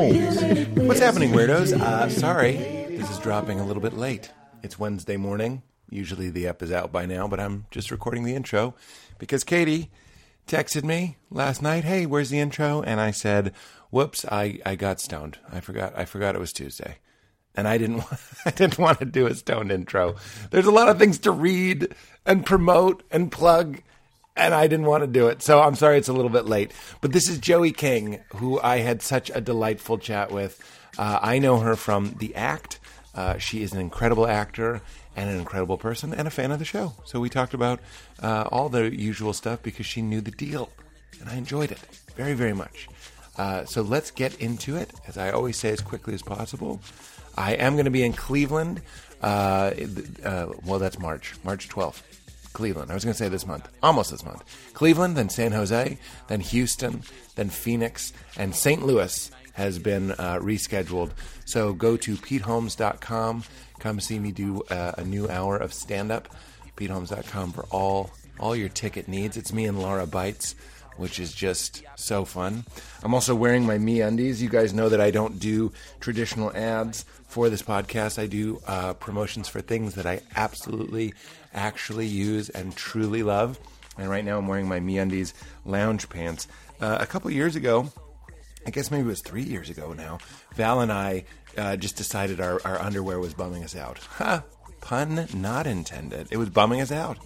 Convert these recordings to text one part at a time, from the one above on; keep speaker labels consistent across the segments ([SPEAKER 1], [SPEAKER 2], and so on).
[SPEAKER 1] What's happening, weirdos? Uh, sorry, this is dropping a little bit late. It's Wednesday morning. Usually the app is out by now, but I'm just recording the intro because Katie texted me last night, "Hey, where's the intro?" And I said, "Whoops, I, I got stoned. I forgot. I forgot it was Tuesday." and I didn't want, I didn't want to do a stoned intro. There's a lot of things to read and promote and plug and I didn't want to do it. So I'm sorry it's a little bit late. But this is Joey King who I had such a delightful chat with. Uh, I know her from The Act. Uh, she is an incredible actor and an incredible person and a fan of the show. So we talked about uh, all the usual stuff because she knew the deal and I enjoyed it very very much. Uh, so let's get into it, as I always say, as quickly as possible. I am going to be in Cleveland. Uh, th- uh, well, that's March, March 12th. Cleveland. I was going to say this month, almost this month. Cleveland, then San Jose, then Houston, then Phoenix, and St. Louis has been uh, rescheduled. So go to PeteHolmes.com. Come see me do uh, a new hour of stand up. PeteHolmes.com for all all your ticket needs. It's me and Laura Bites which is just so fun. I'm also wearing my me undies. You guys know that I don't do traditional ads for this podcast. I do uh, promotions for things that I absolutely, actually use and truly love. And right now, I'm wearing my me undies lounge pants. Uh, a couple years ago, I guess maybe it was three years ago now. Val and I uh, just decided our, our underwear was bumming us out. Ha! Pun not intended. It was bumming us out.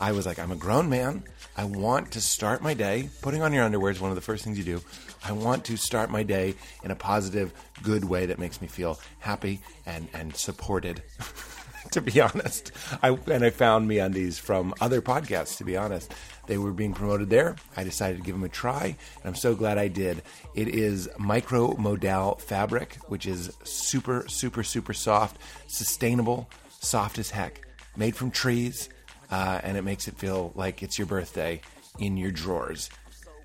[SPEAKER 1] I was like, I'm a grown man. I want to start my day. Putting on your underwear is one of the first things you do. I want to start my day in a positive, good way that makes me feel happy and, and supported. to be honest. I and I found MeUndies from other podcasts. To be honest, they were being promoted there. I decided to give them a try, and I'm so glad I did. It is micro modal fabric, which is super, super, super soft, sustainable, soft as heck, made from trees, uh, and it makes it feel like it's your birthday in your drawers.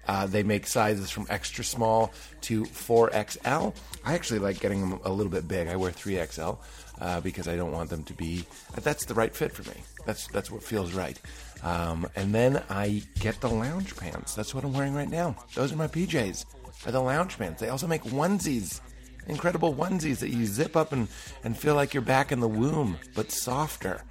[SPEAKER 1] Uh, they make sizes from extra small to 4XL. I actually like getting them a little bit big. I wear 3XL uh, because I don't want them to be. That's the right fit for me. That's that's what feels right. Um, and then I get the lounge pants. That's what I'm wearing right now. Those are my PJs. Are the lounge pants? They also make onesies, incredible onesies that you zip up and and feel like you're back in the womb, but softer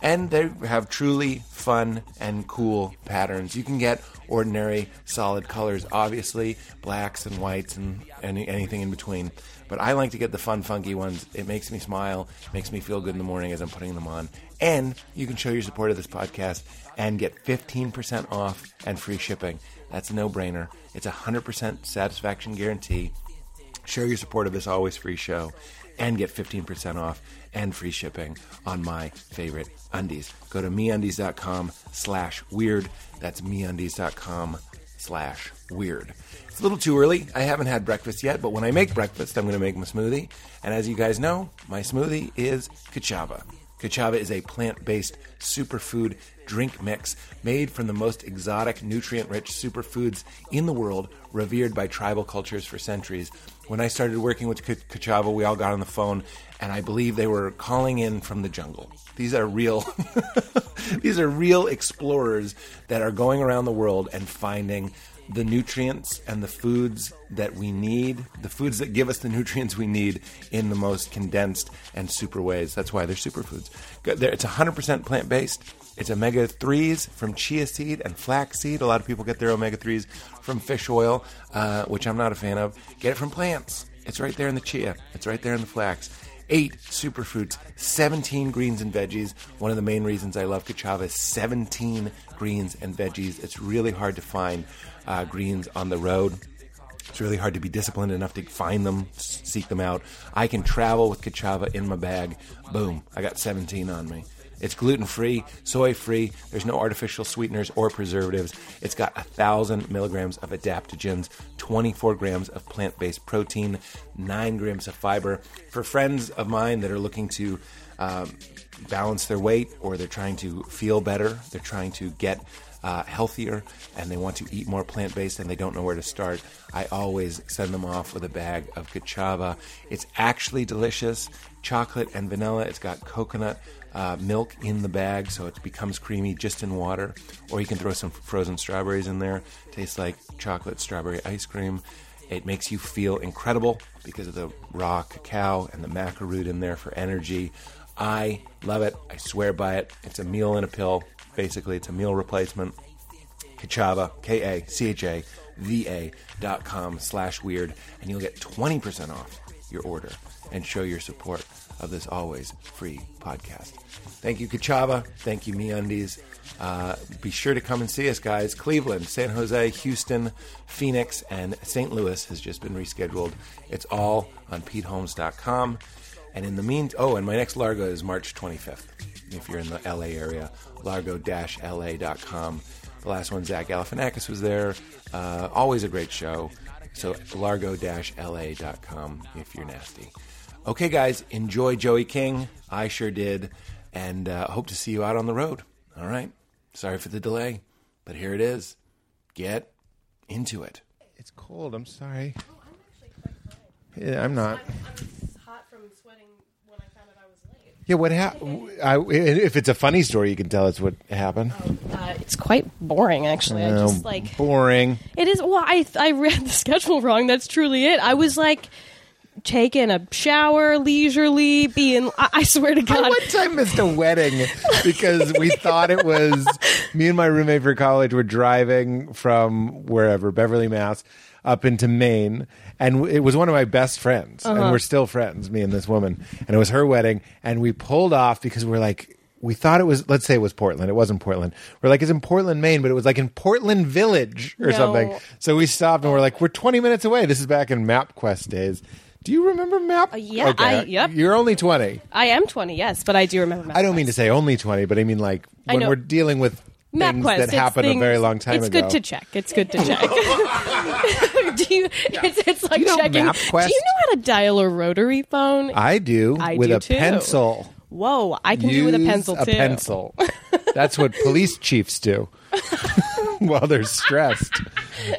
[SPEAKER 1] and they have truly fun and cool patterns. You can get ordinary solid colors, obviously, blacks and whites and any, anything in between. But I like to get the fun, funky ones. It makes me smile, makes me feel good in the morning as I'm putting them on. And you can show your support of this podcast and get 15% off and free shipping. That's a no brainer. It's a 100% satisfaction guarantee. Show your support of this always free show and get 15% off and free shipping on my favorite undies. Go to meundies.com slash weird. That's meundies.com slash weird. It's a little too early. I haven't had breakfast yet, but when I make breakfast, I'm going to make my smoothie. And as you guys know, my smoothie is Kachava. Cachava is a plant based superfood drink mix made from the most exotic, nutrient rich superfoods in the world, revered by tribal cultures for centuries. When I started working with Ca- Cachava, we all got on the phone, and I believe they were calling in from the jungle. These are real. These are real explorers that are going around the world and finding the nutrients and the foods that we need, the foods that give us the nutrients we need in the most condensed and super ways. That's why they're superfoods. Go- they're- It's 100% plant based. It's omega 3s from chia seed and flax seed. A lot of people get their omega 3s from fish oil, uh, which I'm not a fan of. Get it from plants. It's right there in the chia, it's right there in the flax eight superfruits, 17 greens and veggies. One of the main reasons I love cachava is 17 greens and veggies. It's really hard to find uh, greens on the road. It's really hard to be disciplined enough to find them, s- seek them out. I can travel with cachava in my bag. Boom, I got 17 on me. It's gluten free, soy free. There's no artificial sweeteners or preservatives. It's got 1,000 milligrams of adaptogens, 24 grams of plant based protein, 9 grams of fiber. For friends of mine that are looking to um, balance their weight or they're trying to feel better, they're trying to get uh, healthier and they want to eat more plant based and they don't know where to start, I always send them off with a bag of cachava. It's actually delicious chocolate and vanilla. It's got coconut uh, milk in the bag so it becomes creamy just in water. Or you can throw some frozen strawberries in there. Tastes like chocolate strawberry ice cream. It makes you feel incredible because of the raw cacao and the maca root in there for energy. I love it. I swear by it. It's a meal in a pill. Basically, it's a meal replacement. Kachava, K A C H A V A dot com slash weird, and you'll get 20% off your order and show your support of this always free podcast. Thank you, Kachava. Thank you, MeUndies. Uh, be sure to come and see us, guys. Cleveland, San Jose, Houston, Phoenix, and St. Louis has just been rescheduled. It's all on PeteHolmes.com. And in the mean, oh, and my next Largo is March 25th. If you're in the LA area, largo-la.com. The last one, Zach Galifianakis was there. Uh, always a great show. So largo-la.com if you're nasty. Okay, guys, enjoy Joey King. I sure did. And uh, hope to see you out on the road. All right. Sorry for the delay, but here it is. Get into it. It's cold. I'm sorry. Yeah, I'm not.
[SPEAKER 2] hot from sweating when I found out I was late.
[SPEAKER 1] Yeah, what happened? If it's a funny story, you can tell it's what happened.
[SPEAKER 2] Uh, it's quite boring, actually. I just like
[SPEAKER 1] boring.
[SPEAKER 2] it is. Well, I I read the schedule wrong. That's truly it. I was like taking a shower leisurely, being. I, I swear to
[SPEAKER 1] I
[SPEAKER 2] God.
[SPEAKER 1] one time missed a wedding because we thought it was me and my roommate for college were driving from wherever Beverly, Mass, up into Maine, and it was one of my best friends,
[SPEAKER 2] Uh-huh.
[SPEAKER 1] and we're still friends, me and this woman, and it was her wedding, and we pulled off because we're like. We thought it was, let's say it was Portland. It wasn't Portland. We're like, it's in Portland, Maine, but it was like in Portland Village or
[SPEAKER 2] No.
[SPEAKER 1] something. So we stopped and we're like, we're 20 minutes away. This is back in MapQuest days. Do you remember Map?
[SPEAKER 2] Uh, yeah, I- yep.
[SPEAKER 1] You're only 20.
[SPEAKER 2] I am 20, yes, but I do remember. MapQuest.
[SPEAKER 1] I don't mean to say only 20, but I mean like
[SPEAKER 2] I
[SPEAKER 1] when
[SPEAKER 2] know.
[SPEAKER 1] we're dealing with things
[SPEAKER 2] MapQuest.
[SPEAKER 1] that
[SPEAKER 2] it's
[SPEAKER 1] happened a
[SPEAKER 2] things-
[SPEAKER 1] very long time
[SPEAKER 2] it's
[SPEAKER 1] ago.
[SPEAKER 2] good to check. It's good to check. do you? It's, it's like
[SPEAKER 1] You know
[SPEAKER 2] checking.
[SPEAKER 1] MapQuest?
[SPEAKER 2] Do you know how to dial a rotary phone?
[SPEAKER 1] I do
[SPEAKER 2] I
[SPEAKER 1] with
[SPEAKER 2] do
[SPEAKER 1] a
[SPEAKER 2] too.
[SPEAKER 1] pencil.
[SPEAKER 2] Whoa, I can do with a
[SPEAKER 1] Use
[SPEAKER 2] pencil
[SPEAKER 1] A
[SPEAKER 2] too.
[SPEAKER 1] pencil. That's what police chiefs do while they're stressed.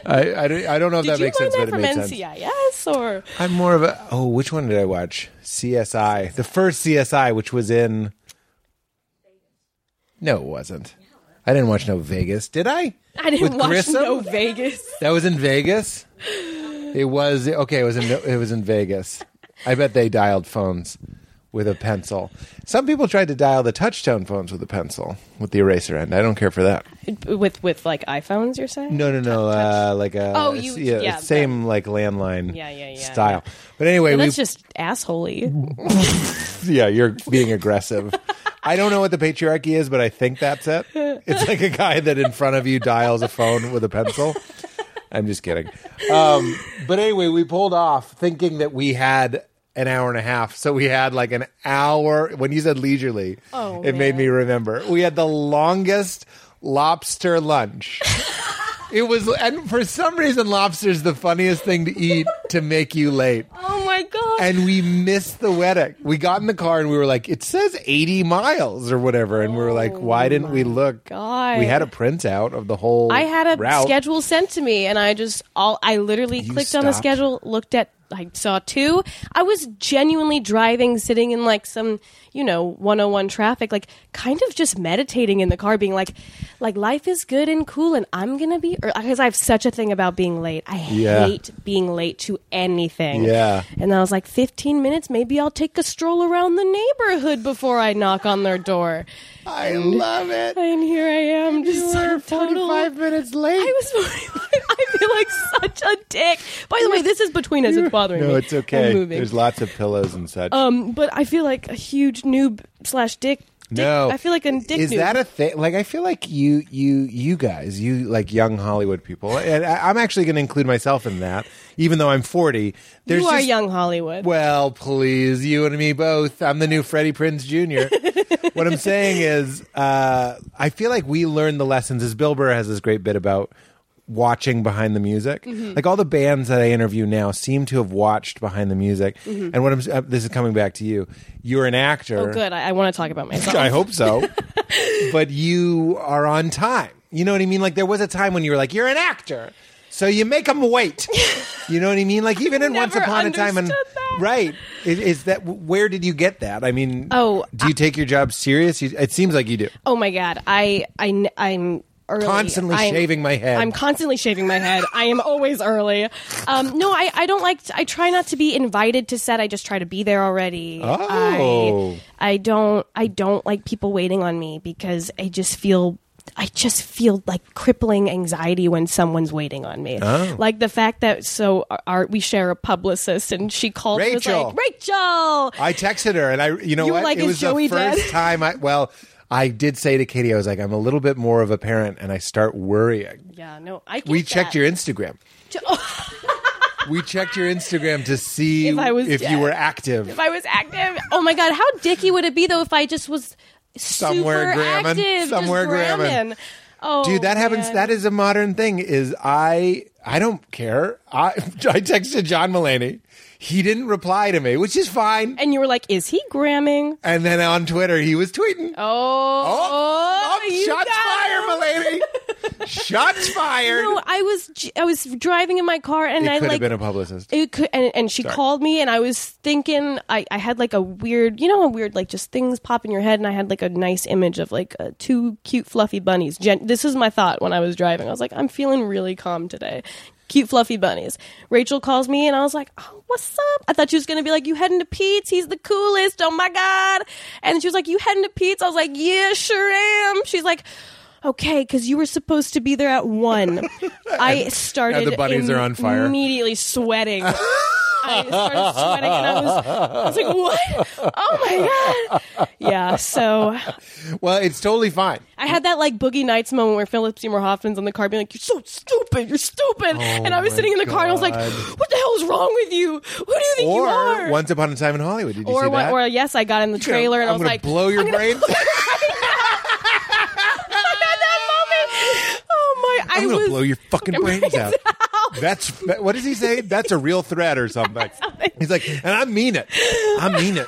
[SPEAKER 1] I, I, don't- I don't know if
[SPEAKER 2] Did
[SPEAKER 1] that
[SPEAKER 2] you
[SPEAKER 1] makes
[SPEAKER 2] learn
[SPEAKER 1] sense,
[SPEAKER 2] that
[SPEAKER 1] but
[SPEAKER 2] from
[SPEAKER 1] it made sense.
[SPEAKER 2] NCIS or?
[SPEAKER 1] I'm more of a oh, which one did I watch? CSI, the first CSI, which was in. No, it wasn't. I didn't watch No Vegas, did I?
[SPEAKER 2] I didn't
[SPEAKER 1] With
[SPEAKER 2] watch
[SPEAKER 1] Grissom?
[SPEAKER 2] No Vegas.
[SPEAKER 1] That was in Vegas. It was okay. It was in it was in Vegas. I bet they dialed phones with a pencil. Some people tried to dial the touchtone phones with a pencil with the eraser end. I don't care for that.
[SPEAKER 2] With with like iPhones, you're saying?
[SPEAKER 1] No, no, no. Uh, like a
[SPEAKER 2] Oh, you-
[SPEAKER 1] yeah,
[SPEAKER 2] yeah,
[SPEAKER 1] same like landline
[SPEAKER 2] Yeah, yeah, yeah,
[SPEAKER 1] style. But anyway, we
[SPEAKER 2] That's just assholey.
[SPEAKER 1] yeah, you're being aggressive. I don't know what the patriarchy is, but I think that's it. It's like a guy that in front of you dials a phone with a pencil. I'm just kidding. Um, but anyway, we pulled off thinking that we had an hour and a half. So we had like an hour. When you said leisurely,
[SPEAKER 2] Oh,
[SPEAKER 1] it made
[SPEAKER 2] man.
[SPEAKER 1] me remember. We had the longest lobster lunch. it was, and for some reason, lobster's the funniest thing to eat to make you late
[SPEAKER 2] Oh my god!
[SPEAKER 1] and we missed the wedding. We got in the car and we were like, it says 80 miles or whatever. And we were like,
[SPEAKER 2] Oh
[SPEAKER 1] why didn't we look?
[SPEAKER 2] God.
[SPEAKER 1] We had a printout of the whole
[SPEAKER 2] I had a
[SPEAKER 1] route.
[SPEAKER 2] schedule sent to me, and I just all I literally
[SPEAKER 1] You
[SPEAKER 2] clicked on the
[SPEAKER 1] stopped?
[SPEAKER 2] schedule, looked at, I saw two. I was genuinely driving, sitting in like some you know 101 traffic, like kind of just meditating in the car, being like, like life is good and cool, and I'm gonna be because I have such a thing about being late. I
[SPEAKER 1] Yeah.
[SPEAKER 2] hate being late to anything.
[SPEAKER 1] Yeah.
[SPEAKER 2] And I was like, 15 minutes, maybe I'll take a stroll around the neighborhood before I knock on their door.
[SPEAKER 1] I love it.
[SPEAKER 2] And here I am, just
[SPEAKER 1] You were
[SPEAKER 2] a total
[SPEAKER 1] 45 minutes late.
[SPEAKER 2] I was. I feel like such a dick. By the way, this is between us. It's bothering me.
[SPEAKER 1] no, it's
[SPEAKER 2] I'm
[SPEAKER 1] okay.
[SPEAKER 2] moving.
[SPEAKER 1] There's lots of pillows and such.
[SPEAKER 2] um, but I feel like a huge noob slash dick. dick-
[SPEAKER 1] no,
[SPEAKER 2] I feel like a dick.
[SPEAKER 1] Is
[SPEAKER 2] noob.
[SPEAKER 1] that a thing? Like, I feel like you, you, you guys, you like young Hollywood people, and I, I'm actually going to include myself in that, even though I'm 40. There's
[SPEAKER 2] you are
[SPEAKER 1] just-
[SPEAKER 2] young Hollywood.
[SPEAKER 1] Well, please, you and me both. I'm the new Freddie Prinz Jr. what I'm saying is, uh, I feel like we learned the lessons. As Bill Burr has this great bit about watching behind the music,
[SPEAKER 2] Mm-hmm.
[SPEAKER 1] like all the bands that I interview now seem to have watched behind the music. And what I'm uh, this is coming back to you. You're an actor.
[SPEAKER 2] Mm-hmm. oh, good. I, I want to talk about myself.
[SPEAKER 1] I hope so. but you are on time. You know what I mean? Like there was a time when you were like, you're an actor. So you make them wait. You know what I mean? Like even in Once
[SPEAKER 2] Never
[SPEAKER 1] Upon a Time and
[SPEAKER 2] understood that.
[SPEAKER 1] right is, is that where did you get that? I mean,
[SPEAKER 2] Oh,
[SPEAKER 1] do you take your job serious? You, it seems like you do.
[SPEAKER 2] Oh my god. I I am early.
[SPEAKER 3] Constantly
[SPEAKER 2] I'm-
[SPEAKER 3] shaving my head.
[SPEAKER 2] I'm constantly shaving my head. I am always early. Um, no, I, I don't like. To, I try not to be invited to set. I just try to be there already.
[SPEAKER 3] Oh.
[SPEAKER 2] I, I don't. I don't like people waiting on me because I just feel. I just feel like crippling anxiety when someone's waiting on me.
[SPEAKER 3] Oh.
[SPEAKER 2] Like the fact that so our, we share a publicist and she called and was
[SPEAKER 3] Rachel.
[SPEAKER 2] like, Rachel,
[SPEAKER 3] I texted her, and I, you know
[SPEAKER 2] You were
[SPEAKER 3] what?
[SPEAKER 2] like,
[SPEAKER 3] it
[SPEAKER 2] "Is
[SPEAKER 3] was
[SPEAKER 2] Joey
[SPEAKER 3] the first
[SPEAKER 2] dead?"
[SPEAKER 3] time I. Well, I did say to Katie, I was like, I'm a little bit more of a parent, and I start worrying.
[SPEAKER 2] Yeah, no, I.
[SPEAKER 3] We
[SPEAKER 2] get
[SPEAKER 3] checked
[SPEAKER 2] that.
[SPEAKER 3] your Instagram. we checked your Instagram to see if,
[SPEAKER 2] If I was
[SPEAKER 3] you
[SPEAKER 2] dead.
[SPEAKER 3] were active.
[SPEAKER 2] If I was active, oh my god, how dicky would it be though if I just was
[SPEAKER 3] Somewhere
[SPEAKER 2] super
[SPEAKER 3] gramming.
[SPEAKER 2] active,
[SPEAKER 3] Somewhere
[SPEAKER 2] just
[SPEAKER 3] gramming.
[SPEAKER 2] gramming. Oh,
[SPEAKER 3] Dude, that happens.
[SPEAKER 2] man.
[SPEAKER 3] That is a modern thing. Is I I don't care. I I texted John Mulaney. He didn't reply to me, which is fine.
[SPEAKER 2] and you were like, "Is he gramming?"
[SPEAKER 3] And then on Twitter, he was tweeting.
[SPEAKER 2] Oh, oh,
[SPEAKER 3] Oh,
[SPEAKER 2] you
[SPEAKER 3] shots
[SPEAKER 2] got
[SPEAKER 3] fired,
[SPEAKER 2] him.
[SPEAKER 3] Mulaney. shots fired.
[SPEAKER 2] No, I was j- I was driving in my car and
[SPEAKER 3] it
[SPEAKER 2] I
[SPEAKER 3] could have
[SPEAKER 2] like
[SPEAKER 3] been a publicist.
[SPEAKER 2] it could, and, and she called me and I was thinking I, I had like a weird you know a weird like just things pop in your head and I had like a nice image of like uh, two cute fluffy bunnies. Gen- this is my thought when I was driving. I was like I'm feeling really calm today. Cute fluffy bunnies. Rachel calls me and I was like, "Oh, what's up?" I thought she was gonna be like, "You heading to Pete's? He's the coolest! Oh my god!" And she was like, "You heading to Pete's?" I was like, "Yeah, sure am." She's like, "Okay, because you were supposed to be there at one." I started.
[SPEAKER 3] the bunnies are on fire.
[SPEAKER 2] Immediately sweating. I started sweating and I was, I was like, what? Oh my God. Yeah, so
[SPEAKER 3] Well, it's totally fine.
[SPEAKER 2] I had that like Boogie Nights moment where Philip Seymour Hoffman's in the car being like, you're so stupid, you're stupid. and I was
[SPEAKER 3] Oh my
[SPEAKER 2] sitting in the car and I was like,
[SPEAKER 3] God.
[SPEAKER 2] what the hell is wrong with you? Who do you think you
[SPEAKER 3] Or
[SPEAKER 2] are?
[SPEAKER 3] Once Upon a Time in Hollywood. Did you
[SPEAKER 2] or,
[SPEAKER 3] see
[SPEAKER 2] what-
[SPEAKER 3] that?
[SPEAKER 2] or yes, I got in the trailer and
[SPEAKER 3] I'm
[SPEAKER 2] I was
[SPEAKER 3] gonna
[SPEAKER 2] like,
[SPEAKER 3] blow your
[SPEAKER 2] I'm gonna
[SPEAKER 3] brains.
[SPEAKER 2] I had that moment. Oh my! I
[SPEAKER 3] I'm gonna
[SPEAKER 2] was,
[SPEAKER 3] blow your fucking brains out. That's that- what does he say? That's a real threat or something. He's like, and I mean it. I mean it.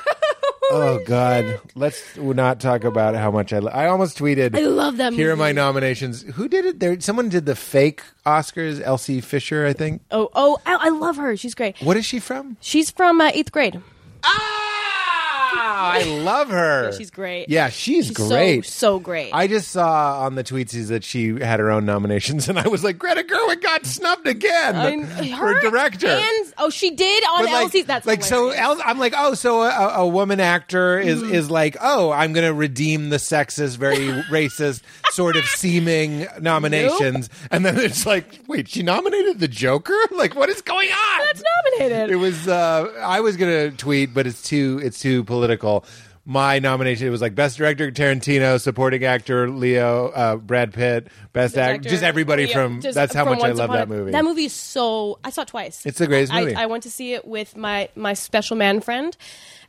[SPEAKER 3] Oh God, let's not talk about how much I. Lo- I almost tweeted.
[SPEAKER 2] I love that
[SPEAKER 3] Here are
[SPEAKER 2] movie.
[SPEAKER 3] my nominations. Who did it? There, someone did the fake Oscars. Elsie Fisher, I think.
[SPEAKER 2] Oh, oh! I, I love her. She's great.
[SPEAKER 3] What is she from?
[SPEAKER 2] She's from uh, eighth grade.
[SPEAKER 3] Ah, I love her.
[SPEAKER 2] she's great.
[SPEAKER 3] Yeah, she's,
[SPEAKER 2] She's
[SPEAKER 3] great.
[SPEAKER 2] So, so great.
[SPEAKER 3] I just saw on the tweets is that she had her own nominations, and I was like, Greta Gerwig got snubbed again
[SPEAKER 2] I kn-
[SPEAKER 3] for director.
[SPEAKER 2] and- oh, she did on
[SPEAKER 3] But, like,
[SPEAKER 2] Elsie's. That's
[SPEAKER 3] like so.
[SPEAKER 2] hilarious. Mm-hmm.
[SPEAKER 3] El- I'm like, oh, so a, a woman actor is is like, oh, I'm gonna redeem the sexist, very racist sort of seeming nominations, and then it's like, wait, she nominated the Joker? Like, what is going on?
[SPEAKER 2] That's nominated.
[SPEAKER 3] It was. Uh, I was gonna tweet, but it's too. It's too political. My nomination. It was like best director Tarantino, supporting actor Leo, uh, Brad Pitt, best actor,
[SPEAKER 2] Director,
[SPEAKER 3] just everybody
[SPEAKER 2] yeah,
[SPEAKER 3] from.
[SPEAKER 2] just
[SPEAKER 3] that's how
[SPEAKER 2] from
[SPEAKER 3] much I
[SPEAKER 2] Once
[SPEAKER 3] love
[SPEAKER 2] Upon
[SPEAKER 3] that
[SPEAKER 2] a-
[SPEAKER 3] movie.
[SPEAKER 2] That movie is so. I saw it twice.
[SPEAKER 3] It's the greatest
[SPEAKER 2] I,
[SPEAKER 3] movie.
[SPEAKER 2] I went to see it with my my special man friend,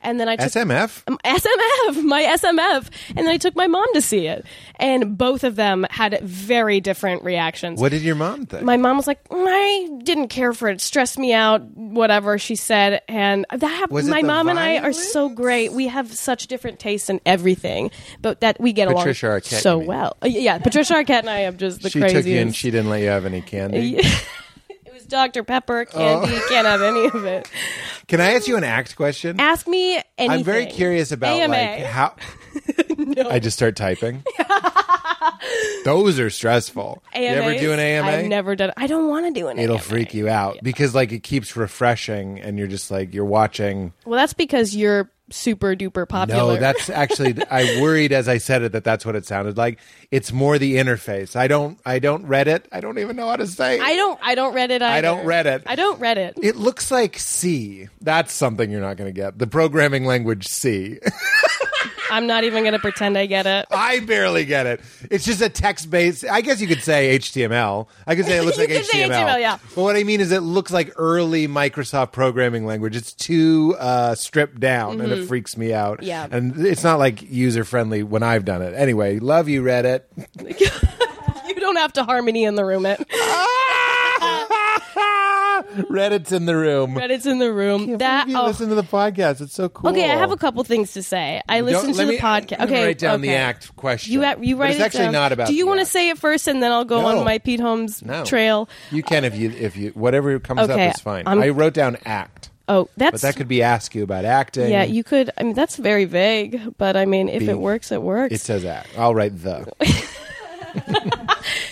[SPEAKER 2] and then I took
[SPEAKER 3] SMF.
[SPEAKER 2] Um, SMF, my SMF, and then I took my mom to see it, and both of them had very different reactions.
[SPEAKER 3] What did your mom think?
[SPEAKER 2] my mom was like, "Mm, I didn't care for it. It stressed me out, whatever she said. And that
[SPEAKER 3] Was
[SPEAKER 2] happened.
[SPEAKER 3] it
[SPEAKER 2] My
[SPEAKER 3] the
[SPEAKER 2] mom and I are so great. We have such different tastes in everything, but that we get
[SPEAKER 3] Patricia
[SPEAKER 2] along
[SPEAKER 3] Arquette, you
[SPEAKER 2] so
[SPEAKER 3] mean.
[SPEAKER 2] well. Uh, yeah, Patricia Arquette and I have just the
[SPEAKER 3] she
[SPEAKER 2] craziest.
[SPEAKER 3] took you and she didn't let you have any candy.
[SPEAKER 2] it was Dr. Pepper,
[SPEAKER 3] Oh.
[SPEAKER 2] candy, can't have any of it.
[SPEAKER 3] Can I ask you an act question?
[SPEAKER 2] Ask me anything.
[SPEAKER 3] I'm very curious about
[SPEAKER 2] AMA.
[SPEAKER 3] like how. I just start typing. Those are stressful. You ever
[SPEAKER 2] AMAs?
[SPEAKER 3] do an AMA?
[SPEAKER 2] I've never done. I don't want to do an
[SPEAKER 3] It'll
[SPEAKER 2] AMA.
[SPEAKER 3] freak you out because like it keeps refreshing, and you're just like you're watching.
[SPEAKER 2] Well, that's because you're super duper popular.
[SPEAKER 3] No, that's actually. I worried as I said it that that's what it sounded like. It's more the interface. I don't. I don't Reddit. I don't even know how to say.
[SPEAKER 2] I don't. I don't Reddit. Either.
[SPEAKER 3] don't Reddit.
[SPEAKER 2] I don't Reddit.
[SPEAKER 3] It looks like C. That's something you're not going to get. The programming language C.
[SPEAKER 2] I'm not even going to pretend I get it.
[SPEAKER 3] I barely get it. It's just a text based. I guess you could say HTML. I could say it looks
[SPEAKER 2] You
[SPEAKER 3] like
[SPEAKER 2] could say
[SPEAKER 3] HTML.
[SPEAKER 2] HTML, yeah.
[SPEAKER 3] But what I mean is, it looks like early Microsoft programming language. It's too uh, stripped down, and it freaks me out.
[SPEAKER 2] Mm-hmm. Yeah.
[SPEAKER 3] and it's not like user friendly when I've done it. Anyway, love you, Reddit.
[SPEAKER 2] You don't have to harmony in the room it.
[SPEAKER 3] Reddit's in the room.
[SPEAKER 2] Reddit's in the room. that
[SPEAKER 3] you
[SPEAKER 2] oh.
[SPEAKER 3] listen to the podcast. It's so cool.
[SPEAKER 2] Okay, I have a couple things to say. I
[SPEAKER 3] Don't-
[SPEAKER 2] listened to
[SPEAKER 3] let
[SPEAKER 2] the
[SPEAKER 3] me- uh, let
[SPEAKER 2] podcast.
[SPEAKER 3] me
[SPEAKER 2] Okay,
[SPEAKER 3] write down
[SPEAKER 2] okay.
[SPEAKER 3] the act question.
[SPEAKER 2] You ha- you
[SPEAKER 3] But
[SPEAKER 2] write
[SPEAKER 3] It's
[SPEAKER 2] it
[SPEAKER 3] actually
[SPEAKER 2] down.
[SPEAKER 3] not about.
[SPEAKER 2] Do you
[SPEAKER 3] the
[SPEAKER 2] want to
[SPEAKER 3] act.
[SPEAKER 2] say it first, and then I'll go
[SPEAKER 3] No.
[SPEAKER 2] on my Pete Holmes
[SPEAKER 3] No.
[SPEAKER 2] trail?
[SPEAKER 3] You can if you if you whatever comes
[SPEAKER 2] Okay,
[SPEAKER 3] up is fine.
[SPEAKER 2] I'm-
[SPEAKER 3] I wrote down act,
[SPEAKER 2] Oh,
[SPEAKER 3] but
[SPEAKER 2] that's
[SPEAKER 3] that could be ask you about acting.
[SPEAKER 2] yeah. You could. I mean, that's very vague, but I mean, if it works, it works.
[SPEAKER 3] it says act. I'll write the.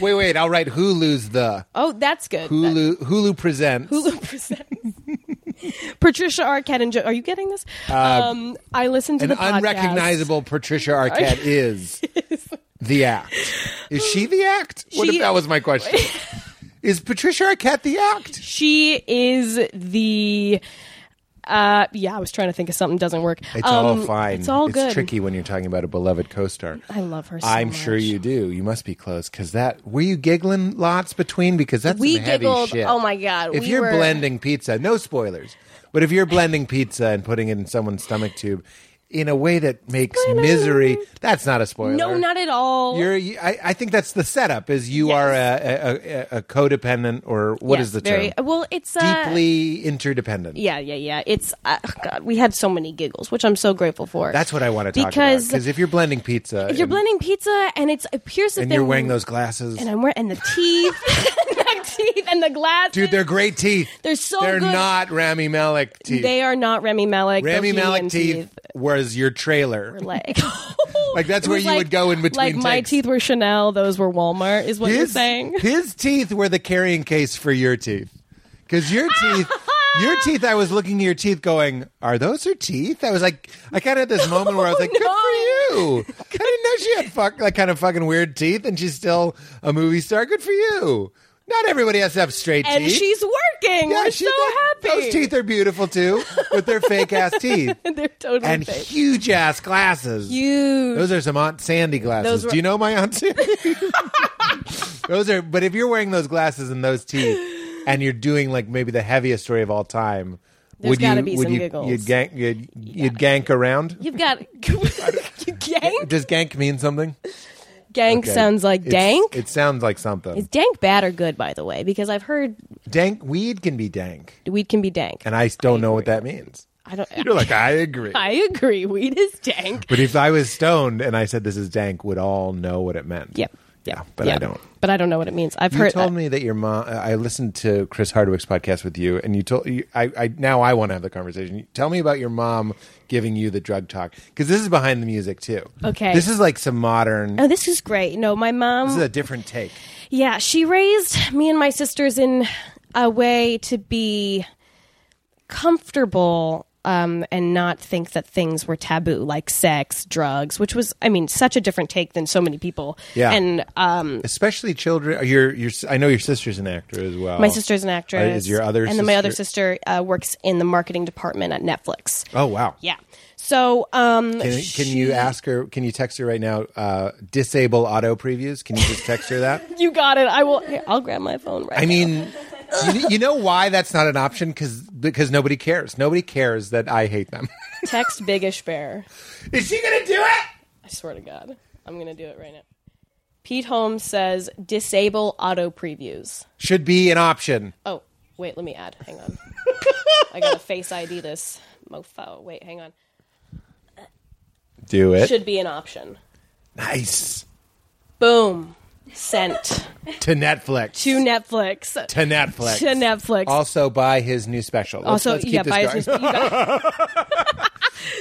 [SPEAKER 3] Wait, wait. I'll write Hulu's the
[SPEAKER 2] Oh, that's good. That-
[SPEAKER 3] Hulu Hulu presents.
[SPEAKER 2] Hulu presents. Patricia Arquette and Joe. Are you getting this? um, I listened to
[SPEAKER 3] Uh, An
[SPEAKER 2] the podcast.
[SPEAKER 3] unrecognizable Patricia Arquette is the act. Is she the act? What
[SPEAKER 2] She-
[SPEAKER 3] if that was my question? is Patricia Arquette the act?
[SPEAKER 2] She is the. Uh, yeah, I was trying to think of something. Doesn't work.
[SPEAKER 3] It's all
[SPEAKER 2] Um,
[SPEAKER 3] fine.
[SPEAKER 2] It's all good.
[SPEAKER 3] tricky when you're talking about a beloved co-star.
[SPEAKER 2] I love her. so
[SPEAKER 3] I'm sure
[SPEAKER 2] much.
[SPEAKER 3] you do. You must be close because that. Were you giggling lots between? Because that's
[SPEAKER 2] We
[SPEAKER 3] some heavy
[SPEAKER 2] giggled.
[SPEAKER 3] shit.
[SPEAKER 2] Oh my God,
[SPEAKER 3] If
[SPEAKER 2] we
[SPEAKER 3] you're
[SPEAKER 2] were-
[SPEAKER 3] blending pizza, no spoilers. But if you're blending pizza and putting it in someone's stomach tube in a way that makes misery, that's not a spoiler.
[SPEAKER 2] No, not at all.
[SPEAKER 3] You're, you, I, I think that's the setup. Is you
[SPEAKER 2] Yes.
[SPEAKER 3] are a, a, a, a codependent, or what is
[SPEAKER 2] Yes,
[SPEAKER 3] the
[SPEAKER 2] very-
[SPEAKER 3] term?
[SPEAKER 2] Well, it's uh,
[SPEAKER 3] Deeply interdependent.
[SPEAKER 2] Yeah, yeah, yeah. It's uh, God. We had so many giggles, which I'm so grateful for.
[SPEAKER 3] That's what I want to talk
[SPEAKER 2] Because-
[SPEAKER 3] about. Because if you're blending pizza,
[SPEAKER 2] You're
[SPEAKER 3] and,
[SPEAKER 2] blending pizza, and it's here's the
[SPEAKER 3] and
[SPEAKER 2] thing.
[SPEAKER 3] you're wearing those glasses,
[SPEAKER 2] and I'm wearing and the teeth, and the teeth, and the glasses.
[SPEAKER 3] dude, they're great teeth.
[SPEAKER 2] They're so
[SPEAKER 3] They're
[SPEAKER 2] good.
[SPEAKER 3] not Rami Malek teeth.
[SPEAKER 2] They are not Rami Malek.
[SPEAKER 3] Rami
[SPEAKER 2] Bohemian
[SPEAKER 3] Malek teeth,
[SPEAKER 2] teeth.
[SPEAKER 3] was your trailer.
[SPEAKER 2] Like,
[SPEAKER 3] Like, that's
[SPEAKER 2] It
[SPEAKER 3] where
[SPEAKER 2] was
[SPEAKER 3] you would go in between
[SPEAKER 2] Like my
[SPEAKER 3] takes.
[SPEAKER 2] teeth were Chanel, those were Walmart. Is what you're
[SPEAKER 3] his,
[SPEAKER 2] saying?
[SPEAKER 3] his teeth were the carrying case for your teeth. Because your teeth, your teeth, I was looking at your teeth going, Are those her teeth? I was like, I kind of had this moment where I was
[SPEAKER 2] Oh,
[SPEAKER 3] like, Good for you. I didn't know she had fuck, like kind of fucking weird teeth and she's still a movie star. Good for you. Not everybody has to have straight
[SPEAKER 2] And
[SPEAKER 3] teeth.
[SPEAKER 2] she's working. we're
[SPEAKER 3] she-
[SPEAKER 2] so
[SPEAKER 3] that-
[SPEAKER 2] happy.
[SPEAKER 3] Those teeth are beautiful too, with their fake ass teeth
[SPEAKER 2] They're totally
[SPEAKER 3] and
[SPEAKER 2] fake.
[SPEAKER 3] huge ass glasses.
[SPEAKER 2] Huge.
[SPEAKER 3] Those are some Aunt Sandy glasses.
[SPEAKER 2] Those were-
[SPEAKER 3] Do you know my Aunt Sandy? those are. But if you're wearing those glasses and those teeth, and you're doing like maybe the heaviest story of all time, would
[SPEAKER 2] gotta
[SPEAKER 3] you?
[SPEAKER 2] be
[SPEAKER 3] would
[SPEAKER 2] some
[SPEAKER 3] you?
[SPEAKER 2] giggles.
[SPEAKER 3] You'd gank. You'd, you'd gank around.
[SPEAKER 2] You've got you gank.
[SPEAKER 3] Does gank mean something?
[SPEAKER 2] Gank
[SPEAKER 3] Okay.
[SPEAKER 2] sounds like
[SPEAKER 3] It's-
[SPEAKER 2] dank.
[SPEAKER 3] It sounds like something.
[SPEAKER 2] Is dank bad or good? By the way, because I've heard
[SPEAKER 3] dank weed can be dank,
[SPEAKER 2] weed can be dank.
[SPEAKER 3] and I don't know what that means.
[SPEAKER 2] I don't.
[SPEAKER 3] You're like, I agree.
[SPEAKER 2] I agree. Weed is dank.
[SPEAKER 3] But if I was stoned and I said this is dank, would all know what it meant?
[SPEAKER 2] Yep. Yep.
[SPEAKER 3] Yeah, but I
[SPEAKER 2] yep.
[SPEAKER 3] don't.
[SPEAKER 2] But I don't know what it means. I've
[SPEAKER 3] You
[SPEAKER 2] heard.
[SPEAKER 3] told
[SPEAKER 2] that.
[SPEAKER 3] me that your mom. I listened to Chris Hardwick's podcast with you, and you told you, I, I. Now I want to have the conversation. You- Tell me about your mom giving you the drug talk because this is behind the music too.
[SPEAKER 2] Okay.
[SPEAKER 3] this is like some modern.
[SPEAKER 2] Oh, this is great. No, my mom.
[SPEAKER 3] This is a different take.
[SPEAKER 2] Yeah, she raised me and my sisters in a way to be comfortable um, and not think that things were taboo, like sex, drugs, which was, I mean, such a different take than so many people.
[SPEAKER 3] Yeah.
[SPEAKER 2] And um,
[SPEAKER 3] Especially children. uh, Your your. I know your sister's an actor as well.
[SPEAKER 2] my sister's an actress.
[SPEAKER 3] Oh. Uh, Is your other
[SPEAKER 2] And then my other
[SPEAKER 3] sister-
[SPEAKER 2] sister uh, works in the marketing department at Netflix.
[SPEAKER 3] Oh wow.
[SPEAKER 2] Yeah. So, um,
[SPEAKER 3] Can, can you ask her? Can you text her right now? Uh, disable auto previews. Can you just text her that?
[SPEAKER 2] you got it. I will, here, I'll grab my phone right
[SPEAKER 3] I
[SPEAKER 2] now.
[SPEAKER 3] mean, you, you know why that's not an option? Because because nobody cares. Nobody cares that I hate them.
[SPEAKER 2] Text Biggish Bear.
[SPEAKER 3] Is she gonna do it?
[SPEAKER 2] I swear to God, I'm gonna do it right now. Pete Holmes says disable auto previews.
[SPEAKER 3] Should be an option.
[SPEAKER 2] Oh, wait, let me add. Hang on. I gotta face ID this mofo. Wait, hang on.
[SPEAKER 3] Do it.
[SPEAKER 2] Should be an option.
[SPEAKER 3] nice
[SPEAKER 2] Boom. Sent
[SPEAKER 3] to Netflix.
[SPEAKER 2] to Netflix.
[SPEAKER 3] to Netflix.
[SPEAKER 2] To Netflix.
[SPEAKER 3] Also, buy his new special. Let's-
[SPEAKER 2] also,
[SPEAKER 3] let's keep
[SPEAKER 2] yeah,
[SPEAKER 3] this
[SPEAKER 2] buy
[SPEAKER 3] going.
[SPEAKER 2] his new- you got-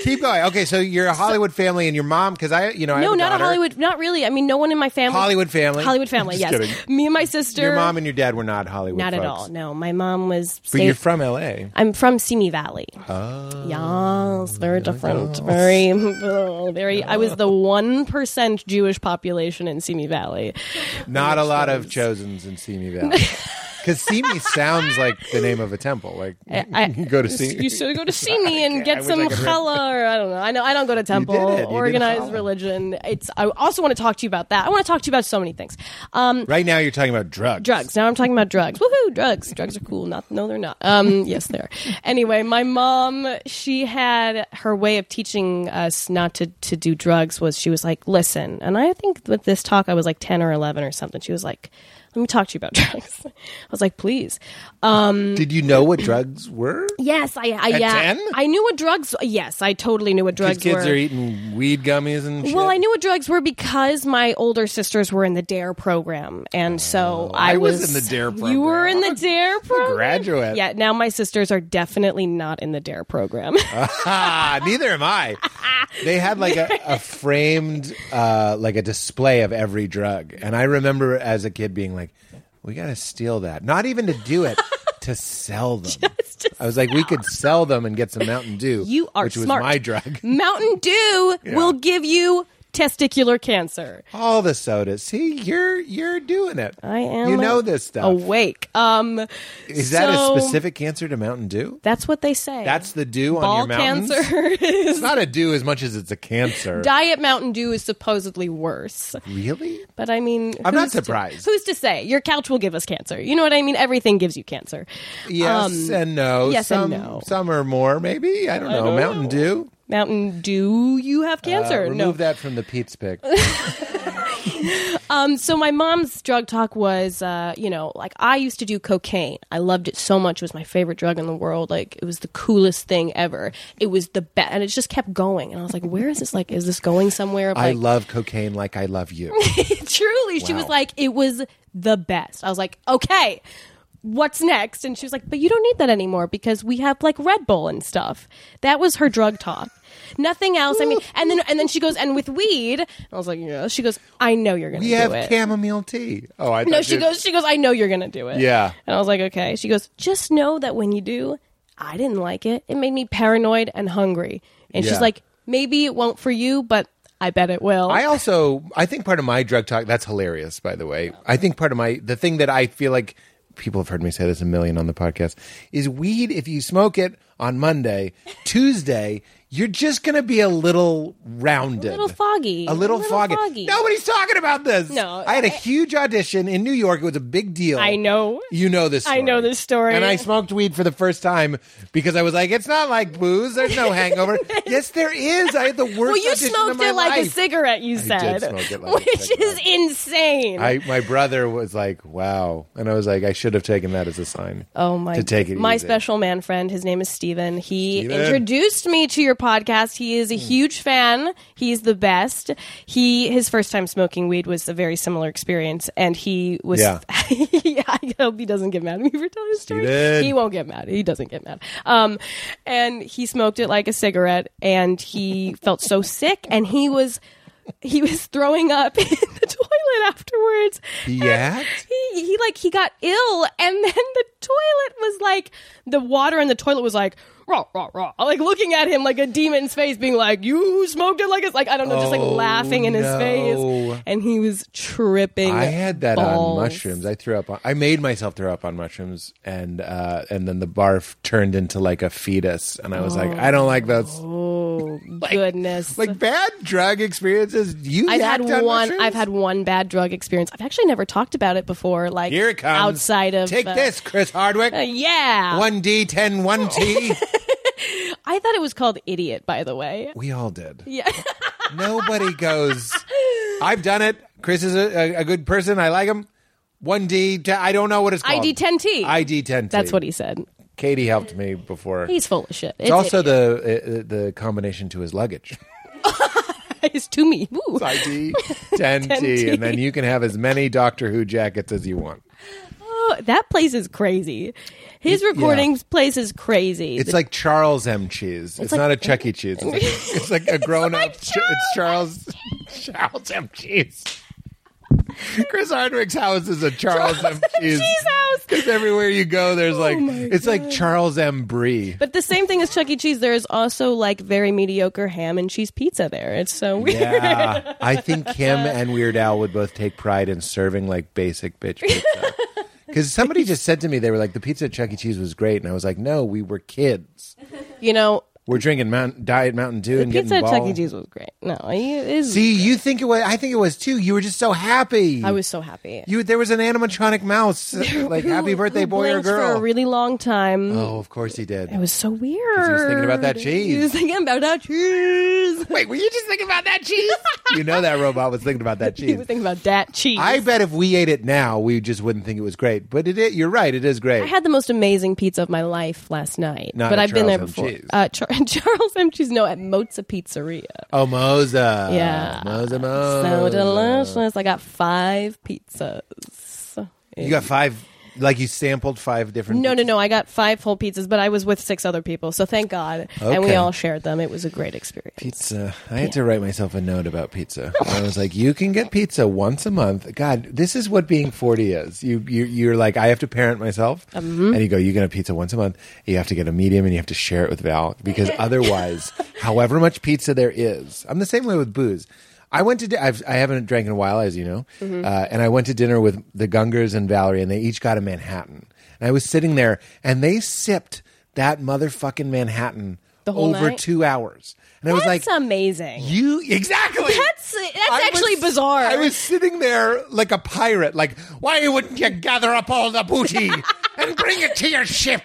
[SPEAKER 3] keep going. Okay, so you're a Hollywood family, and your mom, because I, you know, I have
[SPEAKER 2] no,
[SPEAKER 3] a
[SPEAKER 2] not
[SPEAKER 3] daughter.
[SPEAKER 2] a Hollywood. Not really. I mean, no one in my family.
[SPEAKER 3] Hollywood family.
[SPEAKER 2] Hollywood family.
[SPEAKER 3] Just
[SPEAKER 2] yes.
[SPEAKER 3] kidding.
[SPEAKER 2] Me and my sister.
[SPEAKER 3] Your mom and your dad were not Hollywood.
[SPEAKER 2] not at
[SPEAKER 3] folks.
[SPEAKER 2] all. No, my mom was.
[SPEAKER 3] But you're from L.A.
[SPEAKER 2] I'm from Simi Valley.
[SPEAKER 3] Ah.
[SPEAKER 2] Oh, yes, very different. Very, very. I was the one percent Jewish population in Simi Valley.
[SPEAKER 3] Not a lot of chosens in Simi Valley. Because Simi sounds like the name of a temple. Like
[SPEAKER 2] I-
[SPEAKER 3] you go to Simi.
[SPEAKER 2] You should go to Simi and get
[SPEAKER 3] wish
[SPEAKER 2] some
[SPEAKER 3] I could remember.
[SPEAKER 2] challah, or I don't know. I know I don't go to temple,
[SPEAKER 3] did it. You did
[SPEAKER 2] organized
[SPEAKER 3] challah.
[SPEAKER 2] religion. It's. I also want to talk to you about that. I want to talk to you about so many things. Um,
[SPEAKER 3] Right now, you're talking about drugs.
[SPEAKER 2] drugs. Now I'm talking about drugs. Woohoo, drugs. Drugs are cool. Not no, they're not. Um, yes, they are. Anyway, my mom, she had her way of teaching us not to to do drugs was she was like, listen, and I think with this talk I was like ten or eleven or something. She was like, Let me talk to you about drugs. I was like, please.
[SPEAKER 3] Did you know what drugs were?
[SPEAKER 2] Yes, I, I
[SPEAKER 3] At
[SPEAKER 2] yeah,
[SPEAKER 3] 10?
[SPEAKER 2] I knew what drugs. Yes, I totally knew what drugs
[SPEAKER 3] These kids
[SPEAKER 2] were.
[SPEAKER 3] are eating weed gummies and shit.
[SPEAKER 2] well, I knew what drugs were because my older sisters were in the DARE E program, and so I,
[SPEAKER 3] Oh, I was in the DARE
[SPEAKER 2] You were
[SPEAKER 3] E program.
[SPEAKER 2] in the DARE E program,
[SPEAKER 3] graduate.
[SPEAKER 2] Yeah. Now my sisters are definitely not in the DARE E program.
[SPEAKER 3] Ah, neither am I. They had like a, a framed, uh, like a display of every drug, and I remember as a kid being like, "We gotta steal that." Not even to do it, to sell them. I was like, "We could sell them and get some Mountain Dew."
[SPEAKER 2] you are
[SPEAKER 3] which
[SPEAKER 2] smart.
[SPEAKER 3] was my drug.
[SPEAKER 2] Mountain Dew will give you testicular cancer.
[SPEAKER 3] All the sodas. See, you're you're doing it.
[SPEAKER 2] I am.
[SPEAKER 3] You know this stuff.
[SPEAKER 2] Awake. Um,
[SPEAKER 3] Is that
[SPEAKER 2] so-
[SPEAKER 3] a specific cancer to Mountain Dew?
[SPEAKER 2] That's what they say.
[SPEAKER 3] That's the dew on
[SPEAKER 2] ball
[SPEAKER 3] your mountains.
[SPEAKER 2] cancer. is-
[SPEAKER 3] It's not a dew as much as it's a cancer.
[SPEAKER 2] Diet Mountain Dew is supposedly worse.
[SPEAKER 3] really?
[SPEAKER 2] But I mean,
[SPEAKER 3] I'm not
[SPEAKER 2] who's to-
[SPEAKER 3] surprised.
[SPEAKER 2] who's to say your couch will give us cancer? You know what I mean? Everything gives you cancer.
[SPEAKER 3] Yes and no.
[SPEAKER 2] Um, yes and
[SPEAKER 3] some,
[SPEAKER 2] no.
[SPEAKER 3] Some are more, maybe. I don't know.
[SPEAKER 2] don't
[SPEAKER 3] Mountain
[SPEAKER 2] know.
[SPEAKER 3] Dew.
[SPEAKER 2] Mountain Dew, you have
[SPEAKER 3] Uh,
[SPEAKER 2] cancer.
[SPEAKER 3] remove
[SPEAKER 2] no.
[SPEAKER 3] that from the Pete's pick.
[SPEAKER 2] Um, so my mom's drug talk was, uh, you know, like I used to do cocaine. I loved it so much. It was my favorite drug in the world. Like it was the coolest thing ever. It was the best, and it just kept going. And I was like, where is this? Like, is this going somewhere? Of,
[SPEAKER 3] I
[SPEAKER 2] like,
[SPEAKER 3] love cocaine like I love you.
[SPEAKER 2] truly she was
[SPEAKER 3] Wow.
[SPEAKER 2] like it was the best i was like okay what's next and she was like but you don't need that anymore because we have like red bull and stuff that was her drug talk nothing else i mean and then and then she goes and with weed And i was like yeah she goes i know you're gonna
[SPEAKER 3] We
[SPEAKER 2] do
[SPEAKER 3] have
[SPEAKER 2] it
[SPEAKER 3] chamomile tea. Oh, I
[SPEAKER 2] no
[SPEAKER 3] thought
[SPEAKER 2] she
[SPEAKER 3] you-
[SPEAKER 2] goes she goes i know you're gonna do it
[SPEAKER 3] Yeah.
[SPEAKER 2] and i was like okay she goes just know that when you do i didn't like it it made me paranoid and hungry and
[SPEAKER 3] Yeah.
[SPEAKER 2] she's like maybe it won't for you but i bet it will
[SPEAKER 3] I also I think part of my drug talk that's hilarious by the way. I think part of my the thing that I feel like people have heard me say this a million on the podcast is weed if you smoke it on Monday, Tuesday, you're just going to be a little rounded.
[SPEAKER 2] little foggy.
[SPEAKER 3] A little,
[SPEAKER 2] A little
[SPEAKER 3] foggy.
[SPEAKER 2] foggy.
[SPEAKER 3] Nobody's talking about this.
[SPEAKER 2] No,
[SPEAKER 3] I had a
[SPEAKER 2] I-
[SPEAKER 3] huge audition in New York. It was a big deal.
[SPEAKER 2] I know.
[SPEAKER 3] You know this
[SPEAKER 2] I know this story.
[SPEAKER 3] And I smoked weed for the first time because I was like, it's not like booze. There's no hangover. yes, there is. I had the worst
[SPEAKER 2] Well, you
[SPEAKER 3] audition of
[SPEAKER 2] smoked
[SPEAKER 3] my
[SPEAKER 2] it like a
[SPEAKER 3] life.
[SPEAKER 2] cigarette. You
[SPEAKER 3] did
[SPEAKER 2] said,
[SPEAKER 3] smoke it like a
[SPEAKER 2] which is
[SPEAKER 3] cigarette.
[SPEAKER 2] insane.
[SPEAKER 3] I my brother was like, "Wow," and I was like, "I should have taken that as a sign."
[SPEAKER 2] oh my!
[SPEAKER 3] to take it
[SPEAKER 2] my
[SPEAKER 3] easy.
[SPEAKER 2] special man friend. His name is Steven. He
[SPEAKER 3] Steven. Hmm.
[SPEAKER 2] introduced me to your podcast. He is a huge fan. He's the best. He his first time smoking weed was a very similar experience, and he was.
[SPEAKER 3] Yeah.
[SPEAKER 2] Yeah, I hope he doesn't get mad at me for telling his story.
[SPEAKER 3] Steven.
[SPEAKER 2] He won't get mad. He doesn't get mad. Um, and he smoked it like a cigarette, and he felt so sick, and he was he was throwing up in the toilet afterwards.
[SPEAKER 3] He yacked?
[SPEAKER 2] He, he like he got ill, and then the toilet was like the water in the toilet was like. Rah, rah, rah. Like looking at him like a demon's face, being like, "You smoked it like it's like I don't know," just like
[SPEAKER 3] Oh,
[SPEAKER 2] laughing in his
[SPEAKER 3] no.
[SPEAKER 2] face, and he was tripping.
[SPEAKER 3] I had that
[SPEAKER 2] balls.
[SPEAKER 3] on mushrooms. I threw up. On, I made myself throw up on mushrooms, and uh, and then the barf turned into like a fetus, and I was like, "I don't like those."
[SPEAKER 2] Oh goodness!
[SPEAKER 3] Like bad drug experiences. You
[SPEAKER 2] I've had
[SPEAKER 3] yacked on
[SPEAKER 2] one.
[SPEAKER 3] mushrooms?
[SPEAKER 2] I've had one bad drug experience. I've actually never talked about it before. Like
[SPEAKER 3] Here it comes.
[SPEAKER 2] outside of
[SPEAKER 3] take
[SPEAKER 2] uh,
[SPEAKER 3] this, Chris Hardwick.
[SPEAKER 2] uh, yeah,
[SPEAKER 3] One D, ten, one T.
[SPEAKER 2] I thought it was called idiot. By the way,
[SPEAKER 3] We all did.
[SPEAKER 2] yeah,
[SPEAKER 3] Nobody goes. I've done it. Chris is a, a, a good person. I like him. One D. T- I don't know what it's called.
[SPEAKER 2] ID10T.
[SPEAKER 3] ID ten.
[SPEAKER 2] that's what he said.
[SPEAKER 3] Katie helped me before.
[SPEAKER 2] He's full of shit.
[SPEAKER 3] it's also the uh, uh, the combination to his luggage.
[SPEAKER 2] it's to me. Ooh.
[SPEAKER 3] ID ten T,
[SPEAKER 2] 10T.
[SPEAKER 3] and then you can have as many Doctor Who jackets as you want.
[SPEAKER 2] Oh, that place is crazy. His recording place is crazy.
[SPEAKER 3] It's like Charles M. Cheese. It's, not a Chuck E. Cheese. It's like, it's like a grown up. Ch- it's Charles Charles M. Cheese. Chris Hardwick's house is a Charles, M. Cheese. Oh
[SPEAKER 2] Cheese house.
[SPEAKER 3] Because everywhere you go, there's like it's like Charles M. Bree.
[SPEAKER 2] but the same thing as Chuck E. Cheese, there is also like very mediocre ham and cheese pizza there. It's so weird.
[SPEAKER 3] Yeah, I think him and Weird Al would both take pride in serving like basic bitch pizza. Because somebody just said to me, they were like, the pizza at Chuck E. Cheese was great. And I was like, no, we were kids.
[SPEAKER 2] You know,
[SPEAKER 3] We're drinking Mountain, Diet Mountain Dew and
[SPEAKER 2] Pizza
[SPEAKER 3] getting
[SPEAKER 2] at Chuck E.
[SPEAKER 3] ball.
[SPEAKER 2] Cheese was great. No, it is.
[SPEAKER 3] See, you think it was? I think it was too. You were just so happy.
[SPEAKER 2] I was so happy.
[SPEAKER 3] You there was an animatronic mouse, like happy
[SPEAKER 2] Who-
[SPEAKER 3] birthday
[SPEAKER 2] who
[SPEAKER 3] boy or
[SPEAKER 2] blinked for
[SPEAKER 3] girl.
[SPEAKER 2] a really long time.
[SPEAKER 3] oh, of course he did.
[SPEAKER 2] It was so weird.
[SPEAKER 3] was thinking about that cheese.
[SPEAKER 2] He was thinking about that cheese.
[SPEAKER 3] Wait, were you just thinking about that cheese? you know that robot was thinking about that
[SPEAKER 2] He
[SPEAKER 3] cheese.
[SPEAKER 2] was thinking about that cheese.
[SPEAKER 3] I bet if we ate it now, we just wouldn't think it was great. But it, is- you're right, it is great.
[SPEAKER 2] I had the most amazing pizza of my life last night.
[SPEAKER 3] Not
[SPEAKER 2] but
[SPEAKER 3] at
[SPEAKER 2] I've been there
[SPEAKER 3] Charles M.
[SPEAKER 2] before.
[SPEAKER 3] Cheese.
[SPEAKER 2] Uh, Char- Charles M. Cheese, no, at Moza Pizzeria.
[SPEAKER 3] oh, Moza.
[SPEAKER 2] Yeah.
[SPEAKER 3] Moza,
[SPEAKER 2] So
[SPEAKER 3] Moza.
[SPEAKER 2] delicious. I got five pizzas.
[SPEAKER 3] You got five, like you sampled five different.
[SPEAKER 2] no, no, no. I got five whole pizzas, but I was with six other people, so thank God. And we
[SPEAKER 3] Okay.
[SPEAKER 2] all shared them. It was a great experience.
[SPEAKER 3] Pizza. I had to write myself a note about pizza. I was like, "You can get pizza once a month." God, this is what being forty is. You, you you're like, I have to parent myself,
[SPEAKER 2] Mm-hmm.
[SPEAKER 3] and you go, "You get a pizza once a month. You have to get a medium, and you have to share it with Val because otherwise, however much pizza there is, I'm the same way with booze. I went to di- I've, I haven't drank in a while, as you know,
[SPEAKER 2] Mm-hmm.
[SPEAKER 3] uh, and I went to dinner with the Gungers and Valerie, and they each got a Manhattan, and I was sitting there, and they sipped that motherfucking Manhattan.
[SPEAKER 2] The whole
[SPEAKER 3] over
[SPEAKER 2] night?
[SPEAKER 3] two hours, and I was like,
[SPEAKER 2] That's amazing.
[SPEAKER 3] you exactly.
[SPEAKER 2] That's- that's
[SPEAKER 3] I was-
[SPEAKER 2] actually bizarre.
[SPEAKER 3] I was sitting there like a pirate. Like, why wouldn't you gather up all the booty and bring it to your ship?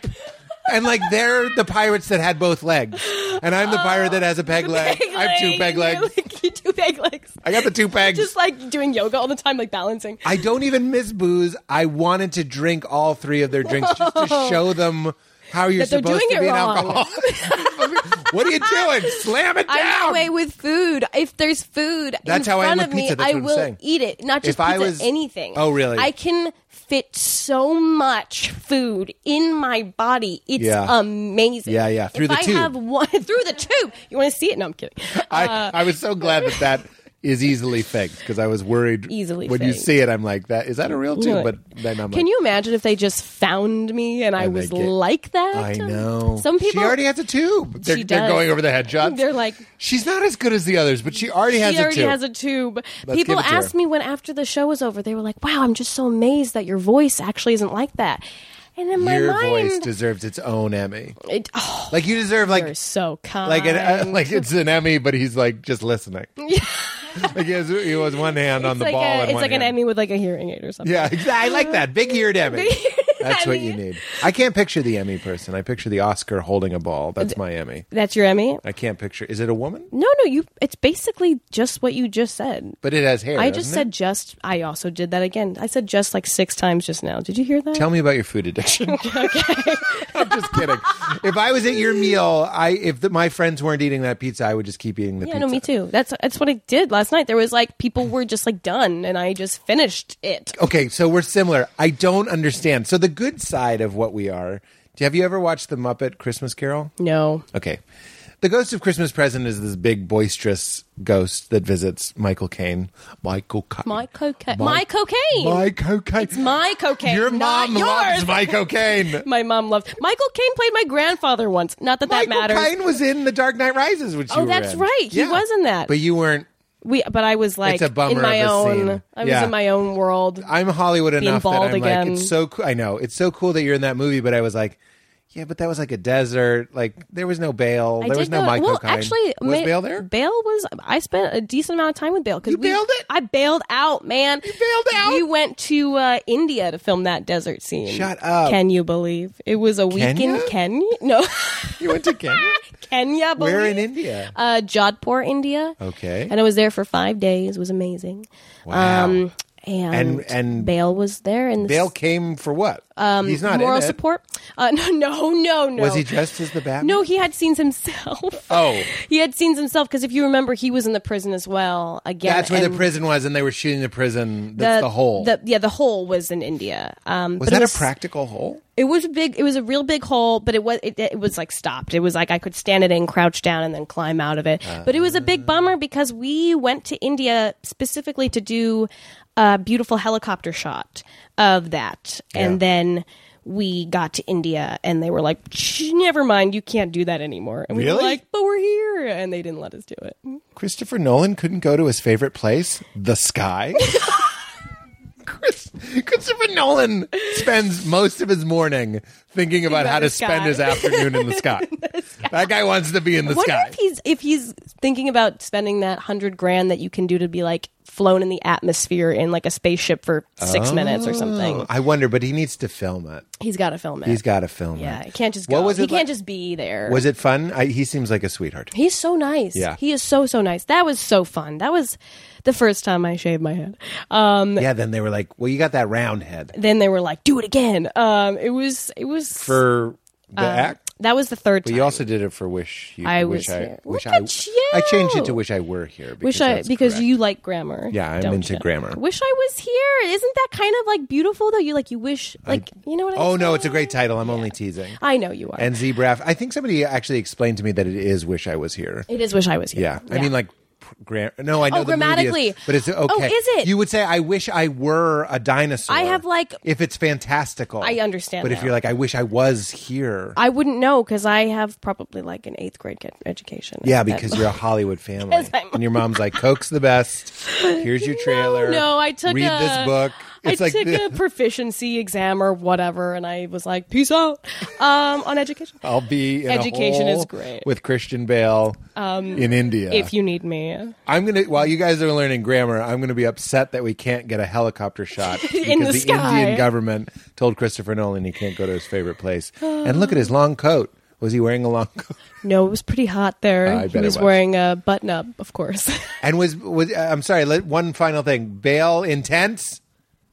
[SPEAKER 3] And like they're the pirates that had both legs, and I'm the pirate that has a peg leg. I have two peg legs.
[SPEAKER 2] you two peg legs.
[SPEAKER 3] I got the two pegs.
[SPEAKER 2] Just like doing yoga all the time, like balancing.
[SPEAKER 3] I don't even miss booze. I wanted to drink all three of their drinks just to show them how you're
[SPEAKER 2] That they're
[SPEAKER 3] supposed
[SPEAKER 2] doing
[SPEAKER 3] to
[SPEAKER 2] it
[SPEAKER 3] be an
[SPEAKER 2] wrong.
[SPEAKER 3] alcoholic. what are you doing? Slam it down.
[SPEAKER 2] I'm away with food. If there's food
[SPEAKER 3] That's
[SPEAKER 2] in
[SPEAKER 3] how I am
[SPEAKER 2] front
[SPEAKER 3] with
[SPEAKER 2] of me,
[SPEAKER 3] pizza. That's
[SPEAKER 2] I
[SPEAKER 3] what I'm
[SPEAKER 2] will
[SPEAKER 3] saying.
[SPEAKER 2] eat it. Not just
[SPEAKER 3] If I
[SPEAKER 2] pizza,
[SPEAKER 3] was-
[SPEAKER 2] anything.
[SPEAKER 3] Oh, really?
[SPEAKER 2] I can fit so much food in my body. It's
[SPEAKER 3] Yeah.
[SPEAKER 2] amazing.
[SPEAKER 3] Yeah, yeah. Through
[SPEAKER 2] if
[SPEAKER 3] the
[SPEAKER 2] I
[SPEAKER 3] tube.
[SPEAKER 2] have one through the tube. You want to see it? No, I'm kidding. Uh,
[SPEAKER 3] I, I was so glad that that is easily faked because I was worried.
[SPEAKER 2] Easily
[SPEAKER 3] when you
[SPEAKER 2] faked.
[SPEAKER 3] see it, I'm like, that is that a real tube?
[SPEAKER 2] Really.
[SPEAKER 3] But then I'm
[SPEAKER 2] Can
[SPEAKER 3] like,
[SPEAKER 2] you imagine if they just found me and I
[SPEAKER 3] And they
[SPEAKER 2] was
[SPEAKER 3] get-
[SPEAKER 2] like that?
[SPEAKER 3] I know.
[SPEAKER 2] Some people.
[SPEAKER 3] She already has a tube. They're,
[SPEAKER 2] She
[SPEAKER 3] they're
[SPEAKER 2] does.
[SPEAKER 3] going over the headshots.
[SPEAKER 2] They're like-
[SPEAKER 3] she's not as good as the others, but she already has
[SPEAKER 2] she already
[SPEAKER 3] a tube.
[SPEAKER 2] has a tube.
[SPEAKER 3] Let's
[SPEAKER 2] People
[SPEAKER 3] give it to her.
[SPEAKER 2] asked me when after the show was over, they were like, "Wow, I'm just so amazed that your voice actually isn't like that." And in my
[SPEAKER 3] Your
[SPEAKER 2] mind,
[SPEAKER 3] voice deserves its own Emmy.
[SPEAKER 2] it, oh,
[SPEAKER 3] Like you deserve
[SPEAKER 2] you're
[SPEAKER 3] like
[SPEAKER 2] so kind.
[SPEAKER 3] like an, uh, like it's an Emmy, but he's like just listening. like he has, he has one hand on
[SPEAKER 2] it's
[SPEAKER 3] the
[SPEAKER 2] like,
[SPEAKER 3] ball.
[SPEAKER 2] a,
[SPEAKER 3] and
[SPEAKER 2] it's
[SPEAKER 3] one
[SPEAKER 2] like an
[SPEAKER 3] hand.
[SPEAKER 2] Emmy with like a hearing aid or something.
[SPEAKER 3] Yeah, exactly. I like that. Big eared Emmy. That's what
[SPEAKER 2] Emmy.
[SPEAKER 3] you need. I can't picture the Emmy person. I picture the Oscar holding a ball. That's my Emmy.
[SPEAKER 2] That's your Emmy.
[SPEAKER 3] I can't picture. Is it a woman?
[SPEAKER 2] No, no, you. It's basically just what you just said.
[SPEAKER 3] But it has hair.
[SPEAKER 2] I
[SPEAKER 3] doesn't
[SPEAKER 2] just
[SPEAKER 3] it?
[SPEAKER 2] said just. I also did that again. I said just like six times just now. Did you hear that?
[SPEAKER 3] Tell me about your food addiction. okay. I'm just kidding. If I was at your meal, I if the, my friends weren't eating that pizza, I would just keep eating the
[SPEAKER 2] yeah,
[SPEAKER 3] pizza.
[SPEAKER 2] no, me too. That's that's what I did last night. There was like people were just like done, and I just finished it.
[SPEAKER 3] Okay, so we're similar. I don't understand. So the good side of what we are. Have you ever watched the Muppet Christmas Carol?
[SPEAKER 2] No,
[SPEAKER 3] Okay. The Ghost of Christmas Present is this big, boisterous ghost that visits Michael Caine. Michael Caine.
[SPEAKER 2] My cocaine.
[SPEAKER 3] Mi-
[SPEAKER 2] My cocaine.
[SPEAKER 3] My cocaine.
[SPEAKER 2] It's my cocaine.
[SPEAKER 3] Your
[SPEAKER 2] not
[SPEAKER 3] mom
[SPEAKER 2] yours.
[SPEAKER 3] loves my cocaine.
[SPEAKER 2] My mom loved Michael Caine. Played my grandfather once. Not that that
[SPEAKER 3] Michael
[SPEAKER 2] matters.
[SPEAKER 3] Caine was in The Dark Knight Rises, which
[SPEAKER 2] Oh,
[SPEAKER 3] you were
[SPEAKER 2] that's
[SPEAKER 3] in.
[SPEAKER 2] right. He was in that.
[SPEAKER 3] But you weren't.
[SPEAKER 2] We, but I was like
[SPEAKER 3] It's a bummer
[SPEAKER 2] in my
[SPEAKER 3] of a
[SPEAKER 2] own.
[SPEAKER 3] scene.
[SPEAKER 2] I
[SPEAKER 3] Yeah.
[SPEAKER 2] was in my own world.
[SPEAKER 3] I'm Hollywood enough that
[SPEAKER 2] bald
[SPEAKER 3] I'm
[SPEAKER 2] again.
[SPEAKER 3] like, it's so. Cool. I know it's so cool that you're in that movie, but I was like. Yeah, but that was like a desert. Like there was no Bale.
[SPEAKER 2] I
[SPEAKER 3] there
[SPEAKER 2] did
[SPEAKER 3] was no
[SPEAKER 2] go-
[SPEAKER 3] Michael
[SPEAKER 2] well,
[SPEAKER 3] Caine.
[SPEAKER 2] actually,
[SPEAKER 3] was
[SPEAKER 2] ma-
[SPEAKER 3] Bale there?
[SPEAKER 2] Bale was. I spent a decent amount of time with Bale because
[SPEAKER 3] You
[SPEAKER 2] we
[SPEAKER 3] bailed it?
[SPEAKER 2] I bailed out, man. You
[SPEAKER 3] bailed out?
[SPEAKER 2] We went to uh, India to film that desert scene.
[SPEAKER 3] Shut up.
[SPEAKER 2] Can you believe it was a week in
[SPEAKER 3] Kenya?
[SPEAKER 2] Kenya? No,
[SPEAKER 3] You went to Kenya.
[SPEAKER 2] Kenya. Believe?
[SPEAKER 3] Where in India?
[SPEAKER 2] uh, Jodhpur, India.
[SPEAKER 3] Okay.
[SPEAKER 2] And I was there for five days. It was amazing. Um,
[SPEAKER 3] Wow.
[SPEAKER 2] and
[SPEAKER 3] And- and-
[SPEAKER 2] Bale was there and
[SPEAKER 3] Bale came for what? Um, He's not
[SPEAKER 2] moral
[SPEAKER 3] in it.
[SPEAKER 2] support. Uh, no, no, no, no.
[SPEAKER 3] Was he dressed as the Batman?
[SPEAKER 2] No, he had scenes himself.
[SPEAKER 3] Oh.
[SPEAKER 2] he had scenes himself because if you remember, he was in the prison as well. Again,
[SPEAKER 3] That's where the
[SPEAKER 2] and
[SPEAKER 3] prison was, and they were shooting the prison. That's the, hole.
[SPEAKER 2] the- yeah, the hole was in India. Um,
[SPEAKER 3] was
[SPEAKER 2] but
[SPEAKER 3] that
[SPEAKER 2] it was,
[SPEAKER 3] a practical hole?
[SPEAKER 2] It was a big. It was a real big hole, but it was it, it was like stopped. It was like I could stand it in, crouch down, and then climb out of
[SPEAKER 3] Uh.
[SPEAKER 2] it. but it was a big bummer because we went to India specifically to do a beautiful helicopter shot of that,
[SPEAKER 3] Yeah.
[SPEAKER 2] and then. We got to India and they were like, "Shh, "Never mind, you can't do that anymore." And we
[SPEAKER 3] Really?
[SPEAKER 2] were like, "But we're here," and they didn't let us do it.
[SPEAKER 3] Christopher Nolan couldn't go to his favorite place, the sky. Chris, Christopher Nolan spends most of his morning thinking about
[SPEAKER 2] about
[SPEAKER 3] how to
[SPEAKER 2] the
[SPEAKER 3] spend
[SPEAKER 2] sky.
[SPEAKER 3] his afternoon in the sky. That guy wants to be in the
[SPEAKER 2] Wonder
[SPEAKER 3] sky.
[SPEAKER 2] if he's if he's thinking about spending that hundred grand that you can do to be like flown in the atmosphere in like a spaceship for six
[SPEAKER 3] Oh.
[SPEAKER 2] minutes or something.
[SPEAKER 3] I wonder, but he needs to film it.
[SPEAKER 2] He's got to film it.
[SPEAKER 3] He's got to film
[SPEAKER 2] yeah,
[SPEAKER 3] it.
[SPEAKER 2] he can't just go.
[SPEAKER 3] What was
[SPEAKER 2] he
[SPEAKER 3] it like-
[SPEAKER 2] can't just be there.
[SPEAKER 3] Was it fun? I, he seems like a sweetheart.
[SPEAKER 2] He's so nice.
[SPEAKER 3] Yeah.
[SPEAKER 2] He is so, so nice. That was so fun. That was the first time I shaved my head. Um,
[SPEAKER 3] Yeah. Then they were like, "Well, you got that round head
[SPEAKER 2] then they were like, do it again. Um, it was, it was,
[SPEAKER 3] for the act."
[SPEAKER 2] that was the third time.
[SPEAKER 3] You also did it for "Wish." You,
[SPEAKER 2] Uh, I
[SPEAKER 3] wish
[SPEAKER 2] was
[SPEAKER 3] I,
[SPEAKER 2] here.
[SPEAKER 3] Wish
[SPEAKER 2] Look
[SPEAKER 3] I,
[SPEAKER 2] at you!
[SPEAKER 3] I changed it to "Wish I were here."
[SPEAKER 2] Wish
[SPEAKER 3] because
[SPEAKER 2] I
[SPEAKER 3] that's
[SPEAKER 2] because
[SPEAKER 3] correct.
[SPEAKER 2] you like grammar.
[SPEAKER 3] Yeah, I'm
[SPEAKER 2] don't
[SPEAKER 3] into
[SPEAKER 2] you?
[SPEAKER 3] grammar.
[SPEAKER 2] Wish I was here. Isn't that kind of like beautiful though? You like you wish like you know what?
[SPEAKER 3] Oh
[SPEAKER 2] I'm
[SPEAKER 3] no,
[SPEAKER 2] saying?
[SPEAKER 3] it's a great title. I'm only teasing.
[SPEAKER 2] I know you are.
[SPEAKER 3] And Zebraff. I think somebody actually explained to me that it is "Wish I was here."
[SPEAKER 2] it is wish I was here.
[SPEAKER 3] Yeah, I mean like. pr- Gra- no, I know
[SPEAKER 2] Oh,
[SPEAKER 3] the movie is,
[SPEAKER 2] grammatically.
[SPEAKER 3] but it's okay.
[SPEAKER 2] Oh, is it?
[SPEAKER 3] You would say, "I wish I were a dinosaur."
[SPEAKER 2] I have, like-
[SPEAKER 3] if it's fantastical.
[SPEAKER 2] I understand
[SPEAKER 3] but if
[SPEAKER 2] now.
[SPEAKER 3] you're like, "I wish I was here,"
[SPEAKER 2] I wouldn't know because I have probably like an eighth grade kid- education.
[SPEAKER 3] Yeah,
[SPEAKER 2] That-
[SPEAKER 3] because you're a Hollywood family,
[SPEAKER 2] I'm-
[SPEAKER 3] and your mom's like, "Coke's the best." Here's your trailer.
[SPEAKER 2] No, I took
[SPEAKER 3] read
[SPEAKER 2] a,
[SPEAKER 3] this book. It's
[SPEAKER 2] I
[SPEAKER 3] like
[SPEAKER 2] took
[SPEAKER 3] the-
[SPEAKER 2] a proficiency exam or whatever, and I was like, "Peace out" um, on education.
[SPEAKER 3] I'll be in a
[SPEAKER 2] Education is
[SPEAKER 3] hole
[SPEAKER 2] great. Um,
[SPEAKER 3] with Christian Bale in India.
[SPEAKER 2] If you need me,
[SPEAKER 3] I'm gonna while you guys are learning grammar, I'm gonna be upset that we can't get a helicopter shot because
[SPEAKER 2] In the sky.
[SPEAKER 3] Indian government told Christopher Nolan he can't go to his favorite place. and look at his long coat. Was he wearing a long coat?
[SPEAKER 2] no, it was pretty hot there.
[SPEAKER 3] I
[SPEAKER 2] he
[SPEAKER 3] bet it
[SPEAKER 2] was
[SPEAKER 3] was.
[SPEAKER 2] wearing a button up, of course.
[SPEAKER 3] And was was uh, I'm sorry. Let, one final thing. Bale intense.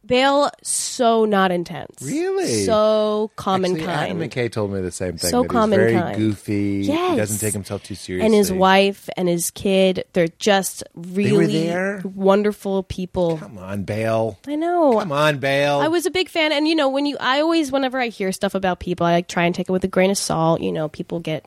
[SPEAKER 2] Bale so not intense.
[SPEAKER 3] Really?
[SPEAKER 2] So common
[SPEAKER 3] Actually,
[SPEAKER 2] kind.
[SPEAKER 3] Adam McKay told me the same thing.
[SPEAKER 2] So
[SPEAKER 3] that
[SPEAKER 2] common
[SPEAKER 3] he's very
[SPEAKER 2] kind.
[SPEAKER 3] goofy. He
[SPEAKER 2] Yes.
[SPEAKER 3] doesn't take himself too seriously.
[SPEAKER 2] and his wife and his kid, they're just
[SPEAKER 3] were
[SPEAKER 2] really
[SPEAKER 3] there?
[SPEAKER 2] wonderful people.
[SPEAKER 3] Come on, Bale.
[SPEAKER 2] I know.
[SPEAKER 3] Come on, Bale.
[SPEAKER 2] I was a big fan, and you know, when you, I always, whenever I hear stuff about people, I like try and take it with a grain of salt. You know, people get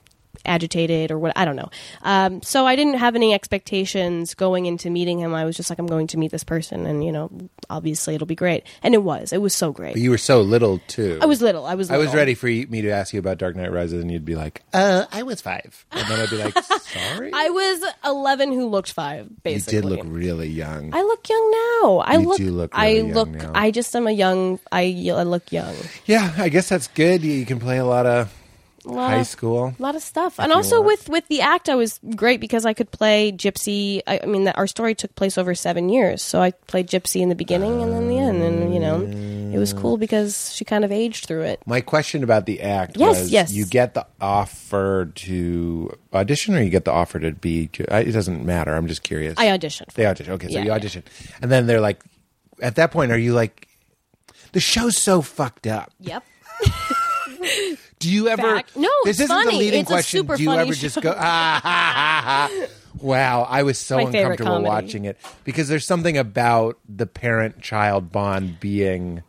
[SPEAKER 2] agitated or what I don't know. Um, so I didn't have any expectations going into meeting him. I was just like, I'm going to meet this person, and you know, obviously it'll be great, and it was. It was so great.
[SPEAKER 3] But you were so little too.
[SPEAKER 2] I was little. I was.
[SPEAKER 3] I
[SPEAKER 2] Little.
[SPEAKER 3] was ready for you, me to ask you about Dark Knight Rises, and you'd be like, "Uh, I was five. and then I'd be like, "Sorry."
[SPEAKER 2] I was 11 who looked five.
[SPEAKER 3] you
[SPEAKER 2] Basically,
[SPEAKER 3] did look really young.
[SPEAKER 2] I look young now. I
[SPEAKER 3] You
[SPEAKER 2] look.
[SPEAKER 3] do look
[SPEAKER 2] I
[SPEAKER 3] really young
[SPEAKER 2] look.
[SPEAKER 3] now.
[SPEAKER 2] I just am a young. I I look young.
[SPEAKER 3] yeah, I guess that's good. You, you can play a lot of
[SPEAKER 2] Lot
[SPEAKER 3] high
[SPEAKER 2] of-
[SPEAKER 3] school.
[SPEAKER 2] A lot of stuff, and also
[SPEAKER 3] want.
[SPEAKER 2] with with the act, I was great because I could play Gypsy. I, I mean, that our story took place over seven years, so I played Gypsy in the beginning and then the end, and you know, it was
[SPEAKER 3] Ah.
[SPEAKER 2] cool because she kind of aged through it.
[SPEAKER 3] My question about the act
[SPEAKER 2] Yes,
[SPEAKER 3] was:
[SPEAKER 2] yes.
[SPEAKER 3] you get the offer to audition, or you get the offer to be? I- It doesn't matter. I'm just curious.
[SPEAKER 2] I auditioned.
[SPEAKER 3] They audition. Okay, so
[SPEAKER 2] Yeah,
[SPEAKER 3] you
[SPEAKER 2] yeah.
[SPEAKER 3] audition, and then they're like, at that point, are you like, the show's so fucked up?
[SPEAKER 2] Yep.
[SPEAKER 3] Do you ever?
[SPEAKER 2] Fact. No,
[SPEAKER 3] this
[SPEAKER 2] it's
[SPEAKER 3] isn't the
[SPEAKER 2] funny.
[SPEAKER 3] leading
[SPEAKER 2] It's a
[SPEAKER 3] question.
[SPEAKER 2] super
[SPEAKER 3] Do you
[SPEAKER 2] funny
[SPEAKER 3] ever
[SPEAKER 2] show.
[SPEAKER 3] just go? Ah, ha, ha, ha, ha." Wow, I was so
[SPEAKER 2] My favorite
[SPEAKER 3] uncomfortable
[SPEAKER 2] comedy.
[SPEAKER 3] watching it because there's something about the parent-child bond being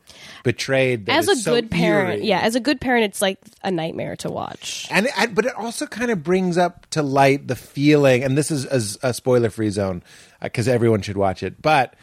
[SPEAKER 3] betrayed. that
[SPEAKER 2] As a
[SPEAKER 3] is so
[SPEAKER 2] good parent,
[SPEAKER 3] eerie.
[SPEAKER 2] yeah, as a good parent, it's like a nightmare to watch.
[SPEAKER 3] and, and but it also kind of brings up to light the feeling and this is a, a spoiler free zone because everyone should watch it but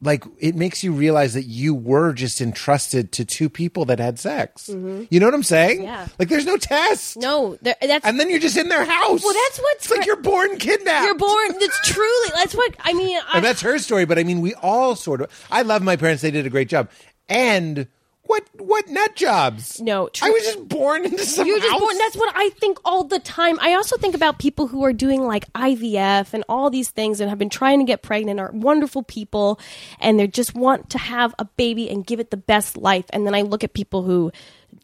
[SPEAKER 3] like it makes you realize that you were just entrusted to two people that had sex you know what i'm saying
[SPEAKER 2] Mm-hmm. Yeah.
[SPEAKER 3] like there's no test
[SPEAKER 2] No, there, that's
[SPEAKER 3] and then you're just in their house
[SPEAKER 2] Well, that's what's
[SPEAKER 3] it's like
[SPEAKER 2] gra-
[SPEAKER 3] you're born kidnapped
[SPEAKER 2] you're born. That's truly. That's what I mean. I,
[SPEAKER 3] and that's her story but i mean we all sort of i love my parents they did a great job and what what nut jobs
[SPEAKER 2] No,
[SPEAKER 3] i
[SPEAKER 2] true-
[SPEAKER 3] was just born into some
[SPEAKER 2] You're just
[SPEAKER 3] house.
[SPEAKER 2] born. That's what I think all the time. I also think about people who are doing like IVF and all these things and have been trying to get pregnant are wonderful people and they just want to have a baby and give it the best life. And then I look at people who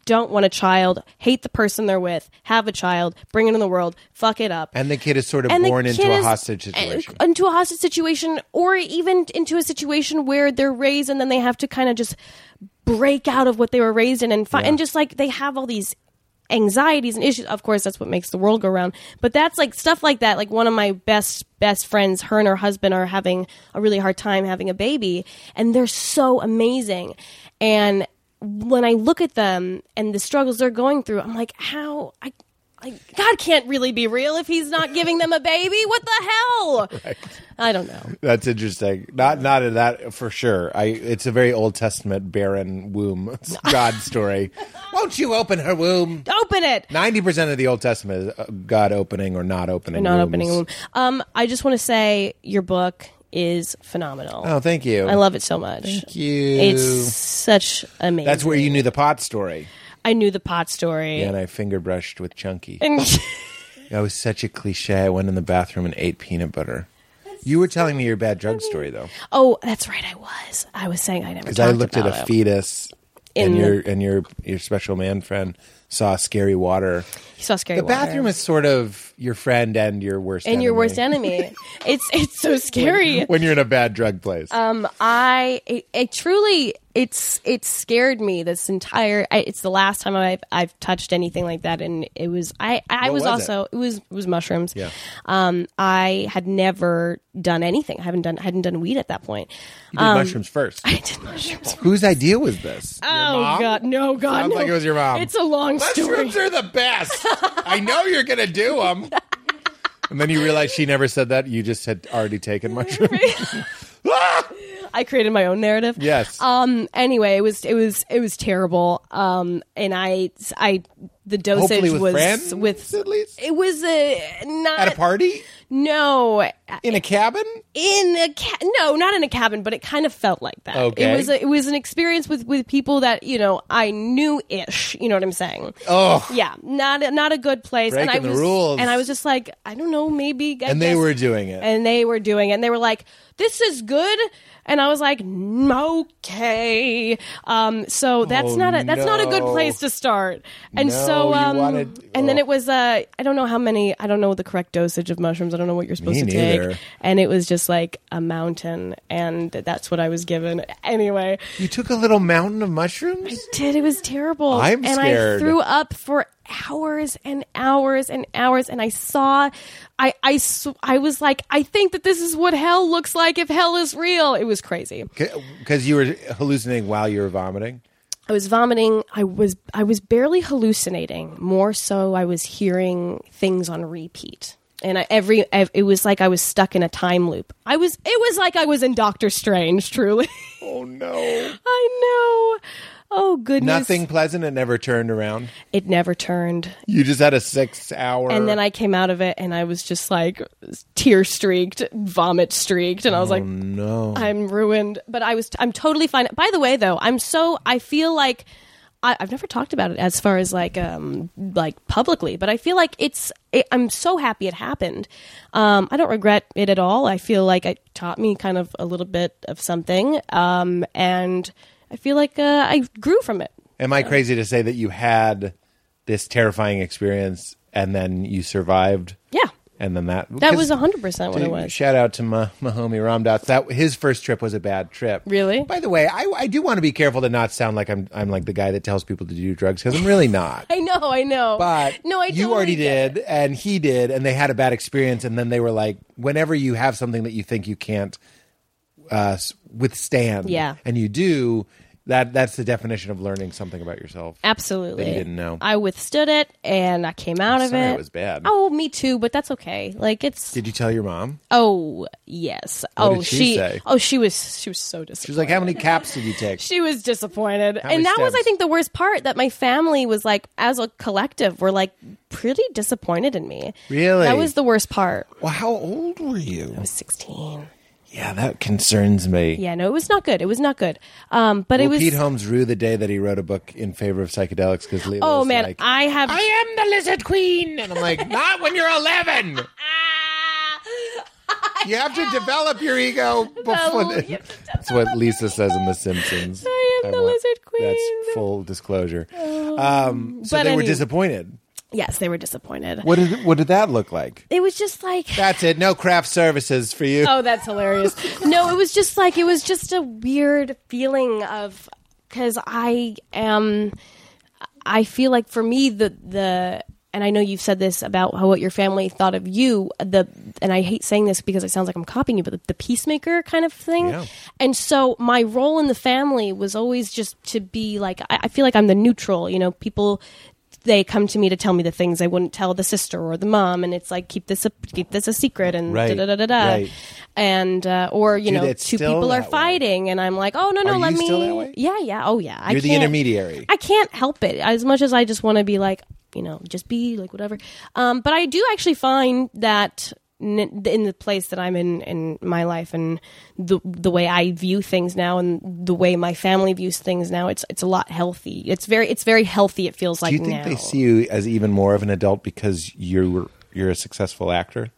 [SPEAKER 2] don't want a child, hate the person they're with, have a child, bring it in the world, fuck it up.
[SPEAKER 3] And the kid is sort of
[SPEAKER 2] And the
[SPEAKER 3] born into
[SPEAKER 2] kid
[SPEAKER 3] a
[SPEAKER 2] is-
[SPEAKER 3] hostage situation.
[SPEAKER 2] uh, Into a hostage situation, or even into a situation where they're raised and then they have to kind of just break out of what they were raised in and fi- and just like they have all these anxieties and issues. Of course, that's what makes the world go round. But that's like stuff like that. Like one of my best best friends, her and her husband are having a really hard time having a baby, and they're so amazing. And when I look at them and the struggles they're going through, I'm like, how I. Like, God can't really be real if he's not giving them a baby. What the hell? I don't know.
[SPEAKER 3] That's interesting. Not not in that for sure. I it's a very Old Testament barren womb God story. Won't you open her womb?
[SPEAKER 2] Open it.
[SPEAKER 3] Ninety percent of the Old Testament is uh, God opening or not opening.
[SPEAKER 2] not
[SPEAKER 3] wombs.
[SPEAKER 2] opening a womb. Um, I just want to say your book is phenomenal.
[SPEAKER 3] Oh, thank you.
[SPEAKER 2] I love it so much.
[SPEAKER 3] Thank you.
[SPEAKER 2] It's such amazing.
[SPEAKER 3] That's where you knew the pot story.
[SPEAKER 2] I knew the pot story.
[SPEAKER 3] And I finger brushed with Chunky.
[SPEAKER 2] And-
[SPEAKER 3] That was such a cliche. I went in the bathroom and ate peanut butter. You were telling me your bad drug story though,
[SPEAKER 2] oh, that's right. I was. I was saying I never.
[SPEAKER 3] because
[SPEAKER 2] Talked
[SPEAKER 3] I looked at
[SPEAKER 2] about
[SPEAKER 3] a
[SPEAKER 2] it.
[SPEAKER 3] fetus,
[SPEAKER 2] In
[SPEAKER 3] and
[SPEAKER 2] the-
[SPEAKER 3] your and your your special man friend saw scary water.
[SPEAKER 2] You saw scary.
[SPEAKER 3] The bathroom is sort of your friend and your worst
[SPEAKER 2] and
[SPEAKER 3] enemy
[SPEAKER 2] your worst enemy. it's it's so scary.
[SPEAKER 3] when you're in a bad drug place.
[SPEAKER 2] Um, I it, it truly it's it scared me this entire. I, it's the last time I've I've touched anything like that, and it was I I
[SPEAKER 3] What
[SPEAKER 2] was,
[SPEAKER 3] was
[SPEAKER 2] also it? was it was mushrooms.
[SPEAKER 3] Yeah.
[SPEAKER 2] Um, I had never done anything. I haven't done hadn't done weed at that point.
[SPEAKER 3] you did mushrooms first.
[SPEAKER 2] um, I did mushrooms.
[SPEAKER 3] Whose idea was this? Your
[SPEAKER 2] Oh
[SPEAKER 3] mom?
[SPEAKER 2] God, no God,
[SPEAKER 3] Sounds
[SPEAKER 2] no.
[SPEAKER 3] like it was your mom.
[SPEAKER 2] It's a long story.
[SPEAKER 3] Mushrooms are the best. I know you're gonna do them. And then you realize she never said that. You just had already taken mushrooms. Ah!
[SPEAKER 2] I created my own narrative.
[SPEAKER 3] yes.
[SPEAKER 2] Um. Anyway, it was it was it was terrible. Um. And I I the dosage
[SPEAKER 3] Hopefully with
[SPEAKER 2] was
[SPEAKER 3] friends,
[SPEAKER 2] with
[SPEAKER 3] at least
[SPEAKER 2] it was a not
[SPEAKER 3] at a party
[SPEAKER 2] no
[SPEAKER 3] in a cabin.
[SPEAKER 2] in a ca- no not in a cabin but it kind of felt like that
[SPEAKER 3] Okay.
[SPEAKER 2] it was a, it was an experience with with people that you know i knew ish you know what i'm saying
[SPEAKER 3] Oh,
[SPEAKER 2] yeah not a- not a good place and i
[SPEAKER 3] Breaking the
[SPEAKER 2] was
[SPEAKER 3] rules.
[SPEAKER 2] and i was just like i don't know maybe I
[SPEAKER 3] and they
[SPEAKER 2] guess-
[SPEAKER 3] were doing it.
[SPEAKER 2] and they were doing it and they were like this is good and i was like "Mm, okay um so that's
[SPEAKER 3] Oh,
[SPEAKER 2] not a that's not a good
[SPEAKER 3] no.
[SPEAKER 2] place to start and
[SPEAKER 3] No,
[SPEAKER 2] so
[SPEAKER 3] you
[SPEAKER 2] um
[SPEAKER 3] wanted-
[SPEAKER 2] and then
[SPEAKER 3] oh.
[SPEAKER 2] it was uh i don't know how many i don't know the correct dosage of mushrooms i don't know what you're supposed to
[SPEAKER 3] neither.
[SPEAKER 2] take and it was just like a mountain and that's what i was given anyway
[SPEAKER 3] you took a little mountain of mushrooms.
[SPEAKER 2] did it was terrible
[SPEAKER 3] I'm
[SPEAKER 2] and
[SPEAKER 3] scared.
[SPEAKER 2] i threw up for hours and hours and hours and i saw i i sw- i was like i think that this is what hell looks like if hell is real it was crazy
[SPEAKER 3] Because you were hallucinating while you were vomiting.
[SPEAKER 2] i was vomiting i was i was barely hallucinating more so i was hearing things on repeat and I, every ev- it was like i was stuck in a time loop i was it was like i was in doctor strange truly
[SPEAKER 3] Oh no!
[SPEAKER 2] i know oh goodness
[SPEAKER 3] Nothing pleasant. It never turned around.
[SPEAKER 2] it never turned
[SPEAKER 3] You just had a six-hour.
[SPEAKER 2] And then I came out of it and I was just like tear streaked, vomit streaked, and I was like,
[SPEAKER 3] Oh, no.
[SPEAKER 2] I'm ruined. But I was, I'm totally fine. By the way, though, I'm so, I feel like. I, I've never talked about it as far as like um like publicly, but I feel like it's it, I'm so happy it happened. Um, I don't regret it at all. I feel like it taught me kind of a little bit of something, um, and I feel like uh, I grew from it.
[SPEAKER 3] Am I crazy to say that you had this terrifying experience and then you survived?
[SPEAKER 2] Yeah,
[SPEAKER 3] And then that
[SPEAKER 2] that
[SPEAKER 3] 'cause-
[SPEAKER 2] was hundred percent what it
[SPEAKER 3] Dude,
[SPEAKER 2] was.
[SPEAKER 3] Shout out to my, my homie Ramdas. That his first trip was a bad trip.
[SPEAKER 2] Really?
[SPEAKER 3] By the way, I, I do want to be careful to not sound like I'm I'm like the guy that tells people to do drugs because I'm really not.
[SPEAKER 2] I know, I know.
[SPEAKER 3] But
[SPEAKER 2] no, I
[SPEAKER 3] you
[SPEAKER 2] totally
[SPEAKER 3] already
[SPEAKER 2] get it.
[SPEAKER 3] did, and he did, and they had a bad experience, and then they were like, whenever you have something that you think you can't uh, s- withstand,
[SPEAKER 2] Yeah.
[SPEAKER 3] and you do that, that's the definition of learning something about yourself.
[SPEAKER 2] Absolutely.
[SPEAKER 3] That you didn't know.
[SPEAKER 2] I withstood it and I came out of
[SPEAKER 3] sorry
[SPEAKER 2] it.
[SPEAKER 3] it was bad.
[SPEAKER 2] Oh, me too, but that's okay. Like it's
[SPEAKER 3] Did you tell your mom?
[SPEAKER 2] Oh, yes. oh,
[SPEAKER 3] did she say?
[SPEAKER 2] Oh, she was she was so disappointed.
[SPEAKER 3] She was like, how many caps did you take?
[SPEAKER 2] She was disappointed.
[SPEAKER 3] many
[SPEAKER 2] And that was, I
[SPEAKER 3] stems?
[SPEAKER 2] think, the worst part that my family was like, as a collective, were like pretty disappointed in me.
[SPEAKER 3] Really?
[SPEAKER 2] That was the worst part. I
[SPEAKER 3] well, how old were you?
[SPEAKER 2] was 16.
[SPEAKER 3] Yeah, that concerns me.
[SPEAKER 2] Yeah, no, it was not good. It was not good. Um, but it
[SPEAKER 3] Well,
[SPEAKER 2] was.
[SPEAKER 3] Pete Holmes rue the day that he wrote a book in favor of psychedelics because Leela
[SPEAKER 2] oh,
[SPEAKER 3] was
[SPEAKER 2] man.
[SPEAKER 3] like,
[SPEAKER 2] I have.
[SPEAKER 3] I am the lizard queen, and I'm like, not when you're 11.
[SPEAKER 2] Ah!"
[SPEAKER 3] You have to develop your ego before.
[SPEAKER 2] Oh, you
[SPEAKER 3] The-
[SPEAKER 2] have to
[SPEAKER 3] that's what Lisa says in The Simpsons.
[SPEAKER 2] I am the lizard queen. Oh.
[SPEAKER 3] That's full disclosure. Um, so
[SPEAKER 2] But
[SPEAKER 3] they were
[SPEAKER 2] any-
[SPEAKER 3] disappointed.
[SPEAKER 2] Yes, they were disappointed.
[SPEAKER 3] What did what did that look like?
[SPEAKER 2] It was just like
[SPEAKER 3] That's it. No craft services for you.
[SPEAKER 2] Oh, that's hilarious. no, it was just like it was just a weird feeling of cuz I am I feel like for me the the and I know you've said this about how what your family thought of you the and I hate saying this because it sounds like I'm copying you but the, the peacemaker kind of thing.
[SPEAKER 3] Yeah.
[SPEAKER 2] And so my role in the family was always just to be like I, I feel like I'm the neutral, you know, people they come to me to tell me the things I wouldn't tell the sister or the mom, and it's like keep this a, keep this a secret and
[SPEAKER 3] Right,
[SPEAKER 2] da da da da,
[SPEAKER 3] right.
[SPEAKER 2] and uh, or you
[SPEAKER 3] Dude,
[SPEAKER 2] know
[SPEAKER 3] it's
[SPEAKER 2] two
[SPEAKER 3] still
[SPEAKER 2] people are
[SPEAKER 3] that way.
[SPEAKER 2] fighting, and I'm like oh no no
[SPEAKER 3] Are
[SPEAKER 2] let
[SPEAKER 3] you
[SPEAKER 2] me
[SPEAKER 3] still that way?
[SPEAKER 2] yeah yeah oh yeah I
[SPEAKER 3] You're the
[SPEAKER 2] can't-
[SPEAKER 3] intermediary.
[SPEAKER 2] I can't help it as much as I just want to be like you know just be like whatever, um, but I do actually find that n- in the place that I'm in in my life and the the way I view things now and the way my family views things now. It's it's a lot healthy. It's very it's very healthy. It feels like
[SPEAKER 3] Do you think
[SPEAKER 2] now.
[SPEAKER 3] they see you as even more of an adult because you're you're a successful actor?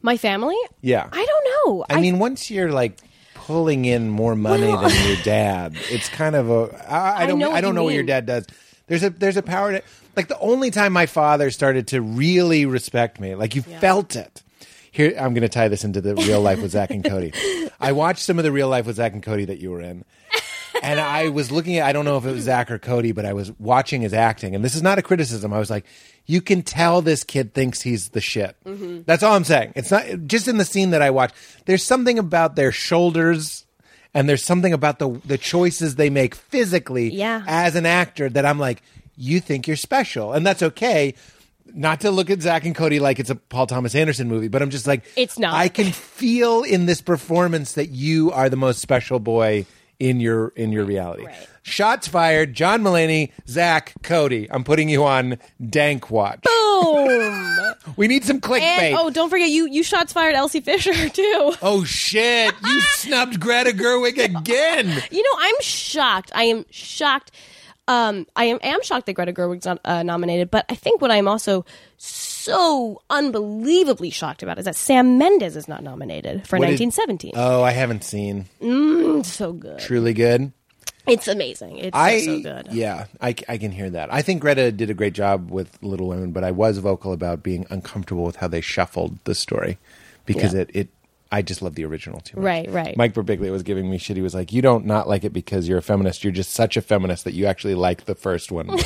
[SPEAKER 2] my family.
[SPEAKER 3] Yeah.
[SPEAKER 2] I don't know.
[SPEAKER 3] I, mean, once you're like pulling in more money
[SPEAKER 2] Well-
[SPEAKER 3] than your dad, it's kind of a I,
[SPEAKER 2] I
[SPEAKER 3] I don't I,
[SPEAKER 2] know what
[SPEAKER 3] don't
[SPEAKER 2] you
[SPEAKER 3] know what your dad
[SPEAKER 2] mean.
[SPEAKER 3] does. There's a there's a power to like the only time my father started to really respect me, like you felt it. Here I'm going to tie this into the real life with Zach and Cody. I watched some of the real life with Zach and Cody that you were in. And I was looking at I don't know if it was Zach or Cody, but I was watching his acting and this is not a criticism. I was like, you can tell this kid thinks he's the shit.
[SPEAKER 2] Mm-hmm.
[SPEAKER 3] That's all I'm saying. It's not just in the scene that I watched. There's something about their shoulders and there's something about the the choices they make physically
[SPEAKER 2] Yeah.
[SPEAKER 3] as an actor that I'm like, you think you're special, and that's okay. Not to look at Zach and Cody like it's a Paul Thomas Anderson movie, but I'm just like,
[SPEAKER 2] It's not.
[SPEAKER 3] I can feel in this performance that you are the most special boy in your in your reality.
[SPEAKER 2] Right.
[SPEAKER 3] Shots fired. John Mulaney, Zach, Cody. I'm putting you on Dank Watch.
[SPEAKER 2] Boom.
[SPEAKER 3] We need some
[SPEAKER 2] and
[SPEAKER 3] clickbait.
[SPEAKER 2] oh, don't forget you you shots fired Elsie Fisher too.
[SPEAKER 3] oh shit! You snubbed Greta Gerwig again.
[SPEAKER 2] You know, I'm shocked. I am shocked. Um, I am, am shocked that Greta Gerwig's not uh, nominated, but I think what I'm also so unbelievably shocked about is that Sam Mendes is not nominated for
[SPEAKER 3] What did-
[SPEAKER 2] 1917.
[SPEAKER 3] Oh, I haven't seen.
[SPEAKER 2] it's so good.
[SPEAKER 3] Truly good.
[SPEAKER 2] It's amazing. It's so,
[SPEAKER 3] I
[SPEAKER 2] so good.
[SPEAKER 3] yeah, I, c- I can hear that. I think Greta did a great job with Little Women, but I was vocal about being uncomfortable with how they shuffled the story because
[SPEAKER 2] Yeah.
[SPEAKER 3] it it I just love the original too much.
[SPEAKER 2] Right, right.
[SPEAKER 3] Mike Birbiglia was giving me shit. He was like, "You don't not like it because you're a feminist. You're just such a feminist that you actually like the first one more.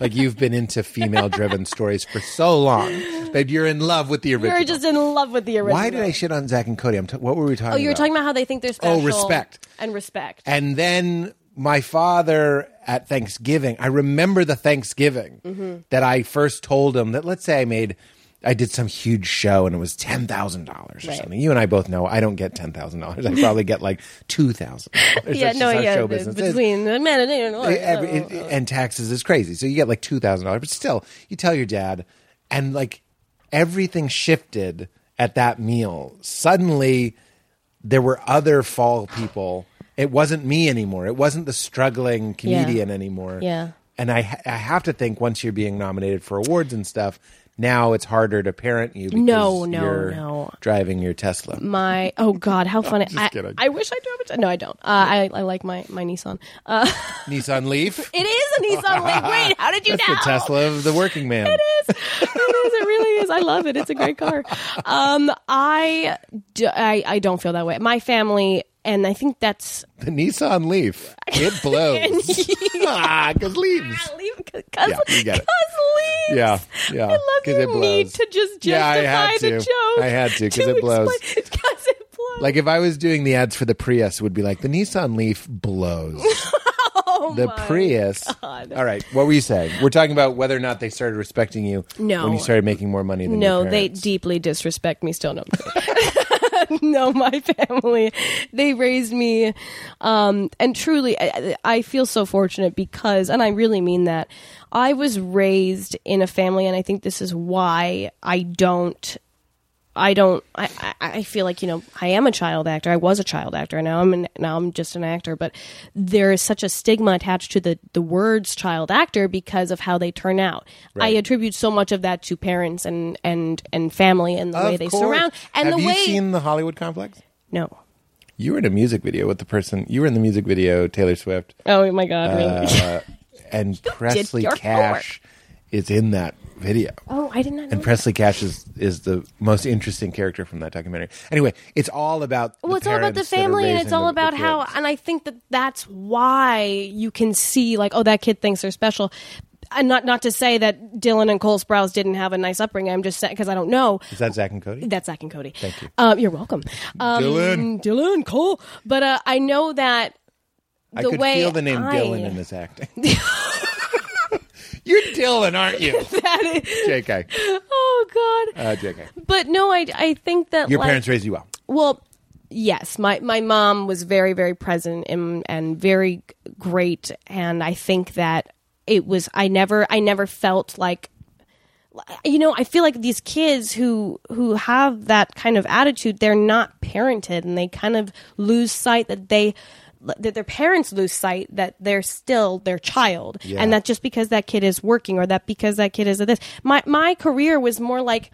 [SPEAKER 3] like you've been into female driven stories for so long that you're in love with the original."
[SPEAKER 2] You're just in love with the original.
[SPEAKER 3] Why did I shit on Zach and Cody? I'm t- what were we talking?
[SPEAKER 2] Oh, you were
[SPEAKER 3] about?
[SPEAKER 2] talking about how they think they're
[SPEAKER 3] Oh,
[SPEAKER 2] special.
[SPEAKER 3] respect.
[SPEAKER 2] and respect.
[SPEAKER 3] And then my father at Thanksgiving, I remember the Thanksgiving
[SPEAKER 2] Mm-hmm.
[SPEAKER 3] that I first told him that let's say I made I did some huge show and it was ten thousand dollars or
[SPEAKER 2] Right.
[SPEAKER 3] something. You and I both know I don't get ten thousand dollars. I probably get like two thousand dollars.
[SPEAKER 2] yeah, no, yeah.
[SPEAKER 3] show
[SPEAKER 2] the-
[SPEAKER 3] business is.
[SPEAKER 2] between the man and
[SPEAKER 3] It- every- it- and taxes is crazy. So you get like two thousand dollars, but still, you tell your dad, and like everything shifted at that meal. Suddenly, there were other fall people. It wasn't me anymore. It wasn't the struggling
[SPEAKER 2] Yeah.
[SPEAKER 3] comedian anymore.
[SPEAKER 2] Yeah.
[SPEAKER 3] And I, ha- I have to think once you're being nominated for awards and stuff, now it's harder to parent you. Because
[SPEAKER 2] No, no,
[SPEAKER 3] you're
[SPEAKER 2] no.
[SPEAKER 3] Driving your Tesla.
[SPEAKER 2] my oh god how funny I,
[SPEAKER 3] kidding.
[SPEAKER 2] I wish i drove a no i don't uh, I, I like my my nissan uh,
[SPEAKER 3] Nissan Leaf.
[SPEAKER 2] it is a nissan leaf wait how did you
[SPEAKER 3] That's
[SPEAKER 2] know
[SPEAKER 3] the Tesla of the working man.
[SPEAKER 2] it is. It is. It really is. I love it. It's a great car. Um, I, d- I, I don't feel that way. My family, and I think that's
[SPEAKER 3] The Nissan Leaf. It blows. Ah, 'cause leaves.
[SPEAKER 2] leave because
[SPEAKER 3] Yeah, you get it.
[SPEAKER 2] leaves.
[SPEAKER 3] Yeah, yeah,
[SPEAKER 2] I love
[SPEAKER 3] 'cause
[SPEAKER 2] your
[SPEAKER 3] it blows.
[SPEAKER 2] need to just justify
[SPEAKER 3] Yeah, I had
[SPEAKER 2] the
[SPEAKER 3] to.
[SPEAKER 2] joke.
[SPEAKER 3] I had to, 'cause it blows.
[SPEAKER 2] Because it blows.
[SPEAKER 3] Like if I was doing the ads for the Prius, it would be like the Nissan Leaf blows. the Prius.
[SPEAKER 2] Oh God.
[SPEAKER 3] All right, what were you saying? We're talking about whether or not they started respecting you
[SPEAKER 2] No.
[SPEAKER 3] when you started making more money than
[SPEAKER 2] No,
[SPEAKER 3] your
[SPEAKER 2] they
[SPEAKER 3] parents.
[SPEAKER 2] deeply disrespect me still. No, no, my family. They raised me, um, and truly, I, I feel so fortunate because, and I really mean that, I was raised in a family, and I think this is why I don't. I don't. I, I I feel like you know I am a child actor. I was a child actor. Now I'm an, now I'm just an actor. But there is such a stigma attached to the the words child actor because of how they turn out. I attribute so much of that to parents and and and family and the way
[SPEAKER 3] Of
[SPEAKER 2] they
[SPEAKER 3] course.
[SPEAKER 2] surround and
[SPEAKER 3] Have
[SPEAKER 2] the
[SPEAKER 3] you
[SPEAKER 2] way
[SPEAKER 3] seen the Hollywood complex?
[SPEAKER 2] no.
[SPEAKER 3] You were in a music video with the person. You were in the music video Taylor Swift
[SPEAKER 2] Oh my god! Really?
[SPEAKER 3] uh, and Presley
[SPEAKER 2] your
[SPEAKER 3] Cash is in that video.
[SPEAKER 2] oh, I did not know.
[SPEAKER 3] And Presley Cash is, is the most interesting character from that documentary. Anyway, it's all about
[SPEAKER 2] well, it's all about the family, and it's all about how. And I think that that's why you can see, like, oh, that kid thinks they're special. And not not to say that Dylan and Cole Sprouse didn't have a nice upbringing. I'm just saying because I don't know.
[SPEAKER 3] is that Zach and Cody?
[SPEAKER 2] That's Zach and Cody. Thank
[SPEAKER 3] you.
[SPEAKER 2] Um, you're welcome, um,
[SPEAKER 3] Dylan.
[SPEAKER 2] Dylan, Cole. But uh, I know that
[SPEAKER 3] I
[SPEAKER 2] the
[SPEAKER 3] could
[SPEAKER 2] way
[SPEAKER 3] feel the name
[SPEAKER 2] I-
[SPEAKER 3] Dylan in this acting. You're Dylan, aren't you?
[SPEAKER 2] that is.
[SPEAKER 3] JK,
[SPEAKER 2] Oh God!
[SPEAKER 3] uh, JK.
[SPEAKER 2] but no, I I think that
[SPEAKER 3] Your
[SPEAKER 2] like,
[SPEAKER 3] parents raised you well.
[SPEAKER 2] Well, yes, my my mom was very very present and and very great, and I think that it was I never I never felt like you know, I feel like these kids who who have that kind of attitude, they're not parented, and they kind of lose sight that they that their parents lose sight that they're still their child,
[SPEAKER 3] Yeah.
[SPEAKER 2] and that just because that kid is working or that because that kid is this. My my career was more like.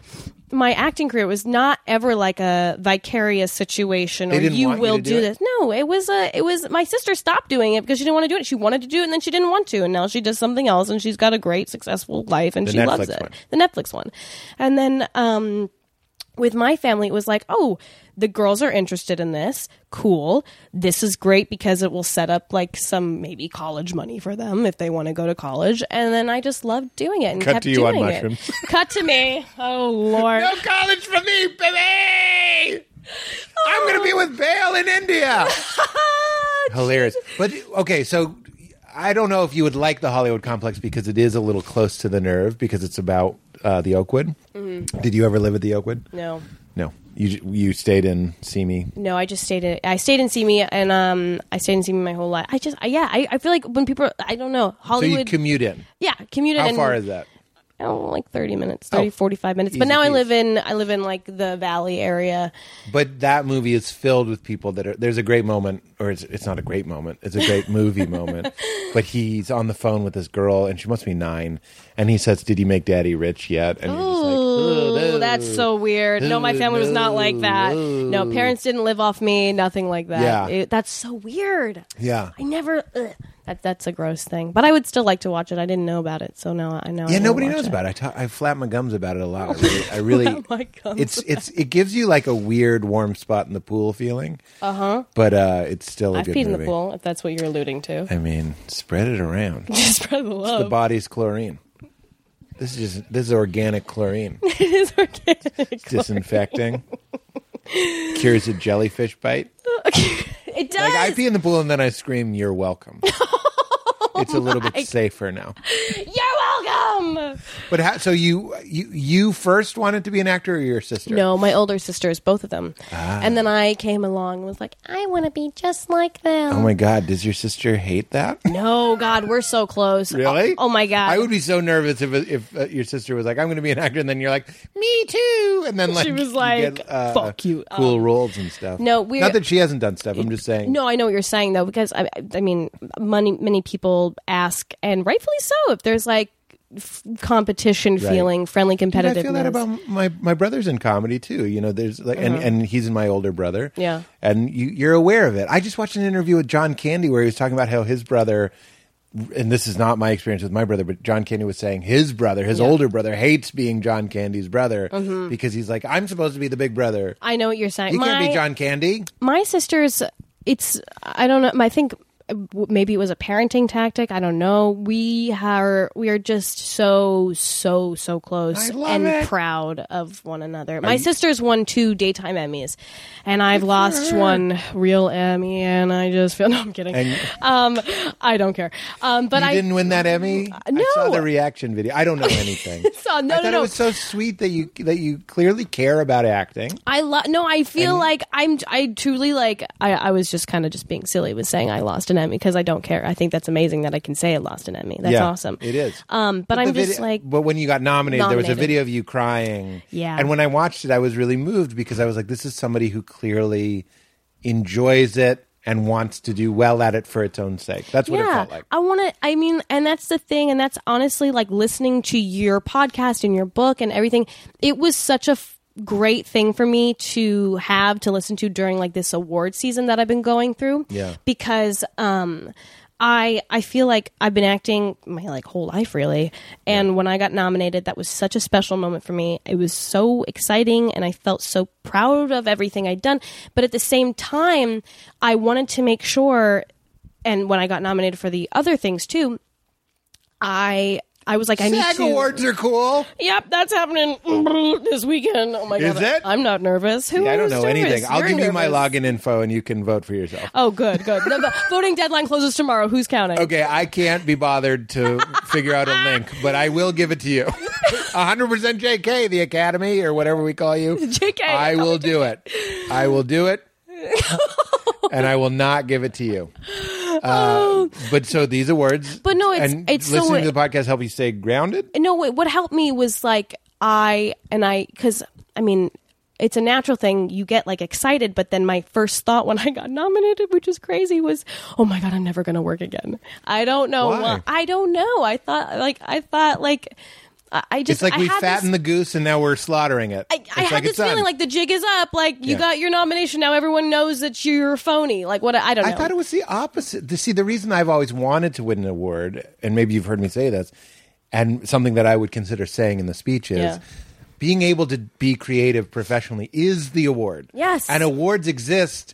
[SPEAKER 2] My acting career was not ever like a vicarious situation, or
[SPEAKER 3] didn't
[SPEAKER 2] you
[SPEAKER 3] want you
[SPEAKER 2] will
[SPEAKER 3] to do
[SPEAKER 2] do
[SPEAKER 3] it?
[SPEAKER 2] this. No, it was a. It was my sister stopped doing it because she didn't want to do it. She wanted to do it, and then she didn't want to, and now she does something else, and she's got a great, successful life, and
[SPEAKER 3] The
[SPEAKER 2] she loves
[SPEAKER 3] Netflix
[SPEAKER 2] it.
[SPEAKER 3] one.
[SPEAKER 2] The Netflix one, and then um, with my family, it was like, oh, the girls are interested in this. Cool. This is great because it will set up like some maybe college money for them if they want to go to college. And then I just loved doing it and
[SPEAKER 3] Cut
[SPEAKER 2] kept
[SPEAKER 3] to you on
[SPEAKER 2] doing
[SPEAKER 3] mushrooms.
[SPEAKER 2] it. Cut to me. Oh lord.
[SPEAKER 3] No college for me, baby. I'm gonna be with Bale in India. Hilarious. But okay, so I don't know if you would like the Hollywood complex because it is a little close to the nerve because it's about uh, the Oakwood.
[SPEAKER 2] Mm-hmm.
[SPEAKER 3] Did you ever live at the Oakwood?
[SPEAKER 2] No.
[SPEAKER 3] No. You you stayed in Simi.
[SPEAKER 2] No, I just stayed in. I stayed in Simi, and um, I stayed in Simi my whole life. I just, I, yeah, I, I feel like when people, are- I don't know,
[SPEAKER 3] So you
[SPEAKER 2] Hollywood,
[SPEAKER 3] commute in.
[SPEAKER 2] yeah, commuted.
[SPEAKER 3] How
[SPEAKER 2] and-
[SPEAKER 3] far is that?
[SPEAKER 2] Oh, like thirty minutes, 30,
[SPEAKER 3] Oh.
[SPEAKER 2] 45 minutes. but
[SPEAKER 3] Easy
[SPEAKER 2] now I
[SPEAKER 3] peasy.
[SPEAKER 2] live in, I live in like the Valley area.
[SPEAKER 3] But that movie is filled with people that are. There's a great moment, or it's, it's not a great moment. It's a great movie moment. But he's on the phone with this girl, and she must be nine, and he says, "Did you make Daddy rich yet?" And you're just like,
[SPEAKER 2] Ooh,
[SPEAKER 3] "Oh, no."
[SPEAKER 2] that's so weird. No, my
[SPEAKER 3] Ooh,
[SPEAKER 2] family was not like that.
[SPEAKER 3] no,
[SPEAKER 2] No, parents didn't live off me. Nothing like that.
[SPEAKER 3] Yeah.
[SPEAKER 2] It- that's so weird.
[SPEAKER 3] Yeah.
[SPEAKER 2] I never. Ugh. That that's a gross thing. But I would still like to watch it. I didn't know about it, so now I know.
[SPEAKER 3] Yeah, nobody knows about it. I, ta- I flap my gums about it a lot. I really, I really
[SPEAKER 2] Oh my gums
[SPEAKER 3] it's it's it gives you like a weird warm spot in the pool feeling. Uh huh. But uh, it's still a
[SPEAKER 2] Uh-huh. I
[SPEAKER 3] good
[SPEAKER 2] peed in
[SPEAKER 3] movie.
[SPEAKER 2] the pool, if that's what you're alluding to.
[SPEAKER 3] I mean, spread it around.
[SPEAKER 2] Just spread the
[SPEAKER 3] the
[SPEAKER 2] love.
[SPEAKER 3] body's chlorine. This is just this is organic chlorine,
[SPEAKER 2] it is organic.
[SPEAKER 3] disinfecting, cures a jellyfish bite.
[SPEAKER 2] It
[SPEAKER 3] Like
[SPEAKER 2] does.
[SPEAKER 3] I pee in the pool and then I scream, "You're welcome." it's a little bit safer now.
[SPEAKER 2] You're welcome.
[SPEAKER 3] But how, so you you you first wanted to be an actor or your sister?
[SPEAKER 2] No, my older sisters, both of them.
[SPEAKER 3] Ah.
[SPEAKER 2] And then I came along and was like, I want to be just like them.
[SPEAKER 3] Oh my god, does your sister hate that?
[SPEAKER 2] No, God, we're so close.
[SPEAKER 3] Really?
[SPEAKER 2] Oh, oh my God.
[SPEAKER 3] I would be so nervous if if uh, your sister was like, "I'm going to be an actor," and then you're like, "Me too," and then like
[SPEAKER 2] was
[SPEAKER 3] you
[SPEAKER 2] like,
[SPEAKER 3] get, uh,
[SPEAKER 2] "Fuck you." Um,
[SPEAKER 3] cool roles and stuff.
[SPEAKER 2] no, we're-
[SPEAKER 3] not that she hasn't done stuff. I'm just saying.
[SPEAKER 2] No, I know what you're saying though, because I, I mean, many many people ask, and rightfully so, if there's like f- competition
[SPEAKER 3] Right.
[SPEAKER 2] feeling, friendly
[SPEAKER 3] Dude,
[SPEAKER 2] competitiveness.
[SPEAKER 3] I feel that about my my brother's in comedy too. You know, there's like, and, and he's my older brother.
[SPEAKER 2] Uh-huh. Yeah.
[SPEAKER 3] and you, you're aware of it. I just watched an interview with John Candy where he was talking about how his brother, and this is not my experience with my brother, but John Candy was saying his brother, his older brother, hates being John Candy's brother
[SPEAKER 2] Mm-hmm.
[SPEAKER 3] because he's like, I'm supposed to be the big brother.
[SPEAKER 2] I know what you're saying.
[SPEAKER 3] You
[SPEAKER 2] my,
[SPEAKER 3] can't be John Candy.
[SPEAKER 2] my sister's, it's I don't know. I think uh, w- maybe it was a parenting tactic. I don't know. We are we are just so so so close
[SPEAKER 3] I love
[SPEAKER 2] and
[SPEAKER 3] it.
[SPEAKER 2] proud of one another. My sister's won two daytime Emmys, and I've lost one real Emmy, and I just feel no. I'm kidding.
[SPEAKER 3] And-
[SPEAKER 2] um, I don't care. Um, but
[SPEAKER 3] You
[SPEAKER 2] I
[SPEAKER 3] didn't win that Emmy.
[SPEAKER 2] Mm, no.
[SPEAKER 3] I saw the reaction video. I don't know anything.
[SPEAKER 2] So, no,
[SPEAKER 3] I
[SPEAKER 2] no,
[SPEAKER 3] thought
[SPEAKER 2] no.
[SPEAKER 3] it was so sweet that you that you clearly care about acting.
[SPEAKER 2] I lo- no, I feel like I'm I truly like I, I was just kind of just being silly with saying I lost an Emmy because I don't care. I think that's amazing that I can say I lost an Emmy. That's
[SPEAKER 3] Yeah,
[SPEAKER 2] awesome.
[SPEAKER 3] It is.
[SPEAKER 2] Um, but,
[SPEAKER 3] the
[SPEAKER 2] I'm just
[SPEAKER 3] video-
[SPEAKER 2] like
[SPEAKER 3] But when you got nominated, there was a
[SPEAKER 2] Nominated.
[SPEAKER 3] video of you crying.
[SPEAKER 2] Yeah.
[SPEAKER 3] And when I watched it, I was really moved because I was like, this is somebody who clearly enjoys it and wants to do well at it for its own sake. That's what it
[SPEAKER 2] yeah,
[SPEAKER 3] felt like.
[SPEAKER 2] I want to. I mean, and that's the thing, and that's honestly like listening to your podcast and your book and everything. It was such a f- great thing for me to have to listen to during like this award season that I've been going through.
[SPEAKER 3] Yeah.
[SPEAKER 2] because um, I I feel like I've been acting my like whole life really, and when I got nominated, that was such a special moment for me. It was so exciting, and I felt so proud of everything I'd done. But at the same time, I wanted to make sure and when I got nominated for the other things too, I I was like, I need
[SPEAKER 3] SAG
[SPEAKER 2] to.
[SPEAKER 3] awards are cool.
[SPEAKER 2] Yep, that's happening this weekend. Oh my
[SPEAKER 3] Is
[SPEAKER 2] god,
[SPEAKER 3] it?
[SPEAKER 2] I'm not nervous. Who?
[SPEAKER 3] I don't
[SPEAKER 2] is
[SPEAKER 3] know
[SPEAKER 2] nervous?
[SPEAKER 3] anything. I'll
[SPEAKER 2] You're
[SPEAKER 3] give you my
[SPEAKER 2] nervous.
[SPEAKER 3] login info and you can vote for yourself.
[SPEAKER 2] Oh, good, good. No, the voting deadline closes tomorrow. Who's counting?
[SPEAKER 3] Okay, I can't be bothered to figure out a link, but I will give it to you. 100% JK, the Academy, or whatever we call you.
[SPEAKER 2] JK.
[SPEAKER 3] I will do it. I will do it. and I will not give it to you. Uh,
[SPEAKER 2] oh.
[SPEAKER 3] But so these awards.
[SPEAKER 2] But no, it's-
[SPEAKER 3] and
[SPEAKER 2] it's so-
[SPEAKER 3] listening to the podcast help you stay grounded.
[SPEAKER 2] no wait, what helped me was like i and i because i mean it's a natural thing you get like excited but then my first thought when i got nominated which is crazy was oh my god i'm never gonna work again i don't know
[SPEAKER 3] Why?
[SPEAKER 2] why- i don't know i thought like i thought like i, I
[SPEAKER 3] It's
[SPEAKER 2] just
[SPEAKER 3] like
[SPEAKER 2] I
[SPEAKER 3] we
[SPEAKER 2] had this-
[SPEAKER 3] fatten the goose and now we're slaughtering it.
[SPEAKER 2] I, I had this feeling like the jig is up. Like you
[SPEAKER 3] Yeah.
[SPEAKER 2] got your nomination. Now everyone knows that you're phony. Like what? I don't know.
[SPEAKER 3] I thought it was the opposite. The- See, the reason I've always wanted to win an award, and maybe you've heard me say this, and something that I would consider saying in the speech is
[SPEAKER 2] Yeah.
[SPEAKER 3] being able to be creative professionally is the award.
[SPEAKER 2] Yes.
[SPEAKER 3] And awards exist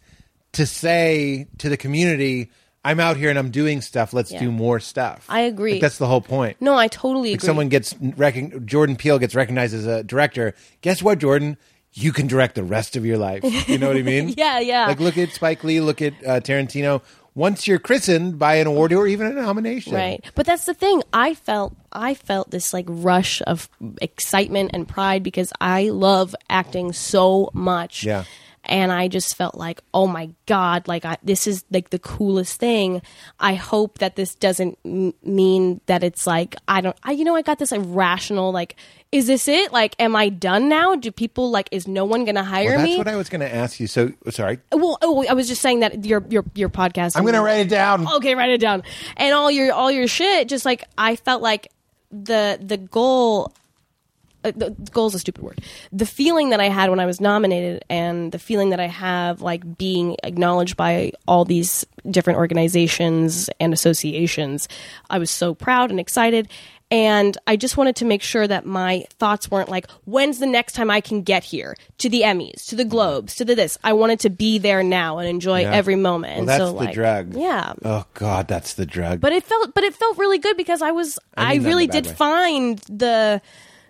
[SPEAKER 3] to say to the community, I'm out here and I'm doing stuff. Let's
[SPEAKER 2] Yeah.
[SPEAKER 3] do more stuff.
[SPEAKER 2] I agree.
[SPEAKER 3] Like, that's the whole point.
[SPEAKER 2] no, I totally
[SPEAKER 3] Like
[SPEAKER 2] agree.
[SPEAKER 3] someone gets recon- Jordan Peele gets recognized as a director. Guess what, Jordan? You can direct the rest of your life. You know what I mean?
[SPEAKER 2] Yeah, yeah.
[SPEAKER 3] Like look at Spike Lee, look at uh, Tarantino. Once you're christened by an award or even a nomination,
[SPEAKER 2] Right. But that's the thing. I felt I felt this like rush of excitement and pride because I love acting so much.
[SPEAKER 3] Yeah.
[SPEAKER 2] And I just felt like, oh my god, like I, this is like the coolest thing. I hope that this doesn't m- mean that it's like I don't. I you know I got this irrational like, is this it? Like, am I done now? Do people like? Is no one gonna hire
[SPEAKER 3] Well, that's
[SPEAKER 2] me?
[SPEAKER 3] what I was going to ask you. So sorry,
[SPEAKER 2] well, oh, I was just saying that your your your podcast.
[SPEAKER 3] I'm going to write it down.
[SPEAKER 2] okay write it down and all your all your shit just like i felt like the the goal uh, the, the goal is a stupid word the feeling that i had when i was nominated and the feeling that i have like being acknowledged by all these different organizations and associations i was so proud and excited and i just wanted to make sure that my thoughts weren't like when's the next time i can get here to the emmys to the globes to the this i wanted to be there now and enjoy
[SPEAKER 3] Yeah.
[SPEAKER 2] every moment
[SPEAKER 3] Well,
[SPEAKER 2] and
[SPEAKER 3] that's
[SPEAKER 2] so
[SPEAKER 3] the
[SPEAKER 2] like
[SPEAKER 3] drug.
[SPEAKER 2] yeah
[SPEAKER 3] Oh God, that's the drug.
[SPEAKER 2] but it felt but it felt really good because I was I,
[SPEAKER 3] mean that in
[SPEAKER 2] really
[SPEAKER 3] a bad
[SPEAKER 2] did
[SPEAKER 3] way.
[SPEAKER 2] find the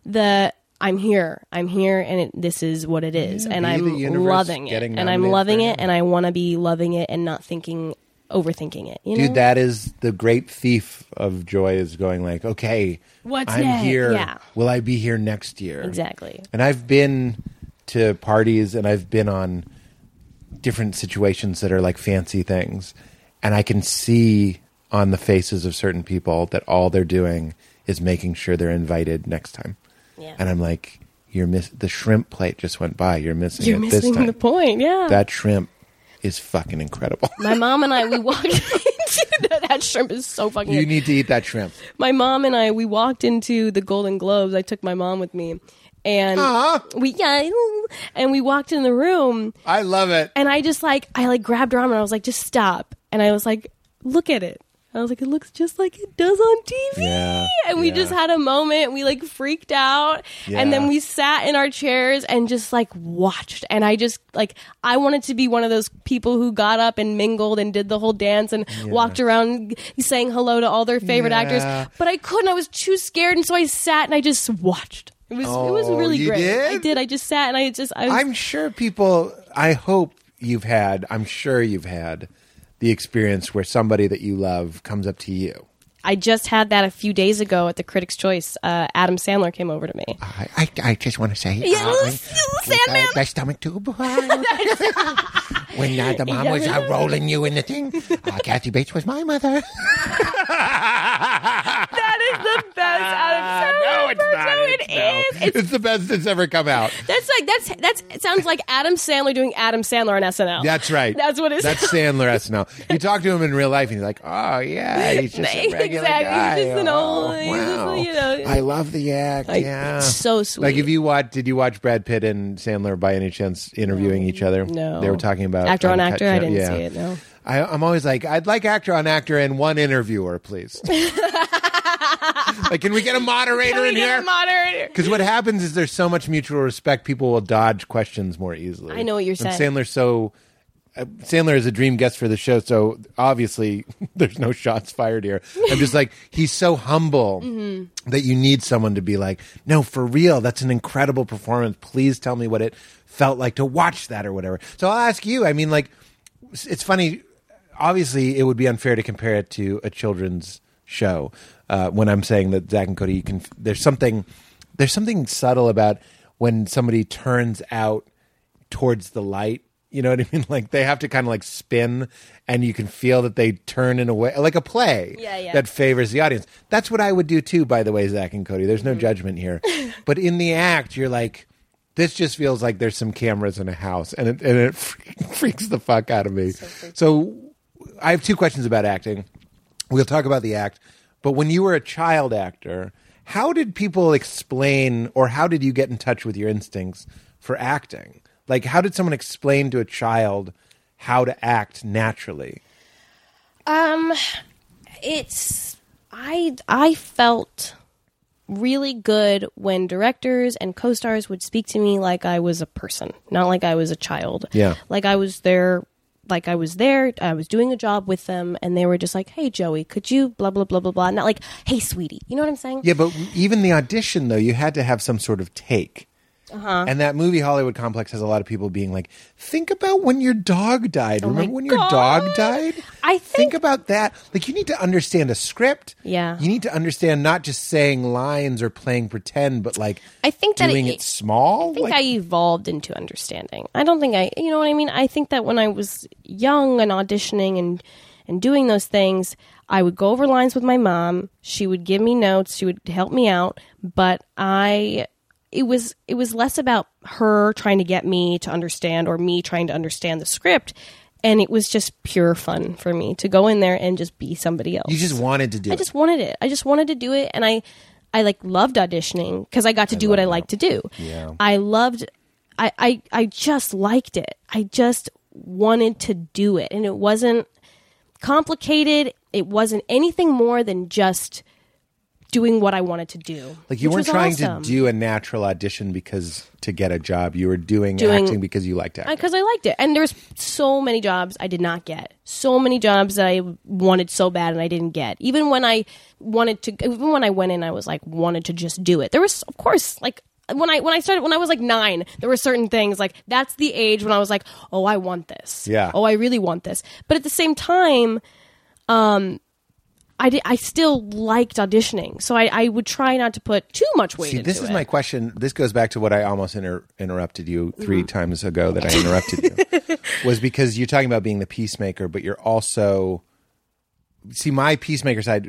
[SPEAKER 2] the I'm here. I'm here and it, this is what it is and
[SPEAKER 3] be the
[SPEAKER 2] I'm
[SPEAKER 3] universe
[SPEAKER 2] loving it.
[SPEAKER 3] getting
[SPEAKER 2] And I'm
[SPEAKER 3] nominated
[SPEAKER 2] loving
[SPEAKER 3] for
[SPEAKER 2] it
[SPEAKER 3] an
[SPEAKER 2] and I want to be loving it and not thinking overthinking it, you know?
[SPEAKER 3] Dude, that is the great thief of joy is going like, okay,
[SPEAKER 2] What's
[SPEAKER 3] I'm
[SPEAKER 2] next?
[SPEAKER 3] here.
[SPEAKER 2] Yeah.
[SPEAKER 3] Will I be here next year?
[SPEAKER 2] Exactly.
[SPEAKER 3] And I've been to parties and I've been on different situations that are like fancy things, and I can see on the faces of certain people that all they're doing is making sure they're invited next time.
[SPEAKER 2] Yeah.
[SPEAKER 3] And I'm like, you're miss the shrimp plate just went by. You're missing
[SPEAKER 2] You're
[SPEAKER 3] it this
[SPEAKER 2] missing
[SPEAKER 3] time.
[SPEAKER 2] the point. Yeah.
[SPEAKER 3] That shrimp is fucking incredible.
[SPEAKER 2] my mom and I we walked into that, that shrimp is so fucking
[SPEAKER 3] you
[SPEAKER 2] good.
[SPEAKER 3] need to eat that shrimp.
[SPEAKER 2] my mom and I we walked into the Golden Globes. I took my mom with me and
[SPEAKER 3] Aw.
[SPEAKER 2] we yeah and we walked in the room
[SPEAKER 3] I love it.
[SPEAKER 2] and I just like I like grabbed her arm and I was like, just stop. And I was like, look at it. I was like, it looks just like it does on TV.
[SPEAKER 3] Yeah,
[SPEAKER 2] and we
[SPEAKER 3] yeah.
[SPEAKER 2] just had a moment. We like freaked out, and then
[SPEAKER 3] Yeah.
[SPEAKER 2] we sat in our chairs and just like watched. And I just like I wanted to be one of those people who got up and mingled and did the whole dance and walked around saying hello to all their favorite
[SPEAKER 3] Yeah.
[SPEAKER 2] actors. But I couldn't. I was too scared, and so I sat and I just watched. It was it was
[SPEAKER 3] Oh,
[SPEAKER 2] really
[SPEAKER 3] you
[SPEAKER 2] great. I
[SPEAKER 3] did?
[SPEAKER 2] did. I just sat and I just I was
[SPEAKER 3] I'm sure people. I hope you've had. I'm sure you've had the experience where somebody that you love comes up to you.
[SPEAKER 2] I just had that a few days ago at the Critics' Choice. Uh, Adam Sandler came over to me.
[SPEAKER 3] I, I, I just want to say, uh,
[SPEAKER 2] Yeah, little-
[SPEAKER 3] when-
[SPEAKER 2] little
[SPEAKER 3] with, uh,
[SPEAKER 2] Sandman.
[SPEAKER 3] my stomach tube. when uh, the mom
[SPEAKER 2] Yeah,
[SPEAKER 3] was uh,
[SPEAKER 2] really?
[SPEAKER 3] rolling you in the thing, uh, Kathy Bates was my mother.
[SPEAKER 2] That is the best
[SPEAKER 3] Ah,
[SPEAKER 2] Adam Sandler. impression. It is. It's-
[SPEAKER 3] it's the best that's ever come out.
[SPEAKER 2] that's like that's that's it sounds like Adam Sandler doing Adam Sandler on SNL.
[SPEAKER 3] That's right.
[SPEAKER 2] That's what it
[SPEAKER 3] That's
[SPEAKER 2] sounds-
[SPEAKER 3] Sandler SNL. You talk to him in real life, and he's like, "Oh yeah, he's just a regular
[SPEAKER 2] Exactly. He's
[SPEAKER 3] guy.
[SPEAKER 2] just an
[SPEAKER 3] Oh,
[SPEAKER 2] old- he's just,
[SPEAKER 3] wow.
[SPEAKER 2] you know-
[SPEAKER 3] I love the act.
[SPEAKER 2] Like,
[SPEAKER 3] yeah,
[SPEAKER 2] so sweet.
[SPEAKER 3] Like, if you watch, did you watch Brad Pitt and Sandler by any chance interviewing each other?
[SPEAKER 2] No.
[SPEAKER 3] they were talking about
[SPEAKER 2] Actor on
[SPEAKER 3] uncut
[SPEAKER 2] actor? I
[SPEAKER 3] show-
[SPEAKER 2] didn't
[SPEAKER 3] yeah.
[SPEAKER 2] see it, no.
[SPEAKER 3] I, I'm always like, I'd like actor on actor and one interviewer, please. like, can we get a moderator
[SPEAKER 2] Can we
[SPEAKER 3] in
[SPEAKER 2] get
[SPEAKER 3] here?
[SPEAKER 2] a moderator?
[SPEAKER 3] Because what happens is there's so much mutual respect, people will dodge questions more easily.
[SPEAKER 2] I know what you're
[SPEAKER 3] And
[SPEAKER 2] saying.
[SPEAKER 3] Sandler's so. Uh, Sandler is a dream guest for the show, so obviously there's no shots fired here. I'm just like, he's so humble that you need someone to be like, no, for real, that's an incredible performance. Please tell me what it felt like to watch that or whatever. So I'll ask you, I mean, like, it's- it's funny. Obviously, it would be unfair to compare it to a children's show uh, when I'm saying that Zach and Cody. You can there's something there's something subtle about when somebody turns out towards the light You know what I mean? Like they have to kind of like spin, and you can feel that they turn in a way like a play
[SPEAKER 2] Yeah, yeah.
[SPEAKER 3] that favors the audience. That's what I would do too. By the way, Zach and Cody, there's no judgment here, but in the act, you're like, this just feels like there's some cameras in a house, and it and it freaks the fuck out of me. so I have two questions about acting. We'll talk about the act, but when you were a child actor, how did people explain or how did you get in touch with your instincts for acting? Like how did someone explain to a child how to act naturally?
[SPEAKER 2] Um, it's I I felt really good when directors and co-stars would speak to me like I was a person, not like I was a child.
[SPEAKER 3] Yeah.
[SPEAKER 2] like I was there, like I was there. I was doing a job with them, and they were just like, "Hey, Joey, could you blah blah blah blah blah?" Not like, "Hey, sweetie," you know what I'm saying?
[SPEAKER 3] Yeah, but even the audition though, you had to have some sort of take. Uh-huh. And that movie Hollywood Complex has a lot of people being like, "Think about when your dog died. Remember when your
[SPEAKER 2] Oh God.
[SPEAKER 3] dog died?
[SPEAKER 2] I
[SPEAKER 3] think
[SPEAKER 2] think-
[SPEAKER 3] about that. Like you need to understand a script.
[SPEAKER 2] Yeah.
[SPEAKER 3] you need to understand not just saying lines or playing pretend, but like
[SPEAKER 2] I think that
[SPEAKER 3] doing
[SPEAKER 2] it-
[SPEAKER 3] it, small.
[SPEAKER 2] I think
[SPEAKER 3] like,
[SPEAKER 2] I evolved into understanding. I don't think I, you know what I mean? I think that when I was young and auditioning and and doing those things, I would go over lines with my mom. She would give me notes, she would help me out, but I it was it was less about her trying to get me to understand or me trying to understand the script, and it was just pure fun for me to go in there and just be somebody else.
[SPEAKER 3] you just wanted to do.
[SPEAKER 2] I
[SPEAKER 3] it.
[SPEAKER 2] just wanted it. I just wanted to do it, and I, I like loved auditioning because I got to do what I like to do.
[SPEAKER 3] Yeah.
[SPEAKER 2] I loved. I, I I just liked it. I just wanted to do it, and it wasn't complicated. It wasn't anything more than just doing what I wanted to do.
[SPEAKER 3] like you
[SPEAKER 2] which
[SPEAKER 3] weren't
[SPEAKER 2] was
[SPEAKER 3] trying
[SPEAKER 2] awesome.
[SPEAKER 3] to do a natural audition because to get a job. You were doing,
[SPEAKER 2] Doing-
[SPEAKER 3] acting because you liked acting.
[SPEAKER 2] because I liked it. And there's so many jobs I did not get. So many jobs that I wanted so bad and I didn't get. Even when I wanted to, even when I went in, I was like wanted to just do it. There was, of course, like when I when I started when I was like nine, there were certain things like that's the age when I was like, oh, I want this.
[SPEAKER 3] Yeah.
[SPEAKER 2] Oh, I really want this. But at the same time, um, I did, I still liked auditioning, so I, I would try not to put too much weight.
[SPEAKER 3] See, this
[SPEAKER 2] into
[SPEAKER 3] is
[SPEAKER 2] it.
[SPEAKER 3] my question. This goes back to what I almost inter- interrupted you
[SPEAKER 2] Mm-hmm.
[SPEAKER 3] three times ago that I interrupted you was because you're talking about being the peacemaker, but you're also see my peacemaker side.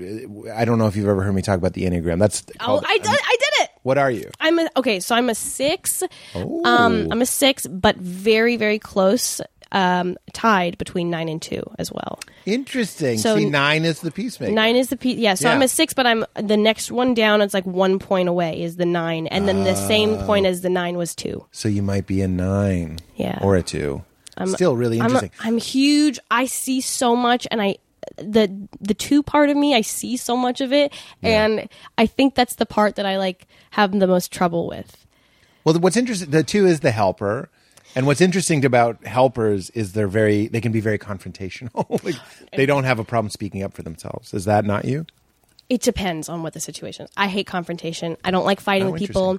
[SPEAKER 3] I don't know if you've ever heard me talk about the enneagram. That's
[SPEAKER 2] Oh,
[SPEAKER 3] called- um,
[SPEAKER 2] I did, I did it.
[SPEAKER 3] what are you?
[SPEAKER 2] I'm a, okay, so I'm a six.
[SPEAKER 3] Oh.
[SPEAKER 2] Um, I'm a six, but very, very close, um, tied between nine and two as well.
[SPEAKER 3] Interesting.
[SPEAKER 2] So-
[SPEAKER 3] see, nine is the peacemaker.
[SPEAKER 2] Nine is the pe- yeah. So I'm
[SPEAKER 3] Yeah.
[SPEAKER 2] a six, but I'm the next one down. It's like one point away is the nine, and then the
[SPEAKER 3] Ah.
[SPEAKER 2] same point as the nine was two.
[SPEAKER 3] So you might be a nine,
[SPEAKER 2] Yeah.
[SPEAKER 3] or a 2 Still really
[SPEAKER 2] I'm
[SPEAKER 3] interesting.
[SPEAKER 2] I'm huge. I see so much, and I the the two part of me I see so much of it, and I think that's the part that I like have the most trouble with.
[SPEAKER 3] Well, what's interesting, the two is the helper. And what's interesting about helpers is they're very, they can be very confrontational. like, they don't have a problem speaking up for themselves. Is that not you?
[SPEAKER 2] it depends on what the situation is. I hate confrontation. I don't like fighting
[SPEAKER 3] Oh,
[SPEAKER 2] with people.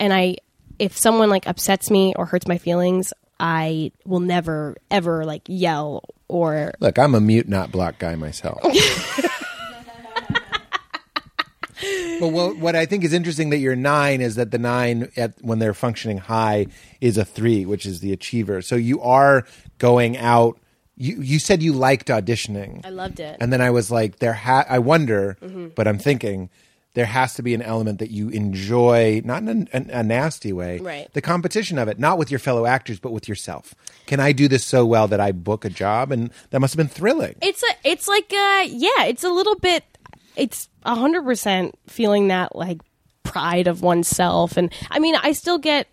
[SPEAKER 2] And I if someone like upsets me or hurts my feelings, I will never ever like yell or
[SPEAKER 3] Look, I'm a mute, not block guy myself. but what, what I think is interesting that your nine is that the nine, at, when they're functioning high, is a three, which is the achiever. So you are going out. You, you said you liked auditioning.
[SPEAKER 2] I loved it.
[SPEAKER 3] And then I was like, there ha- I wonder,
[SPEAKER 2] Mm-hmm.
[SPEAKER 3] but I'm thinking there has to be an element that you enjoy, not in a, in a nasty way,
[SPEAKER 2] Right.
[SPEAKER 3] the competition of it, not with your fellow actors, but with yourself. Can I do this so well that I book a job? And that must have been thrilling.
[SPEAKER 2] it's a it's like uh yeah, it's a little bit it's a hundred percent feeling that like pride of oneself and I mean I still get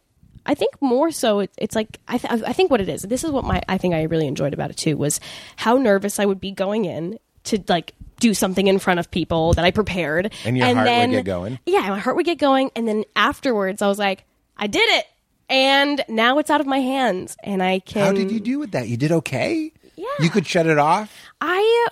[SPEAKER 2] I think more so it, it's like I, th- I think what it is this is what my I think I really enjoyed about it too was how nervous I would be going in to like do something in front of people that I prepared
[SPEAKER 3] And your heart would
[SPEAKER 2] then,
[SPEAKER 3] get going.
[SPEAKER 2] yeah my heart would get going and then afterwards I was like I did it and now it's out of my hands and I can
[SPEAKER 3] How did you do with that? You did okay?
[SPEAKER 2] Yeah.
[SPEAKER 3] You could shut it off?
[SPEAKER 2] I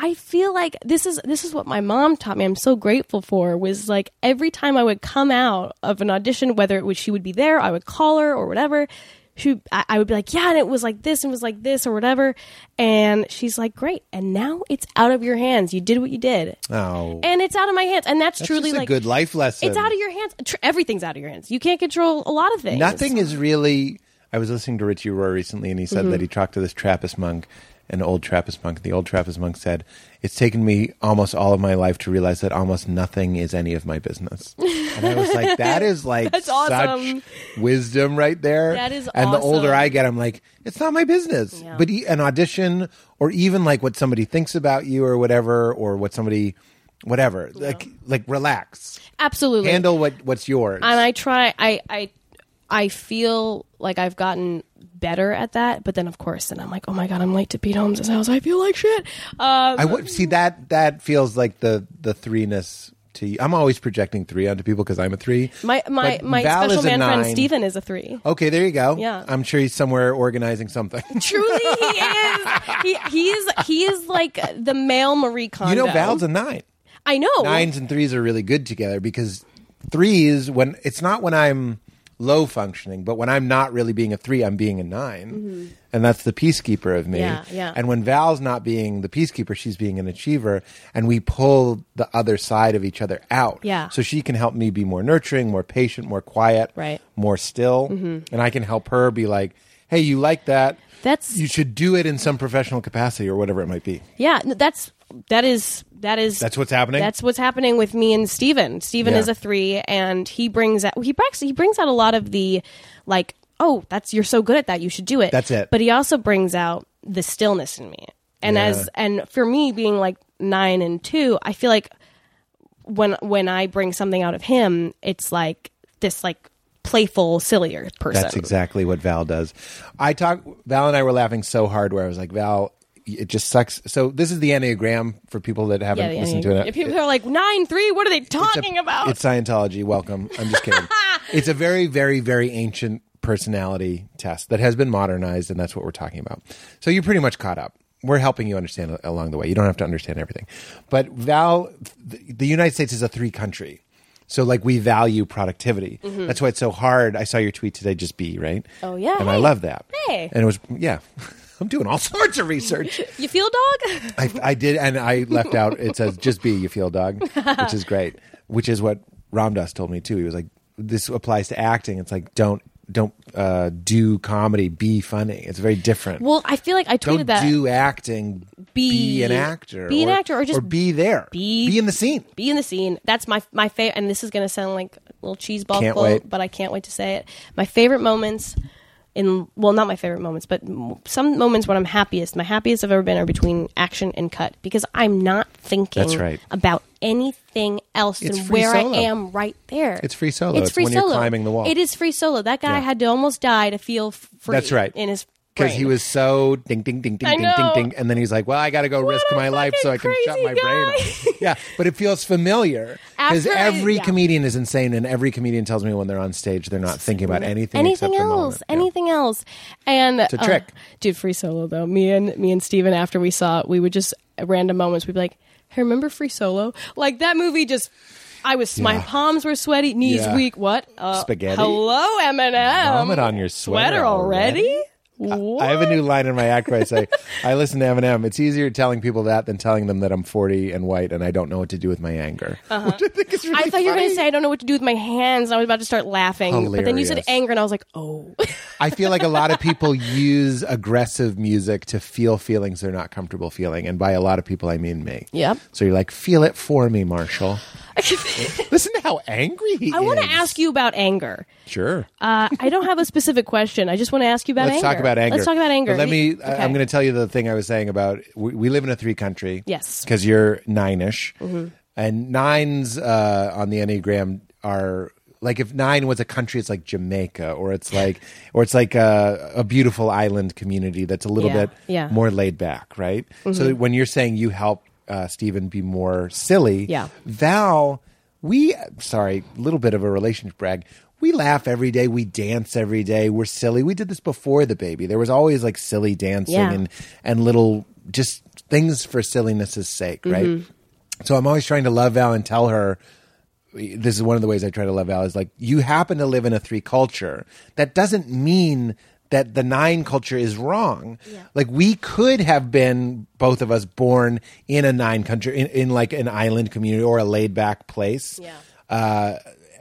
[SPEAKER 2] I feel like this is this is what my mom taught me. I'm so grateful for was like every time I would come out of an audition, whether it was she would be there, I would call her or whatever. She, I, I would be like, yeah, and it was like this, and it was like this, or whatever. And she's like, great. And now it's out of your hands. You did what you did,
[SPEAKER 3] Oh.
[SPEAKER 2] and it's out of my hands. And that's,
[SPEAKER 3] That's
[SPEAKER 2] truly
[SPEAKER 3] just a
[SPEAKER 2] like
[SPEAKER 3] good life lesson.
[SPEAKER 2] it's out of your hands. Tr- everything's out of your hands. You can't control a lot of things.
[SPEAKER 3] Nothing is really. I was listening to Richie Rohr recently, and he said that he
[SPEAKER 2] Mm-hmm.
[SPEAKER 3] talked to this Trappist monk, an old Trappist monk. The old Trappist monk said, "It's taken me almost all of my life to realize that almost nothing is any of my business." And I was like, "That is like
[SPEAKER 2] That's awesome.
[SPEAKER 3] such wisdom right there."
[SPEAKER 2] That is
[SPEAKER 3] And the older
[SPEAKER 2] awesome.
[SPEAKER 3] I get, I'm like, "It's not my business."
[SPEAKER 2] Yeah.
[SPEAKER 3] But e- an audition, or even like what somebody thinks about you, or whatever, or what somebody, whatever, like like relax,
[SPEAKER 2] Absolutely.
[SPEAKER 3] handle what what's yours.
[SPEAKER 2] and I try I I I feel like I've gotten better at that, but then of course then I'm like, oh my god, I'm late to Pete Holmes' house. I feel like shit. Um,
[SPEAKER 3] I would see that that feels like the the threeness to you. I'm always projecting three onto people because I'm a three.
[SPEAKER 2] my my
[SPEAKER 3] But
[SPEAKER 2] my
[SPEAKER 3] Val
[SPEAKER 2] special
[SPEAKER 3] is a
[SPEAKER 2] man friend
[SPEAKER 3] nine.
[SPEAKER 2] Steven is a three.
[SPEAKER 3] Okay, there you go.
[SPEAKER 2] Yeah.
[SPEAKER 3] I'm sure he's somewhere organizing something.
[SPEAKER 2] Truly, he is. He, he is. He is like the male Marie Kondo.
[SPEAKER 3] you know, Val's a nine.
[SPEAKER 2] I know.
[SPEAKER 3] Nines and threes are really good together because threes when it's not when I'm low functioning, but when I'm not really being a three, I'm being a 9 and that's the peacekeeper of me.
[SPEAKER 2] Mm-hmm. Yeah, yeah.
[SPEAKER 3] And when Val's not being the peacekeeper, she's being an achiever, and we pull the other side of each other out.
[SPEAKER 2] Yeah.
[SPEAKER 3] So she can help me be more nurturing, more patient, more quiet,
[SPEAKER 2] Right. Mm-hmm.
[SPEAKER 3] more still, and I can help her be like, "Hey, you like that."
[SPEAKER 2] That's
[SPEAKER 3] You should do it in some professional capacity or whatever it might be.
[SPEAKER 2] yeah. no, That's that is that is
[SPEAKER 3] That's what's happening.
[SPEAKER 2] That's what's happening with me and Steven. Steven
[SPEAKER 3] Yeah.
[SPEAKER 2] is a three, and he brings out he brings he brings out a lot of the like, oh, that's you're so good at that, you should do it.
[SPEAKER 3] That's it.
[SPEAKER 2] But he also brings out the stillness in me, and as and for me being like nine and two, I feel like when when I bring something out of him, it's like this like playful, sillier person.
[SPEAKER 3] That's exactly what Val does. I talk Val and I were laughing so hard where I was like, Val, it just sucks. So this is the Enneagram for people that haven't
[SPEAKER 2] Yeah, yeah,
[SPEAKER 3] listened
[SPEAKER 2] yeah.
[SPEAKER 3] to it.
[SPEAKER 2] If people are like nine three, what are they
[SPEAKER 3] It's a-
[SPEAKER 2] talking about?
[SPEAKER 3] It's Scientology. Welcome. I'm just kidding. it's a very, very, very ancient personality test that has been modernized, and that's what we're talking about. So you're pretty much caught up. We're helping you understand a- along the way. You don't have to understand everything. But Val, th- the United States is a three country. So like we value productivity. That's why it's so hard. I saw your tweet today, just be right.
[SPEAKER 2] Mm-hmm. Oh, yeah.
[SPEAKER 3] and I
[SPEAKER 2] Hey.
[SPEAKER 3] love that.
[SPEAKER 2] Hey.
[SPEAKER 3] and it was yeah. I'm doing all sorts of research.
[SPEAKER 2] you feel dog?
[SPEAKER 3] I, I did, and I left out. It says, "Just be you feel, dog," which is great. Which is what Ramdas told me too. He was like, "This applies to acting. It's like don't don't uh, do comedy. Be funny. It's very different.
[SPEAKER 2] well, I feel like I tweeted
[SPEAKER 3] don't
[SPEAKER 2] that.
[SPEAKER 3] do acting.
[SPEAKER 2] Be-
[SPEAKER 3] an actor.
[SPEAKER 2] be an actor or just
[SPEAKER 3] be there.
[SPEAKER 2] be-
[SPEAKER 3] be in the scene.
[SPEAKER 2] be in the scene. That's my my favorite. And this is going to sound like a little cheese ball
[SPEAKER 3] Can't
[SPEAKER 2] quote,
[SPEAKER 3] wait.
[SPEAKER 2] but I can't wait to say it. My favorite moments in well, not my favorite moments, but m- some moments when I'm happiest. My happiest I've ever been are between action and cut because I'm not thinking
[SPEAKER 3] That's right.
[SPEAKER 2] about anything else
[SPEAKER 3] It's
[SPEAKER 2] than
[SPEAKER 3] free
[SPEAKER 2] where
[SPEAKER 3] solo.
[SPEAKER 2] I am right there.
[SPEAKER 3] It's free solo.
[SPEAKER 2] It's
[SPEAKER 3] It's
[SPEAKER 2] free
[SPEAKER 3] when you're
[SPEAKER 2] solo.
[SPEAKER 3] climbing the wall.
[SPEAKER 2] It is free solo. That guy
[SPEAKER 3] Yeah.
[SPEAKER 2] had to almost die to feel f- free.
[SPEAKER 3] That's right.
[SPEAKER 2] In his
[SPEAKER 3] Because he
[SPEAKER 2] brain.
[SPEAKER 3] was so ding ding ding ding
[SPEAKER 2] I
[SPEAKER 3] ding
[SPEAKER 2] know.
[SPEAKER 3] ding ding, and then he's like, "Well, I got to go risk
[SPEAKER 2] a
[SPEAKER 3] my life so I
[SPEAKER 2] fucking
[SPEAKER 3] can shut
[SPEAKER 2] crazy
[SPEAKER 3] my brain."
[SPEAKER 2] guy.
[SPEAKER 3] Off. yeah, but it feels familiar because
[SPEAKER 2] After I-
[SPEAKER 3] every
[SPEAKER 2] yeah.
[SPEAKER 3] comedian is insane, and every comedian tells me when they're on stage they're not thinking about anything, except
[SPEAKER 2] anything
[SPEAKER 3] the moment.
[SPEAKER 2] else,
[SPEAKER 3] Yeah.
[SPEAKER 2] anything else. And it's
[SPEAKER 3] a trick.
[SPEAKER 2] dude. Free solo though. Me and me and Steven, after we saw it, we would just at random moments we'd be like, "Hey, remember Free Solo? Like that movie just." I was my
[SPEAKER 3] Yeah.
[SPEAKER 2] palms were sweaty, knees
[SPEAKER 3] Yeah.
[SPEAKER 2] weak. What? Uh,
[SPEAKER 3] Spaghetti?
[SPEAKER 2] Hello, Eminem.
[SPEAKER 3] Vomit on your sweater
[SPEAKER 2] already.
[SPEAKER 3] I
[SPEAKER 2] What?
[SPEAKER 3] have a new line in my act where I say, "I listen to Eminem." It's easier telling people that than telling them that I'm 40 and white and I don't know what to do with my anger. Which I think is really
[SPEAKER 2] I thought you were going
[SPEAKER 3] funny.
[SPEAKER 2] to say I don't know what to do with my hands. and I was about to start laughing, but then you said
[SPEAKER 3] Hilarious.
[SPEAKER 2] anger, and I was like, oh.
[SPEAKER 3] I feel like a lot of people use aggressive music to feel feelings they're not comfortable feeling, and by a lot of people I mean me.
[SPEAKER 2] Yep.
[SPEAKER 3] So you're like, feel it for me, Marshall. Listen to how angry he
[SPEAKER 2] I
[SPEAKER 3] is.
[SPEAKER 2] want to ask you about anger.
[SPEAKER 3] Sure.
[SPEAKER 2] Uh, I don't have a specific question. I just want to ask you about
[SPEAKER 3] Let's
[SPEAKER 2] anger.
[SPEAKER 3] talk about anger.
[SPEAKER 2] Let's talk about anger.
[SPEAKER 3] But let me. I-
[SPEAKER 2] Okay.
[SPEAKER 3] I'm going to tell you the thing I was saying about. We, we live in a three country.
[SPEAKER 2] Yes. Mm-hmm.
[SPEAKER 3] Because you're nine ish, and nines uh, on the enneagram are like if nine was a country, it's like Jamaica, or it's like, or it's like a, a beautiful island community that's a little
[SPEAKER 2] Yeah.
[SPEAKER 3] bit
[SPEAKER 2] Yeah. Mm-hmm.
[SPEAKER 3] more laid back, right? So when you're saying you help uh, Stephen be more silly,
[SPEAKER 2] Yeah.
[SPEAKER 3] Val, we sorry, little bit of a relationship brag. We laugh every day. We dance every day. We're silly. We did this before the baby. There was always like silly dancing
[SPEAKER 2] Yeah.
[SPEAKER 3] and and little just things for silliness's sake, right? So I'm always trying to love Val and tell her this is one of the ways I try to love Val is like you happen to live in a three culture. That doesn't mean that the nine culture is wrong. Like we could have been both of us born in a nine country in, in like an island community or a laid back place.
[SPEAKER 2] Yeah.
[SPEAKER 3] Uh,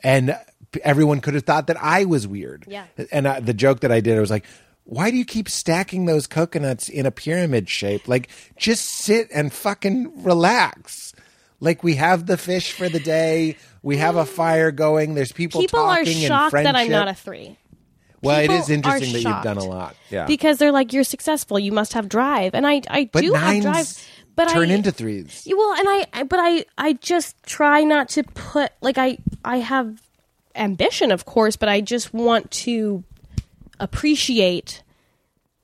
[SPEAKER 3] and p- everyone could have thought that I was weird.
[SPEAKER 2] Yeah.
[SPEAKER 3] And I, the joke that I did, I was like, why do you keep stacking those coconuts in a pyramid shape? Like, just sit and fucking relax. Like, we have the fish for the day. We have a fire going. There's people.
[SPEAKER 2] People are
[SPEAKER 3] talking and
[SPEAKER 2] shocked
[SPEAKER 3] friendship.
[SPEAKER 2] that I'm not a three.
[SPEAKER 3] Well, it
[SPEAKER 2] People
[SPEAKER 3] is interesting
[SPEAKER 2] are
[SPEAKER 3] that you've
[SPEAKER 2] shocked.
[SPEAKER 3] done a lot. Yeah.
[SPEAKER 2] Because they're like, you're successful. You must have drive. And I, I
[SPEAKER 3] but
[SPEAKER 2] do have
[SPEAKER 3] nines
[SPEAKER 2] drive. But
[SPEAKER 3] turn
[SPEAKER 2] I,
[SPEAKER 3] into threes.
[SPEAKER 2] Yeah, Well, and I, I, but I, I just try not to put like I, I have ambition, of course, but I just want to appreciate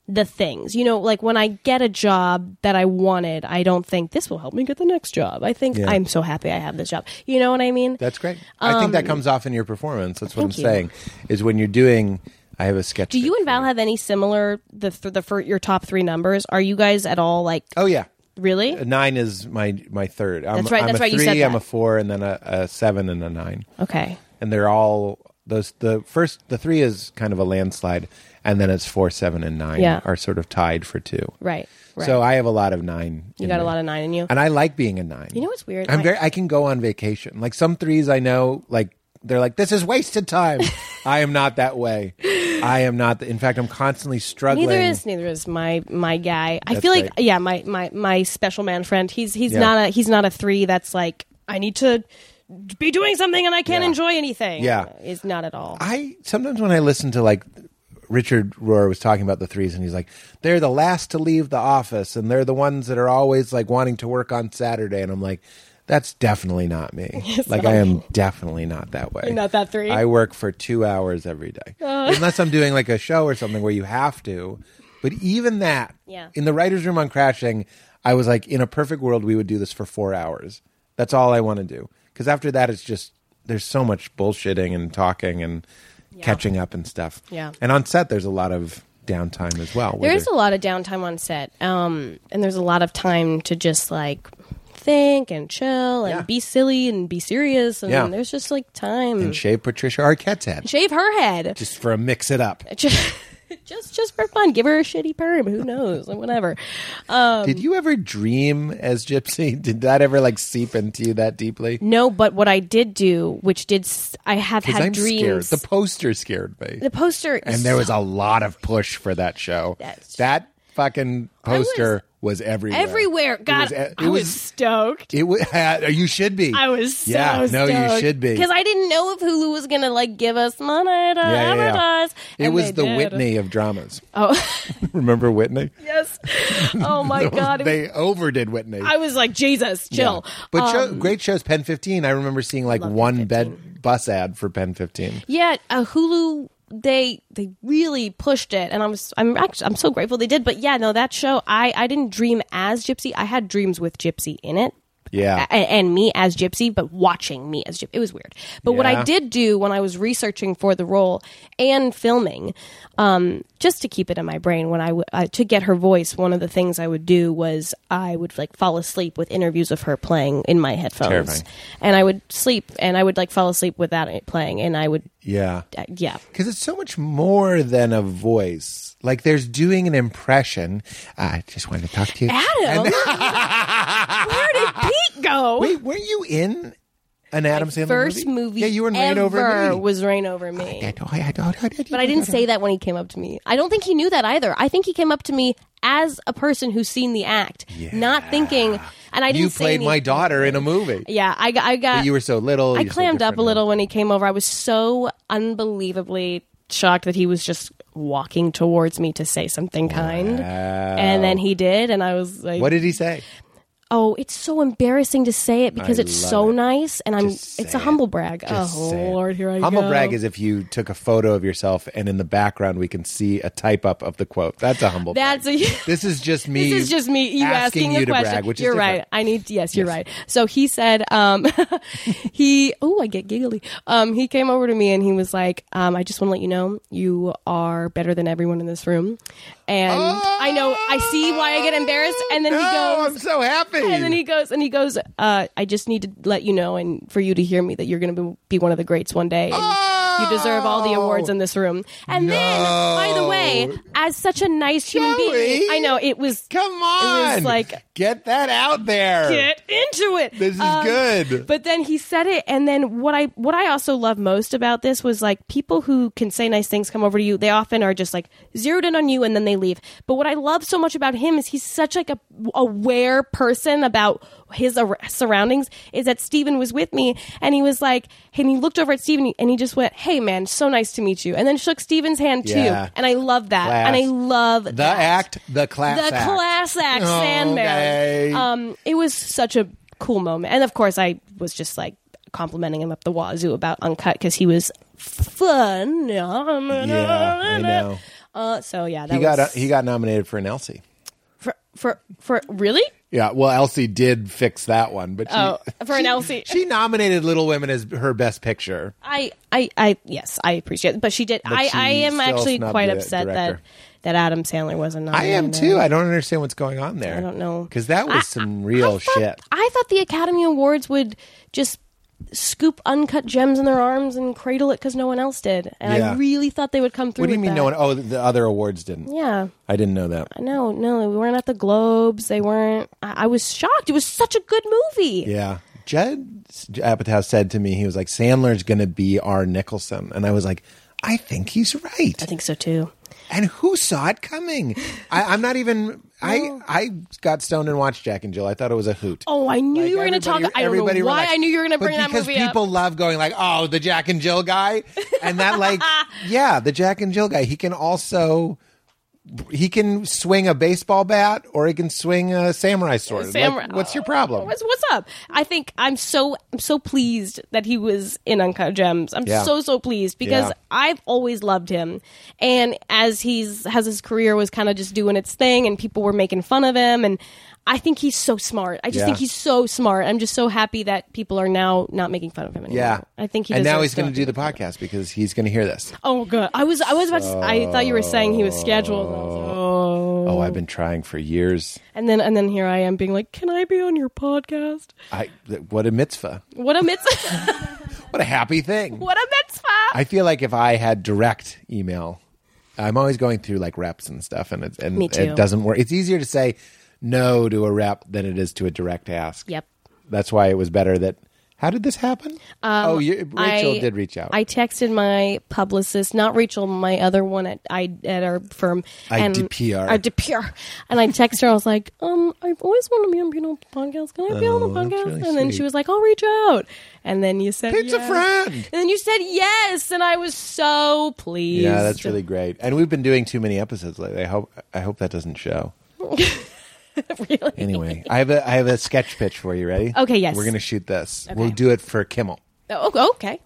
[SPEAKER 2] the things. You know, like when I get a job that I wanted, I don't think this will help me get the next job. I think
[SPEAKER 3] Yeah.
[SPEAKER 2] I'm so happy I have this job. You know what I mean?
[SPEAKER 3] That's great. I think that comes off in your performance. That's what I'm
[SPEAKER 2] Um, Thank you.
[SPEAKER 3] saying. Is when you're doing, I have a sketch.
[SPEAKER 2] Do you and Val have any similar the th- the fir- your top three numbers? Are you guys at all like
[SPEAKER 3] Oh yeah,
[SPEAKER 2] really?
[SPEAKER 3] a nine is my my third. I'm,
[SPEAKER 2] That's right,
[SPEAKER 3] I'm
[SPEAKER 2] that's
[SPEAKER 3] a
[SPEAKER 2] right, you
[SPEAKER 3] three,
[SPEAKER 2] said
[SPEAKER 3] I'm
[SPEAKER 2] that.
[SPEAKER 3] a four, and then a, a seven and a nine,
[SPEAKER 2] Okay,
[SPEAKER 3] and they're all those. The first, the three is kind of a landslide, and then it's four, seven, and nine
[SPEAKER 2] Yeah.
[SPEAKER 3] are sort of tied for two.
[SPEAKER 2] right, right.
[SPEAKER 3] So I have a lot of nine.
[SPEAKER 2] you got a lot of nine in you.
[SPEAKER 3] and I like being a nine.
[SPEAKER 2] You know what's weird?
[SPEAKER 3] I'm
[SPEAKER 2] I-
[SPEAKER 3] very. I can go on vacation. Like some threes, I know. Like they're like, this is wasted time. I am not that way. I am not. th- in fact, I'm constantly struggling.
[SPEAKER 2] Neither is neither is my my guy. I feel like
[SPEAKER 3] right.
[SPEAKER 2] yeah, my my my special man friend. He's he's
[SPEAKER 3] Yeah.
[SPEAKER 2] not a he's not a three. That's like I need to be doing something and I can't
[SPEAKER 3] Yeah.
[SPEAKER 2] enjoy anything.
[SPEAKER 3] Yeah.
[SPEAKER 2] is not at all.
[SPEAKER 3] I sometimes when I listen to like Richard Rohr was talking about the threes, and he's like, they're the last to leave the office, and they're the ones that are always like wanting to work on Saturday, and I'm like. That's definitely not me. Like I am definitely not that way.
[SPEAKER 2] You're not that three? Uh.
[SPEAKER 3] I work for two hours every day, unless I'm doing like a show or something where you have to. But even that,
[SPEAKER 2] Yeah.
[SPEAKER 3] in the writers' room on Crashing, I was like, in a perfect world, we would do this for four hours. That's all I want to do because after that, it's just there's so much bullshitting and talking and catching up and stuff.
[SPEAKER 2] Yeah.
[SPEAKER 3] and on set, there's a lot of downtime as well. where
[SPEAKER 2] there is a lot of downtime on set, um, and there's a lot of time to just like think and chill and
[SPEAKER 3] Yeah.
[SPEAKER 2] be silly and be serious. And
[SPEAKER 3] Yeah.
[SPEAKER 2] there's just like time.
[SPEAKER 3] and shave Patricia Arquette's head
[SPEAKER 2] Shave her head.
[SPEAKER 3] just for a mix it up.
[SPEAKER 2] Just, just just for fun. Give her a shitty perm. Who knows? Whatever. Um,
[SPEAKER 3] Did you ever dream as Gypsy? Did that ever like seep into you that deeply?
[SPEAKER 2] No, but what I did do, which did s- I have
[SPEAKER 3] Because
[SPEAKER 2] had
[SPEAKER 3] I'm
[SPEAKER 2] dreams.
[SPEAKER 3] scared. The poster scared me.
[SPEAKER 2] The poster,
[SPEAKER 3] and there was a lot of push for that show.
[SPEAKER 2] That's-
[SPEAKER 3] That fucking
[SPEAKER 2] was
[SPEAKER 3] poster was, everywhere.
[SPEAKER 2] everywhere. God,
[SPEAKER 3] was- e, it
[SPEAKER 2] I was,
[SPEAKER 3] was-
[SPEAKER 2] stoked.
[SPEAKER 3] It was. you should be.
[SPEAKER 2] I was so
[SPEAKER 3] Yeah. no, you should be.
[SPEAKER 2] because I didn't know if Hulu was gonna like give us money to
[SPEAKER 3] yeah, yeah.
[SPEAKER 2] advertise.
[SPEAKER 3] it
[SPEAKER 2] And
[SPEAKER 3] was
[SPEAKER 2] they
[SPEAKER 3] the
[SPEAKER 2] did.
[SPEAKER 3] Whitney of dramas.
[SPEAKER 2] Oh
[SPEAKER 3] Remember Whitney?
[SPEAKER 2] yes. Oh my God. it was-
[SPEAKER 3] they overdid Whitney.
[SPEAKER 2] I Um, was like Jesus, chill.
[SPEAKER 3] Yeah. But show, great shows. Pen Fifteen. I remember seeing like one bed bus ad for Pen Fifteen.
[SPEAKER 2] Yeah, uh, Hulu they they really pushed it, and I'm s- I'm actually I'm so grateful they did. But yeah, no, that show I I didn't dream as Gypsy. I had dreams with Gypsy in it.
[SPEAKER 3] Yeah.
[SPEAKER 2] A- Uh, And, me as Gypsy, but watching me as Gypsy. It was weird. But what
[SPEAKER 3] Yeah.
[SPEAKER 2] I did do when I was researching for the role and filming, um, just to keep it in my brain, when I w- uh, to get her voice, one of the things I would do was I would like fall asleep with interviews of her playing in my headphones,
[SPEAKER 3] Terrifying.
[SPEAKER 2] and I would sleep, and I would like fall asleep without it playing, and I would
[SPEAKER 3] Yeah.
[SPEAKER 2] uh, yeah.
[SPEAKER 3] because it's so much more than a voice. Like there's doing an impression. I just wanted to talk to you.
[SPEAKER 2] Adam, where did Pete go?
[SPEAKER 3] Wait, weren't you in an Adam Sandler
[SPEAKER 2] First
[SPEAKER 3] movie?
[SPEAKER 2] movie,
[SPEAKER 3] Yeah, you were in Rain
[SPEAKER 2] ever
[SPEAKER 3] Over Me.
[SPEAKER 2] was Rain Over Me.
[SPEAKER 3] I don't- I don't- I don't-
[SPEAKER 2] but I didn't say that when he came up to me. I don't think he knew that either. I think he came up to me as a person who's seen the act, not thinking. And I didn't
[SPEAKER 3] You
[SPEAKER 2] say
[SPEAKER 3] played my
[SPEAKER 2] anything.
[SPEAKER 3] daughter in a movie.
[SPEAKER 2] Yeah, I, got- I got.
[SPEAKER 3] But you were so little.
[SPEAKER 2] I
[SPEAKER 3] you're so
[SPEAKER 2] clammed up a
[SPEAKER 3] different.
[SPEAKER 2] little when he came over. I was so unbelievably shocked that he was just walking towards me to say something kind, and then he did, and I was like,
[SPEAKER 3] What did he say?
[SPEAKER 2] Oh, it's so embarrassing to say it because
[SPEAKER 3] I
[SPEAKER 2] it's
[SPEAKER 3] love
[SPEAKER 2] so
[SPEAKER 3] it.
[SPEAKER 2] nice, and I'm.
[SPEAKER 3] Just say
[SPEAKER 2] It's a
[SPEAKER 3] it.
[SPEAKER 2] humble brag.
[SPEAKER 3] Just
[SPEAKER 2] oh
[SPEAKER 3] say it.
[SPEAKER 2] Lord, here I
[SPEAKER 3] Humble
[SPEAKER 2] go.
[SPEAKER 3] brag is if you took a photo of yourself and in the background we can see a type up of the quote. That's a humble.
[SPEAKER 2] That's
[SPEAKER 3] brag.
[SPEAKER 2] a-
[SPEAKER 3] this is just me.
[SPEAKER 2] This is just me you asking,
[SPEAKER 3] you
[SPEAKER 2] a
[SPEAKER 3] to
[SPEAKER 2] question.
[SPEAKER 3] brag, which is
[SPEAKER 2] you're
[SPEAKER 3] different.
[SPEAKER 2] right. I need. Yes, you're right. So he said, um, he. Oh, I get giggly. Um, he came over to me and he was like, um, "I just want to let you know you are better than everyone in this room," and I know I see why I get embarrassed. And then
[SPEAKER 3] No,
[SPEAKER 2] he goes,
[SPEAKER 3] Oh, I'm so happy.
[SPEAKER 2] and then he goes and he goes uh, i just need to let you know and for you to hear me that you're going to be, be one of the
[SPEAKER 3] Oh.
[SPEAKER 2] greats one day and you deserve all the awards in this room and then by the way as such a nice human
[SPEAKER 3] Joey!
[SPEAKER 2] being. I know it was
[SPEAKER 3] Come on.
[SPEAKER 2] like-
[SPEAKER 3] get that out there.
[SPEAKER 2] get into it.
[SPEAKER 3] This is
[SPEAKER 2] Um,
[SPEAKER 3] good.
[SPEAKER 2] But then he said it, and then what I what I also love most about this was like people who can say nice things come over to you. They often are just like zeroed in on you, and then they leave. But what I love so much about him is he's such like a aware person about his ar- surroundings. Is that Steven was with me, and he was like, and he looked over at Steven, and he just went, "Hey man, so nice to meet you," and then shook Steven's hand
[SPEAKER 3] Yeah.
[SPEAKER 2] too. And I love that,
[SPEAKER 3] Class.
[SPEAKER 2] and I love
[SPEAKER 3] the
[SPEAKER 2] that
[SPEAKER 3] act, the class
[SPEAKER 2] the
[SPEAKER 3] act. Oh,
[SPEAKER 2] class act
[SPEAKER 3] Okay.
[SPEAKER 2] Sandman. Um, it was such a cool moment, and of course, I was just like complimenting him up the wazoo about Uncut because he was fun.
[SPEAKER 3] Yeah, I know.
[SPEAKER 2] Uh, so yeah, that
[SPEAKER 3] He
[SPEAKER 2] was
[SPEAKER 3] got he got nominated for an Elsie.
[SPEAKER 2] for, for for really.
[SPEAKER 3] Yeah, well, Elsie did fix that one, but she,
[SPEAKER 2] Oh, for an Elsie.
[SPEAKER 3] she nominated Little Women as her best picture.
[SPEAKER 2] I, I, I, yes, I appreciate it. But she did. I,
[SPEAKER 3] she
[SPEAKER 2] I am
[SPEAKER 3] still
[SPEAKER 2] actually
[SPEAKER 3] snubbed
[SPEAKER 2] quite
[SPEAKER 3] the
[SPEAKER 2] upset
[SPEAKER 3] director.
[SPEAKER 2] that that Adam Sandler wasn't.
[SPEAKER 3] I am
[SPEAKER 2] nominated.
[SPEAKER 3] too. I don't understand what's going on there.
[SPEAKER 2] Oh, I don't know
[SPEAKER 3] because that was
[SPEAKER 2] I-
[SPEAKER 3] some
[SPEAKER 2] I-
[SPEAKER 3] real
[SPEAKER 2] I thought-
[SPEAKER 3] shit.
[SPEAKER 2] I thought the Academy Awards would just scoop uncut gems in their arms and cradle it because no one else did, and
[SPEAKER 3] Yeah.
[SPEAKER 2] I really thought they would come through.
[SPEAKER 3] What do you
[SPEAKER 2] with
[SPEAKER 3] mean
[SPEAKER 2] that.
[SPEAKER 3] no one? Oh, the other awards didn't.
[SPEAKER 2] Yeah,
[SPEAKER 3] I didn't know that.
[SPEAKER 2] no, no, we weren't at the Globes. They weren't. I, I was shocked. It was such a good movie.
[SPEAKER 3] Yeah. Judd Apatow said to me, he was like, Sandler's going to be our Nicholson. And I was like, I think he's
[SPEAKER 2] I
[SPEAKER 3] right.
[SPEAKER 2] think so too.
[SPEAKER 3] And who saw it coming? I, I'm not even. I I got stoned and watched Jack and Jill. I thought it was a hoot.
[SPEAKER 2] Oh, I knew you were going to talk.
[SPEAKER 3] Everybody-
[SPEAKER 2] I don't know why
[SPEAKER 3] everybody relaxed.
[SPEAKER 2] I knew you were going to
[SPEAKER 3] But
[SPEAKER 2] bring that
[SPEAKER 3] because
[SPEAKER 2] movie
[SPEAKER 3] people
[SPEAKER 2] up.
[SPEAKER 3] love going like, oh, the Jack and Jill guy, and that like, yeah, the Jack and Jill guy. He can also he can swing a baseball bat or he can swing a samurai sword.
[SPEAKER 2] Samurai-
[SPEAKER 3] Like, what's your problem?
[SPEAKER 2] What's, what's up? I think I'm so I'm so pleased that he was in Uncut Gems. I'm
[SPEAKER 3] Yeah.
[SPEAKER 2] so so pleased because
[SPEAKER 3] Yeah.
[SPEAKER 2] I've always loved him, and as he's as his career was kind of just doing its thing, and people were making fun of him, and I think he's so smart. I just
[SPEAKER 3] Yeah.
[SPEAKER 2] think he's so smart. I'm just so happy that people are now not making fun of him anymore.
[SPEAKER 3] Yeah,
[SPEAKER 2] I think he.
[SPEAKER 3] and now
[SPEAKER 2] deserves
[SPEAKER 3] he's
[SPEAKER 2] to
[SPEAKER 3] going to
[SPEAKER 2] not
[SPEAKER 3] do
[SPEAKER 2] be-
[SPEAKER 3] the podcast because he's going to hear this.
[SPEAKER 2] Oh god, I was I was about to. s- I thought you were saying he was scheduled. and I was like, oh,
[SPEAKER 3] Oh, I've been trying for years.
[SPEAKER 2] and then and then here I am being like, can I be on your podcast?
[SPEAKER 3] I th- what a mitzvah!
[SPEAKER 2] What a mitzvah!
[SPEAKER 3] What a happy thing!
[SPEAKER 2] what a mitzvah!
[SPEAKER 3] I feel like if I had direct email, I'm always going through like reps and stuff, and it, and
[SPEAKER 2] Me too.
[SPEAKER 3] it doesn't work. It's easier to say no to a rep than it is to a direct ask.
[SPEAKER 2] Yep.
[SPEAKER 3] That's why it was better that. How did this happen? oh, you, Rachel
[SPEAKER 2] Um, I-
[SPEAKER 3] did reach out.
[SPEAKER 2] I texted my publicist, not Rachel, my other one at I at our firm.
[SPEAKER 3] IDPR.
[SPEAKER 2] And, IDPR. And I texted her. I was like, um, I've always wanted to be on you know, podcast. Can I be on the
[SPEAKER 3] Oh, that's
[SPEAKER 2] podcast?
[SPEAKER 3] really
[SPEAKER 2] and then
[SPEAKER 3] sweet.
[SPEAKER 2] she was like, I'll reach out. And then you said,
[SPEAKER 3] It's a
[SPEAKER 2] yes.
[SPEAKER 3] friend.
[SPEAKER 2] And then you said yes, and I was so pleased.
[SPEAKER 3] yeah, that's really great. And we've been doing too many episodes lately. I hope I hope that doesn't show.
[SPEAKER 2] really.
[SPEAKER 3] Anyway, I have a I have a sketch pitch for you. Ready?
[SPEAKER 2] Okay, yes.
[SPEAKER 3] We're gonna shoot this. We'll do it for Kimmel.
[SPEAKER 2] Oh, okay.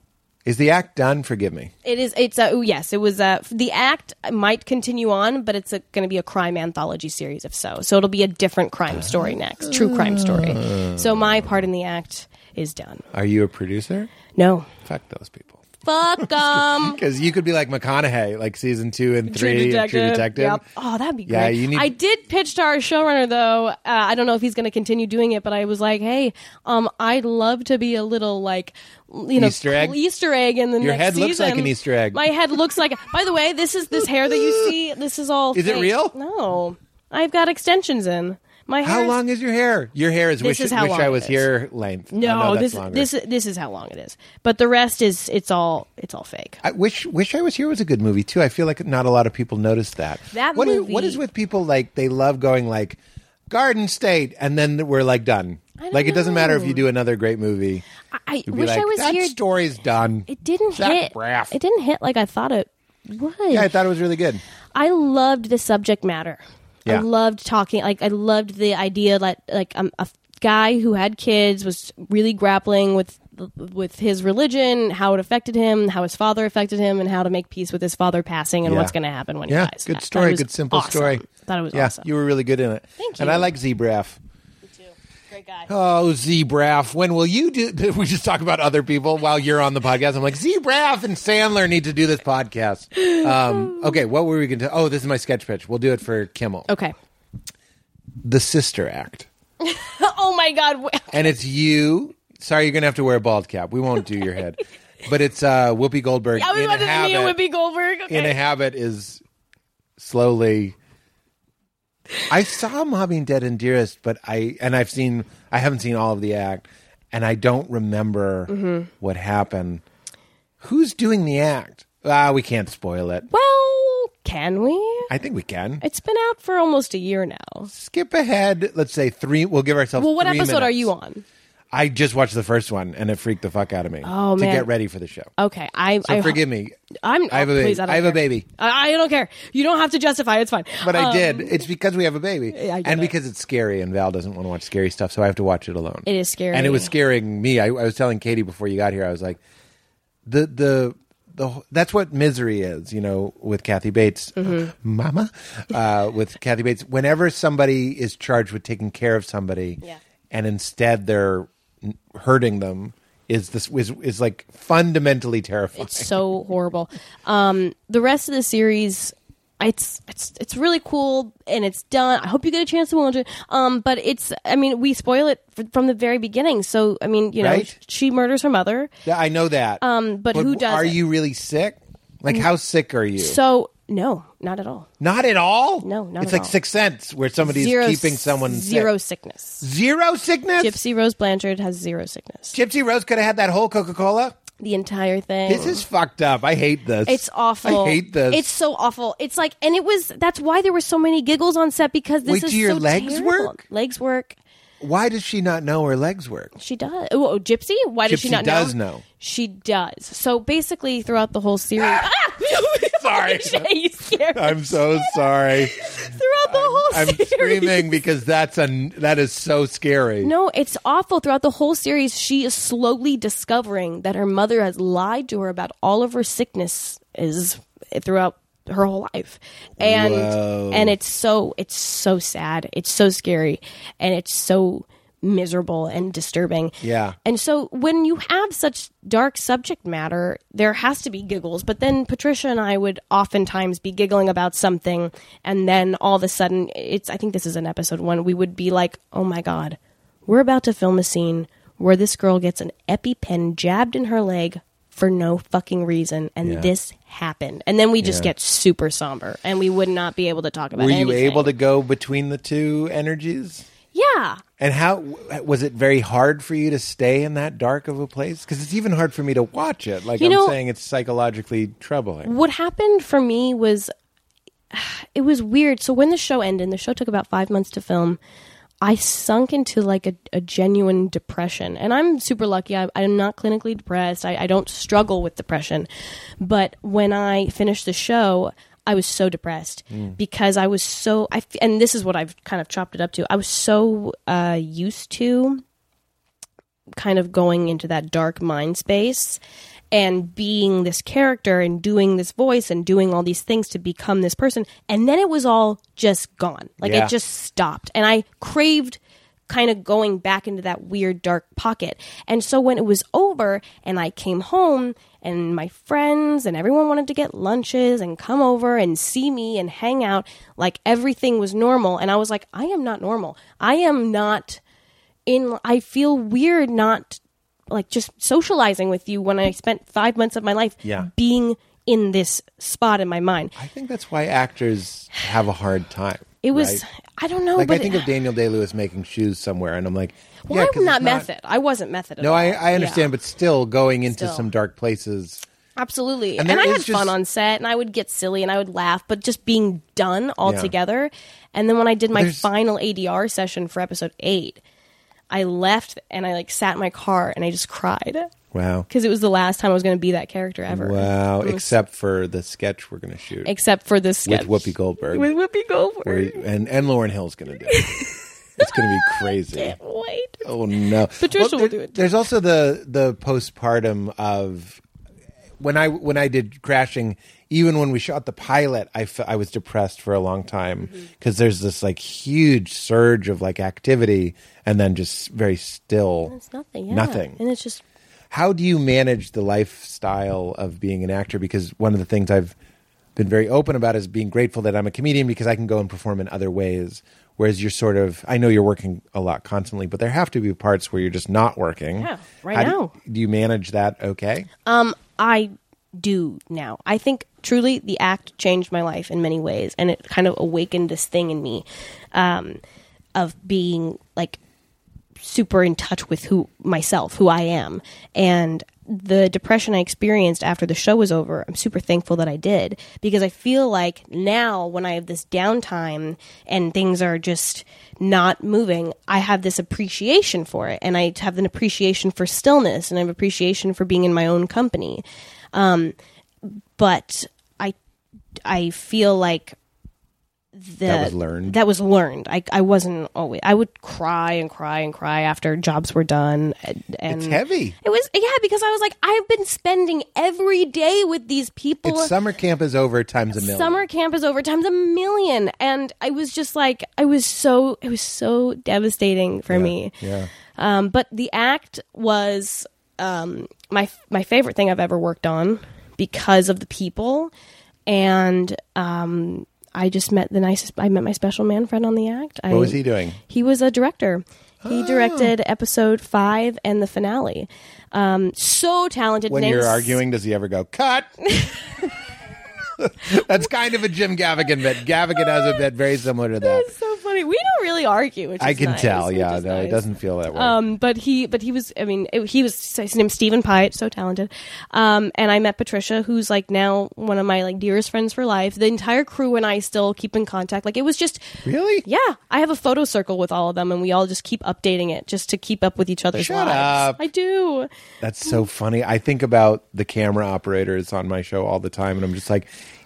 [SPEAKER 3] Is the act done? Forgive me.
[SPEAKER 2] It is. It's a. oh, Yes, it was a. The act might continue on, but it's going to be a crime anthology series, if so. So it'll be a different crime story next, true crime story. So my part in the act is done.
[SPEAKER 3] Are you a producer?
[SPEAKER 2] No,
[SPEAKER 3] Fuck those people.
[SPEAKER 2] fuck um.
[SPEAKER 3] Because you could be like McConaughey, like season two and
[SPEAKER 2] True
[SPEAKER 3] three,
[SPEAKER 2] Detective.
[SPEAKER 3] of True Detective.
[SPEAKER 2] Yep. Oh, that'd be great.
[SPEAKER 3] Yeah, you need-
[SPEAKER 2] I did pitch to our showrunner though. Uh, I don't know if he's going to continue doing it, but I was like, "Hey, um, I'd love to be a little like, you know,
[SPEAKER 3] Easter egg?
[SPEAKER 2] Easter egg in the
[SPEAKER 3] Your head
[SPEAKER 2] next
[SPEAKER 3] looks like
[SPEAKER 2] season.
[SPEAKER 3] an Easter egg.
[SPEAKER 2] My head looks like. By the way, this is this hair that you see. This is all.
[SPEAKER 3] Is it
[SPEAKER 2] fake.
[SPEAKER 3] real?
[SPEAKER 2] No, I've got extensions in my hair.
[SPEAKER 3] How
[SPEAKER 2] is-
[SPEAKER 3] long is your hair? Your hair is wish,
[SPEAKER 2] is how
[SPEAKER 3] wish
[SPEAKER 2] long
[SPEAKER 3] I
[SPEAKER 2] it
[SPEAKER 3] was
[SPEAKER 2] is.
[SPEAKER 3] here length.
[SPEAKER 2] No,
[SPEAKER 3] oh, that's
[SPEAKER 2] this
[SPEAKER 3] longer.
[SPEAKER 2] this this is how long it is. But the rest is it's all it's all fake.
[SPEAKER 3] I wish wish I was here was a good movie too. I feel like not a lot of people notice that.
[SPEAKER 2] That
[SPEAKER 3] what do-
[SPEAKER 2] movie-
[SPEAKER 3] what is with people like they love going like Garden State and then we're like done.
[SPEAKER 2] don't
[SPEAKER 3] Like it doesn't matter if you
[SPEAKER 2] know.
[SPEAKER 3] do another great movie.
[SPEAKER 2] I, I
[SPEAKER 3] You'd be
[SPEAKER 2] wish
[SPEAKER 3] like,
[SPEAKER 2] I was
[SPEAKER 3] that
[SPEAKER 2] here.
[SPEAKER 3] story's done.
[SPEAKER 2] it didn't
[SPEAKER 3] Zach
[SPEAKER 2] hit.
[SPEAKER 3] Braff.
[SPEAKER 2] It didn't hit like I thought it would.
[SPEAKER 3] yeah, I thought it was really good.
[SPEAKER 2] I loved the subject matter.
[SPEAKER 3] Yeah.
[SPEAKER 2] I loved talking. Like I loved the idea that like um, a f- guy who had kids was really grappling with with his religion, how it affected him, how his father affected him, and how to make peace with his father passing, and
[SPEAKER 3] Yeah.
[SPEAKER 2] what's going to happen when
[SPEAKER 3] Yeah,
[SPEAKER 2] he dies. I-
[SPEAKER 3] good
[SPEAKER 2] that
[SPEAKER 3] story.
[SPEAKER 2] was
[SPEAKER 3] Good simple
[SPEAKER 2] awesome.
[SPEAKER 3] story.
[SPEAKER 2] Thought it was
[SPEAKER 3] yeah,
[SPEAKER 2] awesome.
[SPEAKER 3] you were really good in it.
[SPEAKER 2] Thank
[SPEAKER 3] And
[SPEAKER 2] you.
[SPEAKER 3] I like Zebraff.
[SPEAKER 2] Great guy.
[SPEAKER 3] Oh, Zebraff, when will you do? We just talk about other people while you're on the podcast. I'm like, Zebraff and Sandler need to do this podcast. Um, okay, what were we going to? Oh, this is my sketch pitch. We'll do it for Kimmel.
[SPEAKER 2] Okay.
[SPEAKER 3] The Sister Act,
[SPEAKER 2] Oh my God.
[SPEAKER 3] and it's you. Sorry, you're going to have to wear a bald cap. We won't do your head, but it's uh, Whoopi Goldberg.
[SPEAKER 2] I was
[SPEAKER 3] in
[SPEAKER 2] about
[SPEAKER 3] a
[SPEAKER 2] to meet
[SPEAKER 3] habit.
[SPEAKER 2] Whoopi Goldberg. Okay.
[SPEAKER 3] In a habit is slowly. I saw Mobbing Dead and Dearest, but I and I've seen I haven't seen all of the act, and I don't remember
[SPEAKER 2] Mm-hmm.
[SPEAKER 3] what happened. Who's doing the act? Ah, we can't spoil it.
[SPEAKER 2] Well, can we?
[SPEAKER 3] I think we can.
[SPEAKER 2] It's been out for almost a year now.
[SPEAKER 3] Skip ahead. Let's say three. We'll give ourselves.
[SPEAKER 2] Well, what
[SPEAKER 3] three
[SPEAKER 2] episode are
[SPEAKER 3] minutes.
[SPEAKER 2] you on?
[SPEAKER 3] I just watched the first one, and it freaked the fuck out of me.
[SPEAKER 2] Oh,
[SPEAKER 3] to
[SPEAKER 2] man.
[SPEAKER 3] get ready for the show.
[SPEAKER 2] Okay, I
[SPEAKER 3] So
[SPEAKER 2] I
[SPEAKER 3] forgive me.
[SPEAKER 2] I'm.
[SPEAKER 3] I have a
[SPEAKER 2] oh,
[SPEAKER 3] baby.
[SPEAKER 2] please, I, don't
[SPEAKER 3] I have a
[SPEAKER 2] care.
[SPEAKER 3] baby.
[SPEAKER 2] I, I don't care. You don't have to justify. It's fine.
[SPEAKER 3] But I
[SPEAKER 2] Um,
[SPEAKER 3] did. It's because we have a baby,
[SPEAKER 2] I get
[SPEAKER 3] and
[SPEAKER 2] it.
[SPEAKER 3] because it's scary, and Val doesn't want to watch scary stuff, so I have to watch it alone.
[SPEAKER 2] It is scary.
[SPEAKER 3] and it was scaring me. I, I was telling Katie before you got here. I was like, the the the that's what misery is, you know, with Kathy Bates,
[SPEAKER 2] Mm-hmm.
[SPEAKER 3] Mama, uh, with Kathy Bates. Whenever somebody is charged with taking care of somebody,
[SPEAKER 2] Yeah.
[SPEAKER 3] and instead they're hurting them, is this is is like fundamentally terrifying.
[SPEAKER 2] so horrible. Um, the rest of the series, it's it's it's really cool and it's done. I hope you get a chance to watch it. Um, but it's I mean we spoil it f- from the very beginning. So I mean you know
[SPEAKER 3] Right.
[SPEAKER 2] she murders her mother.
[SPEAKER 3] Yeah, I know that. Um,
[SPEAKER 2] but who does
[SPEAKER 3] Are
[SPEAKER 2] it?
[SPEAKER 3] you really sick? Like, how sick are you?
[SPEAKER 2] So no, not at all.
[SPEAKER 3] not at all.
[SPEAKER 2] No, not
[SPEAKER 3] It's
[SPEAKER 2] at
[SPEAKER 3] like
[SPEAKER 2] all.
[SPEAKER 3] Sixth Sense, where somebody's
[SPEAKER 2] zero
[SPEAKER 3] keeping someone
[SPEAKER 2] zero
[SPEAKER 3] sick.
[SPEAKER 2] sickness.
[SPEAKER 3] zero sickness.
[SPEAKER 2] Gypsy Rose Blanchard has zero sickness.
[SPEAKER 3] Gypsy Rose could have had that whole Coca Cola.
[SPEAKER 2] the entire thing.
[SPEAKER 3] This is fucked up. I hate this.
[SPEAKER 2] It's awful.
[SPEAKER 3] I hate this.
[SPEAKER 2] It's so awful. It's like, and it was. That's why there were so many giggles on set because this
[SPEAKER 3] Wait,
[SPEAKER 2] is
[SPEAKER 3] do your
[SPEAKER 2] so
[SPEAKER 3] legs
[SPEAKER 2] terrible.
[SPEAKER 3] work?
[SPEAKER 2] Legs work.
[SPEAKER 3] Why does she not know her legs work?
[SPEAKER 2] She does. Oh, oh, Gypsy? Why does she
[SPEAKER 3] Gypsy
[SPEAKER 2] not
[SPEAKER 3] does
[SPEAKER 2] know?
[SPEAKER 3] know.
[SPEAKER 2] She does. So basically, throughout the whole series.
[SPEAKER 3] Sorry.
[SPEAKER 2] you scared. me.
[SPEAKER 3] I'm so sorry.
[SPEAKER 2] throughout the whole
[SPEAKER 3] I'm
[SPEAKER 2] series.
[SPEAKER 3] screaming because that's a that is so scary.
[SPEAKER 2] No, it's awful. Throughout the whole series, she is slowly discovering that her mother has lied to her about all of her sicknesses throughout her whole life. And
[SPEAKER 3] Whoa.
[SPEAKER 2] and it's so it's so sad. It's so scary and it's so miserable and disturbing.
[SPEAKER 3] Yeah.
[SPEAKER 2] And so when you have such dark subject matter, there has to be giggles. But then Patricia and I would oftentimes be giggling about something and then all of a sudden it's I think this is in episode 1 we would be like, "Oh my god, we're about to film a scene where this girl gets an EpiPen jabbed in her leg." For no fucking reason, and
[SPEAKER 3] Yeah.
[SPEAKER 2] this happened, and then we just
[SPEAKER 3] Yeah.
[SPEAKER 2] get super somber, and we would not be able to talk about.
[SPEAKER 3] Were you
[SPEAKER 2] anything.
[SPEAKER 3] able to go between the two energies?
[SPEAKER 2] Yeah,
[SPEAKER 3] And how was it very hard for you to stay in that dark of a place? Because it's even hard for me to watch it. Like
[SPEAKER 2] You
[SPEAKER 3] I'm
[SPEAKER 2] know-
[SPEAKER 3] saying, it's psychologically troubling.
[SPEAKER 2] what happened for me was it was weird. So when the show ended, and the show took about five months to film. I sunk into like a, a genuine depression, and I'm super lucky. I, I'm not clinically depressed. I, I don't struggle with depression, but when I finished the show, I was so depressed because I was so. I f- and this is what I've kind of chopped it up to. I was so uh, used to kind of going into that dark mind space and being this character and doing this voice and doing all these things to become this person and then it was all just gone like
[SPEAKER 3] Yeah.
[SPEAKER 2] it just stopped and i craved kind of going back into that weird dark pocket and so when it was over and i came home and my friends and everyone wanted to get lunches and come over and see me and hang out like everything was normal and i was like i am not normal i am not in I feel weird not like just socializing with you when I spent five months of my life
[SPEAKER 3] Yeah.
[SPEAKER 2] being in this spot in my mind.
[SPEAKER 3] I think that's why actors have a hard time.
[SPEAKER 2] It was
[SPEAKER 3] right?
[SPEAKER 2] I don't know,
[SPEAKER 3] like
[SPEAKER 2] but
[SPEAKER 3] I think of Daniel Day Lewis making shoes somewhere, and I'm like,
[SPEAKER 2] well,
[SPEAKER 3] yeah,
[SPEAKER 2] I
[SPEAKER 3] 'cause
[SPEAKER 2] was not
[SPEAKER 3] it's
[SPEAKER 2] method. I wasn't method. At
[SPEAKER 3] No,
[SPEAKER 2] all.
[SPEAKER 3] I, I understand,
[SPEAKER 2] Yeah.
[SPEAKER 3] but still going into
[SPEAKER 2] Still.
[SPEAKER 3] some dark places.
[SPEAKER 2] absolutely.
[SPEAKER 3] And
[SPEAKER 2] And,
[SPEAKER 3] there
[SPEAKER 2] I
[SPEAKER 3] is
[SPEAKER 2] had fun
[SPEAKER 3] just-
[SPEAKER 2] on set, and I would get silly and I would laugh, but just being done altogether. And then when I did my
[SPEAKER 3] There's-
[SPEAKER 2] final ADR session for episode eight, I left and I like sat in my car and I just cried
[SPEAKER 3] Wow,
[SPEAKER 2] because it was the last time I was going to be that character ever.
[SPEAKER 3] wow. Except for the sketch we're going to shoot
[SPEAKER 2] Except for this sketch.
[SPEAKER 3] with Whoopi Goldberg,
[SPEAKER 2] with Whoopi Goldberg.
[SPEAKER 3] where you- and and Lauren Hill's going to do. it. It's going to be crazy.
[SPEAKER 2] Wait.
[SPEAKER 3] Oh no,
[SPEAKER 2] Patricia
[SPEAKER 3] there-
[SPEAKER 2] will do it.
[SPEAKER 3] There's also the the postpartum of when I when I did crashing. Even when we shot the pilot, I fe- I was depressed for a long time
[SPEAKER 2] Mm-hmm.
[SPEAKER 3] because there's this like huge surge of like activity and then just very still.
[SPEAKER 2] It's nothing. Yeah.
[SPEAKER 3] Nothing.
[SPEAKER 2] And it's just
[SPEAKER 3] How do you manage the lifestyle of being an actor? Because one of the things I've been very open about is being grateful that I'm a comedian because I can go and perform in other ways. Whereas you're sort of, I know you're working a lot constantly, but there have to be parts where you're just not working.
[SPEAKER 2] Yeah, right
[SPEAKER 3] How do-
[SPEAKER 2] now.
[SPEAKER 3] Do, you manage that okay?
[SPEAKER 2] I do now. I think truly the act changed my life in many ways, and it kind of awakened this thing in me um, of being like super in touch with who myself, who I am, and the depression I experienced after the show was over. I'm super thankful that I did because I feel like now when I have this downtime and things are just not moving, I have this appreciation for it, and I have an appreciation for stillness, and I have appreciation for being in my own company. Um, but I, I feel like the,
[SPEAKER 3] That was learned.
[SPEAKER 2] That was learned. I, I wasn't always. I would cry and cry and cry after jobs were done. And, and
[SPEAKER 3] It's heavy.
[SPEAKER 2] It was yeah because I was like I've been spending every day with these people.
[SPEAKER 3] It's summer camp is over times a million.
[SPEAKER 2] Summer camp is over times a million, and I was just like I was so it was so devastating for me.
[SPEAKER 3] Yeah.
[SPEAKER 2] Um, but the act was um, my my favorite thing I've ever worked on because of the people, and um, I just met the nicest. I met my special man friend on the act. I,
[SPEAKER 3] What was he doing? Oh.
[SPEAKER 2] He was a director. He directed episode five and the finale. Um, so talented.
[SPEAKER 3] When
[SPEAKER 2] His
[SPEAKER 3] you're
[SPEAKER 2] name's-
[SPEAKER 3] arguing, does he ever go, cut? That's kind of a Jim Gaffigan bit. Gaffigan has a bit very similar to that.
[SPEAKER 2] so funny. We don't really argue. Which
[SPEAKER 3] I
[SPEAKER 2] is
[SPEAKER 3] can
[SPEAKER 2] nice,
[SPEAKER 3] tell.
[SPEAKER 2] which
[SPEAKER 3] Yeah,
[SPEAKER 2] is
[SPEAKER 3] no, it
[SPEAKER 2] nice.
[SPEAKER 3] doesn't feel that way.
[SPEAKER 2] Um, but he, but he was. I mean, it, he was. His name's Stephen Pyatt, so talented. Um, and I met Patricia, who's like now one of my like dearest friends for life. The entire crew and I still keep in contact. Like it was just,
[SPEAKER 3] really?
[SPEAKER 2] yeah. I have a photo circle with all of them, and we all just keep updating it just to keep up with each other's
[SPEAKER 3] Shut
[SPEAKER 2] lives.
[SPEAKER 3] up.
[SPEAKER 2] I do.
[SPEAKER 3] That's so funny. I think about the camera operators on my show all the time, and I'm just like,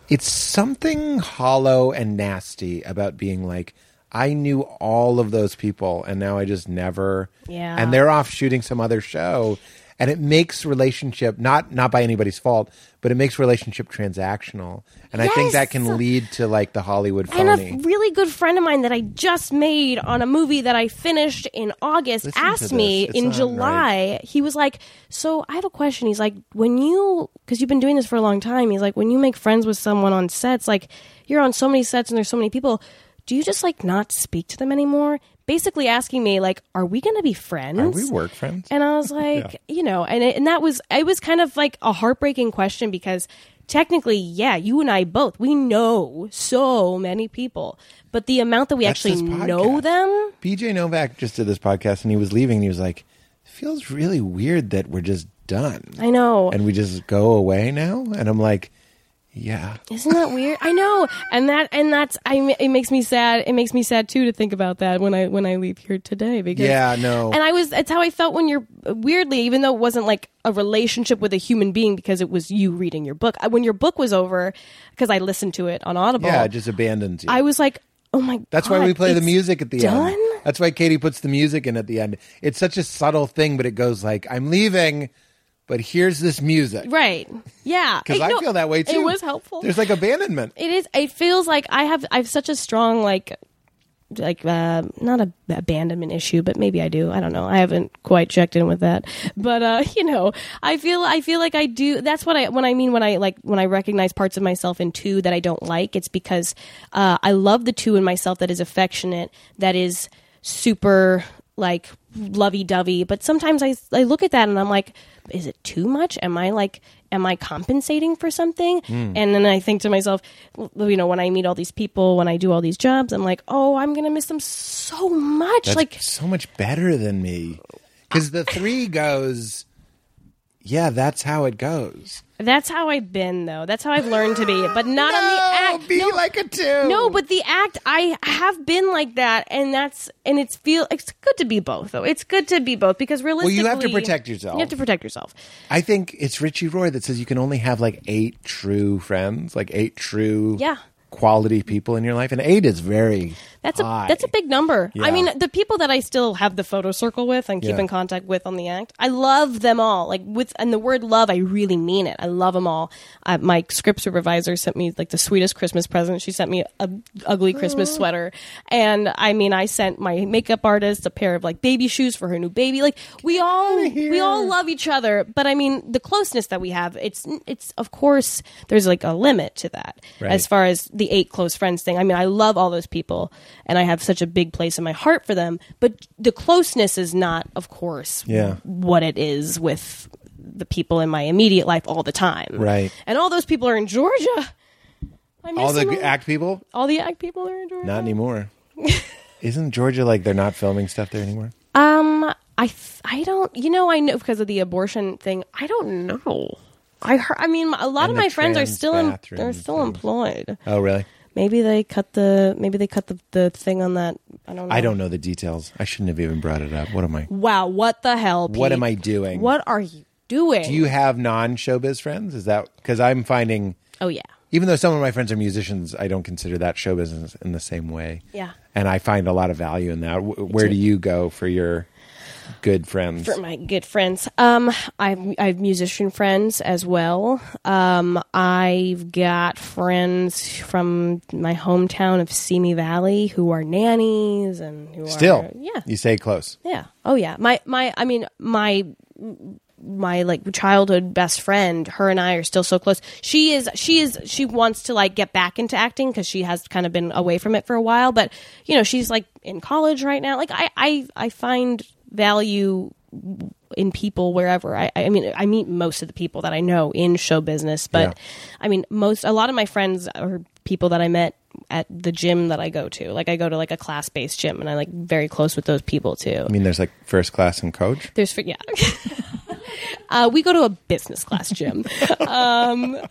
[SPEAKER 3] it's something hollow and nasty about being like, I knew all of those people, and now I just never.
[SPEAKER 2] Yeah.
[SPEAKER 3] And they're off shooting some other show, and it makes relationship not not by anybody's fault, but it makes relationship transactional, and I think that
[SPEAKER 2] Yes.
[SPEAKER 3] can lead to like the Hollywood
[SPEAKER 2] And
[SPEAKER 3] phony.
[SPEAKER 2] a really good friend of mine that I just made on a movie that I finished in August
[SPEAKER 3] Listen to
[SPEAKER 2] asked
[SPEAKER 3] this.
[SPEAKER 2] me
[SPEAKER 3] It's
[SPEAKER 2] in
[SPEAKER 3] not
[SPEAKER 2] July. He was like, "So I have a question." He's like, "When you, because you've been doing this for a long time, he's like, when you make friends with someone on sets, like you're on so many sets and there's so many people, do you just like not speak to them anymore?" Basically asking me like, "Are we going to be friends?"
[SPEAKER 3] Are we work friends?
[SPEAKER 2] And I was like, you know, and it, and that was it was kind of like a heartbreaking question because technically, yeah, you and I both we know so many people, but the amount that we
[SPEAKER 3] That's this
[SPEAKER 2] actually
[SPEAKER 3] podcast.
[SPEAKER 2] know them,
[SPEAKER 3] BJ Novak just did this podcast and he was leaving and he was like, It feels really weird that we're just done.
[SPEAKER 2] I know.
[SPEAKER 3] And we just go away now? And I'm like, Yeah.
[SPEAKER 2] Isn't that weird? I know, and that and that's I. It makes me sad. It makes me sad too to think about that when I when I leave here today because
[SPEAKER 3] Yeah, no.
[SPEAKER 2] And I was that's how I felt when you're weirdly, even though it wasn't like a relationship with a human being because it was you reading your book. I- When your book was over, because I listened to it on Audible.
[SPEAKER 3] Yeah, it just abandons you.
[SPEAKER 2] I was like, oh my.
[SPEAKER 3] That's
[SPEAKER 2] God,
[SPEAKER 3] why we play the
[SPEAKER 2] it's
[SPEAKER 3] music at the
[SPEAKER 2] done?
[SPEAKER 3] end. That's why Katie puts the music in at the end. It's such a subtle thing, but it goes like, I'm leaving, but here's this music.
[SPEAKER 2] Right. Yeah.
[SPEAKER 3] Because
[SPEAKER 2] It-
[SPEAKER 3] I
[SPEAKER 2] no,
[SPEAKER 3] feel that way too.
[SPEAKER 2] It was helpful.
[SPEAKER 3] There's like abandonment.
[SPEAKER 2] it is. It feels like I have. I have such a strong like, like uh, not a abandonment issue, but maybe I do. I don't know. I haven't quite checked in with that. But uh, you know, I feel. I feel like I do. That's what I. When I mean when I like when I recognize parts of myself in two that I don't like, it's because uh, I love the two in myself that is affectionate, that is super like lovey-dovey but sometimes I, I look at that and i'm like is it too much am i like am i compensating for something
[SPEAKER 3] Hmm.
[SPEAKER 2] and then i think to myself well, you know when i meet all these people when i do all these jobs i'm like oh i'm gonna miss them so much
[SPEAKER 3] That's
[SPEAKER 2] like
[SPEAKER 3] so much better than me. Because the three goes, Yeah, that's how it goes.
[SPEAKER 2] that's how i've been though that's how i've learned to be but not on the act
[SPEAKER 3] be
[SPEAKER 2] no,
[SPEAKER 3] like a two.
[SPEAKER 2] No, but the act I have been like that, and that's and it's feel it's good to be both though. It's good to be both because realistically,
[SPEAKER 3] you have to protect yourself.
[SPEAKER 2] You have to protect yourself.
[SPEAKER 3] I think it's Richie Roy that says you can only have like eight true friends, like eight true,
[SPEAKER 2] Yeah.
[SPEAKER 3] quality people in your life, and eight is very
[SPEAKER 2] That's a
[SPEAKER 3] high.
[SPEAKER 2] that's a big number.
[SPEAKER 3] Yeah.
[SPEAKER 2] I mean, the people that I still have the photo circle with and keep
[SPEAKER 3] Yeah.
[SPEAKER 2] in contact with on the act, I love them all. Like with and the word love, I really mean it. I love them all. Uh, my script supervisor sent me like the sweetest Christmas present. She sent me a ugly Christmas sweater, and I mean, I sent my makeup artist a pair of like baby shoes for her new baby. Like we all we all love each other, but I mean, the closeness that we have, it's it's of course there's like a limit to that
[SPEAKER 3] Right.
[SPEAKER 2] as far as the eight close friends thing. I mean, I love all those people and I have such a big place in my heart for them, but the closeness is not, of course,
[SPEAKER 3] Yeah.
[SPEAKER 2] what it is with the people in my immediate life all the time.
[SPEAKER 3] Right.
[SPEAKER 2] And all those people are in Georgia. I miss
[SPEAKER 3] All
[SPEAKER 2] them
[SPEAKER 3] the act people?
[SPEAKER 2] all the act people are in Georgia.
[SPEAKER 3] Not anymore. Isn't Georgia like they're not filming stuff there anymore?
[SPEAKER 2] Um, I th- I don't. You know, I know because of the abortion thing. I don't know. I heard, I mean, a lot
[SPEAKER 3] And
[SPEAKER 2] of
[SPEAKER 3] the
[SPEAKER 2] my friends are
[SPEAKER 3] trans
[SPEAKER 2] still em- they're
[SPEAKER 3] bathrooms
[SPEAKER 2] still
[SPEAKER 3] and-
[SPEAKER 2] employed.
[SPEAKER 3] Oh, really?
[SPEAKER 2] Maybe they cut the maybe they cut the, the thing on that. I don't. know.
[SPEAKER 3] I don't know the details. I shouldn't have even brought it up. What am I?
[SPEAKER 2] Wow, what the hell?
[SPEAKER 3] What
[SPEAKER 2] Pete?
[SPEAKER 3] am I doing?
[SPEAKER 2] What are you doing?
[SPEAKER 3] Do you have non-showbiz friends? Is that because I'm finding,
[SPEAKER 2] Oh yeah.
[SPEAKER 3] even though some of my friends are musicians, I don't consider that show business in the same way.
[SPEAKER 2] Yeah.
[SPEAKER 3] and I find a lot of value in that. W- Where do you go for your good friends?
[SPEAKER 2] for my good friends. Um, I've I've musician friends as well. Um, I've got friends from my hometown of Simi Valley who are nannies and who
[SPEAKER 3] Still,
[SPEAKER 2] are, yeah,
[SPEAKER 3] you say close.
[SPEAKER 2] yeah, oh yeah. My my, I mean my my like childhood best friend. Her and I are still so close. She is she is she wants to like get back into acting because she has kind of been away from it for a while. But you know she's like in college right now. Like I I I find value in people wherever I, I mean i meet most of the people that i know in show business but
[SPEAKER 3] Yeah.
[SPEAKER 2] i mean most a lot of my friends are people that i met at the gym that i go to like i go to like a class-based gym and i like very close with those people too
[SPEAKER 3] I mean, there's like first class and coach.
[SPEAKER 2] there's fr- yeah uh, we go to a business class gym
[SPEAKER 3] What-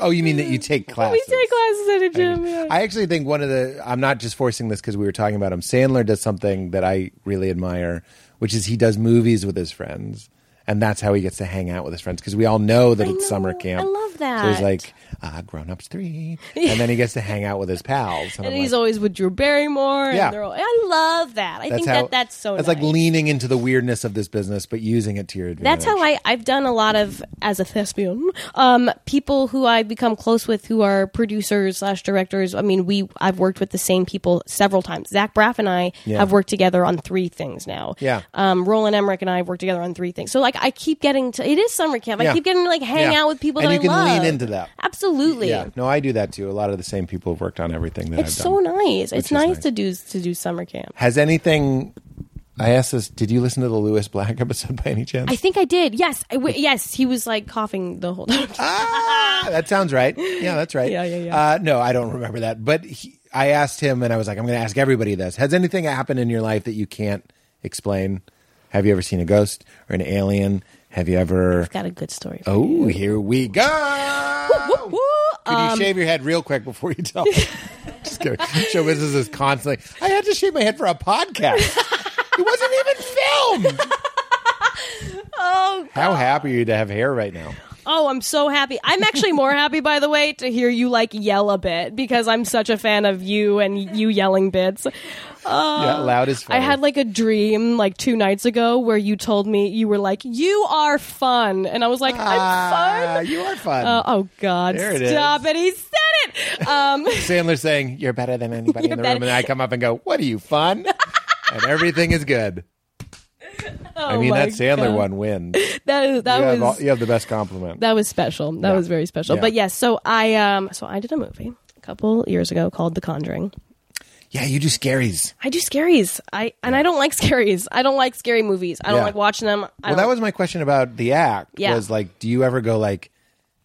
[SPEAKER 3] Oh, you mean that you take
[SPEAKER 2] we
[SPEAKER 3] classes?
[SPEAKER 2] take classes at a gym yeah.
[SPEAKER 3] I actually think one of the I'm not just forcing this because we were talking about him. Sandler does something that I really admire, which is he does movies with his friends, and that's how he gets to hang out with his friends because we all know that
[SPEAKER 2] I
[SPEAKER 3] it's summer
[SPEAKER 2] know.
[SPEAKER 3] camp.
[SPEAKER 2] I love
[SPEAKER 3] So he's
[SPEAKER 2] that.
[SPEAKER 3] like, ah, grown ups three, and then he gets to hang out with his pals.
[SPEAKER 2] and
[SPEAKER 3] I'm
[SPEAKER 2] he's
[SPEAKER 3] like,
[SPEAKER 2] always with drew barrymore
[SPEAKER 3] Yeah.
[SPEAKER 2] and they're all, i love that i think that that's so
[SPEAKER 3] That's
[SPEAKER 2] nice.
[SPEAKER 3] like leaning into the weirdness of this business, but using it to your advantage.
[SPEAKER 2] That's how I, I've done a lot of as a thespian. Um, people who I become close with, who are producers slash directors. I mean, we I've worked with the same people several times. Zach Braff and I
[SPEAKER 3] Yeah.
[SPEAKER 2] have worked together on three things now.
[SPEAKER 3] Yeah.
[SPEAKER 2] Um, Roland Emmerich and I have worked together on three things. So like, I keep getting to. It is summer camp.
[SPEAKER 3] Yeah.
[SPEAKER 2] I keep getting to like hang
[SPEAKER 3] Yeah.
[SPEAKER 2] out with people
[SPEAKER 3] And
[SPEAKER 2] that
[SPEAKER 3] you
[SPEAKER 2] I
[SPEAKER 3] can
[SPEAKER 2] love.
[SPEAKER 3] lean into that.
[SPEAKER 2] Absolutely.
[SPEAKER 3] Yeah, no, I do that too. A lot of the same people have worked on everything that
[SPEAKER 2] It's
[SPEAKER 3] I've done.
[SPEAKER 2] so nice. It's
[SPEAKER 3] is
[SPEAKER 2] nice,
[SPEAKER 3] nice.
[SPEAKER 2] to do to do summer camp.
[SPEAKER 3] Has anything? I asked this. Did you listen to the Lewis Black episode by any chance?
[SPEAKER 2] I think I did. Yes. I w- yes. He was like coughing the whole time.
[SPEAKER 3] ah, that sounds right. Yeah, that's right.
[SPEAKER 2] Yeah, yeah, yeah.
[SPEAKER 3] Uh, no, I don't remember that. But he, I asked him, and I was like, I'm going to ask everybody this. Has anything happened in your life that you can't explain? Have you ever seen a ghost or an alien? Have you ever?
[SPEAKER 2] Got a good story. for you.
[SPEAKER 3] Oh, here we go.
[SPEAKER 2] Woo, woo.
[SPEAKER 3] Could
[SPEAKER 2] Um,
[SPEAKER 3] you shave your head real quick before you tell? me? Just kidding. Show business is constantly. I had to shave my head for a podcast. it wasn't even filmed.
[SPEAKER 2] Oh
[SPEAKER 3] How happy are you to have hair right now?
[SPEAKER 2] Oh, I'm so happy. I'm actually more happy, by the way, to hear you like yell a bit because I'm such a fan of you and you yelling bits.
[SPEAKER 3] yeah, loud as
[SPEAKER 2] Oh, I
[SPEAKER 3] fire.
[SPEAKER 2] had like a dream like two nights ago where you told me you were like, you are fun. And I was like, I'm
[SPEAKER 3] Ah,
[SPEAKER 2] fun.
[SPEAKER 3] You are fun.
[SPEAKER 2] Uh, oh, God.
[SPEAKER 3] There it
[SPEAKER 2] stop
[SPEAKER 3] is.
[SPEAKER 2] it. He said it. Um,
[SPEAKER 3] Sandler saying, You're better than anybody in
[SPEAKER 2] You're
[SPEAKER 3] the room.
[SPEAKER 2] better-
[SPEAKER 3] And I come up and go, What are you, fun? and everything is good. I
[SPEAKER 2] oh
[SPEAKER 3] mean,
[SPEAKER 2] my
[SPEAKER 3] that Sandler
[SPEAKER 2] God.
[SPEAKER 3] one win. You,
[SPEAKER 2] That, is, that was.
[SPEAKER 3] have all- you have the best compliment.
[SPEAKER 2] that was special. That was very special.
[SPEAKER 3] Yeah.
[SPEAKER 2] But yes, so I um so I did a movie a couple years ago called The Conjuring.
[SPEAKER 3] yeah, you do scaries.
[SPEAKER 2] I do scaries. I and I don't like scaries. I don't like scary movies. I don't
[SPEAKER 3] Yeah.
[SPEAKER 2] like watching them. I
[SPEAKER 3] Well,
[SPEAKER 2] don't,
[SPEAKER 3] that was my question about the act
[SPEAKER 2] Oh. Yeah.
[SPEAKER 3] was like, Do you ever go, like,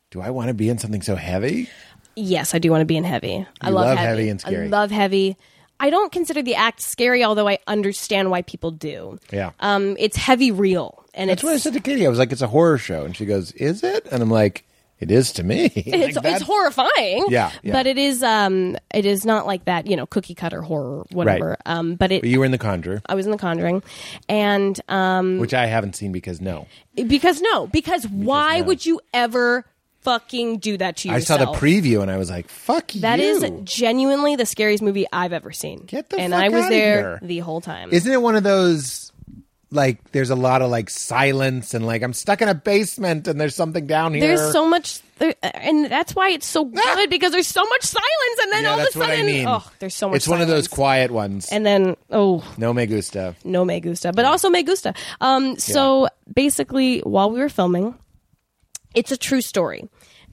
[SPEAKER 3] Do I want to be in something so heavy?
[SPEAKER 2] yes, I do want to be in heavy. I
[SPEAKER 3] You
[SPEAKER 2] love,
[SPEAKER 3] love
[SPEAKER 2] heavy.
[SPEAKER 3] heavy and scary.
[SPEAKER 2] I love heavy. I don't consider the act scary, although I understand why people do.
[SPEAKER 3] Yeah.
[SPEAKER 2] Um, it's heavy real, and
[SPEAKER 3] That's what I
[SPEAKER 2] it's
[SPEAKER 3] said to Katie. I was like, It's a horror show. And she goes, Is it? And I'm like, It is to me.
[SPEAKER 2] it's, it's horrifying.
[SPEAKER 3] Yeah, yeah.
[SPEAKER 2] But it is um it is not like that you know cookie cutter horror whatever.
[SPEAKER 3] Right.
[SPEAKER 2] Um, but it.
[SPEAKER 3] But you were in The Conjure,
[SPEAKER 2] I was in The Conjuring, and um,
[SPEAKER 3] which I haven't seen because no.
[SPEAKER 2] because no, because, why
[SPEAKER 3] no.
[SPEAKER 2] would you ever fucking do that to
[SPEAKER 3] I
[SPEAKER 2] yourself?
[SPEAKER 3] saw the preview and I was like, Fuck
[SPEAKER 2] That
[SPEAKER 3] you.
[SPEAKER 2] is genuinely the scariest movie I've ever seen.
[SPEAKER 3] Get the
[SPEAKER 2] and
[SPEAKER 3] fuck
[SPEAKER 2] I was
[SPEAKER 3] outta
[SPEAKER 2] there
[SPEAKER 3] here.
[SPEAKER 2] the whole time.
[SPEAKER 3] Isn't it one of those like there's a lot of like silence and like I'm stuck in a basement and there's something down here.
[SPEAKER 2] there's so much, there, and that's why it's so
[SPEAKER 3] Ah!
[SPEAKER 2] good because there's so much silence, and then
[SPEAKER 3] yeah,
[SPEAKER 2] all of a
[SPEAKER 3] that's
[SPEAKER 2] sudden,
[SPEAKER 3] what I mean.
[SPEAKER 2] oh, there's so much.
[SPEAKER 3] It's one of those
[SPEAKER 2] silence.
[SPEAKER 3] quiet ones.
[SPEAKER 2] and then oh
[SPEAKER 3] no me gusta.
[SPEAKER 2] no, me gusta, but also me gusta. Um, so basically, while we were filming, it's a true story,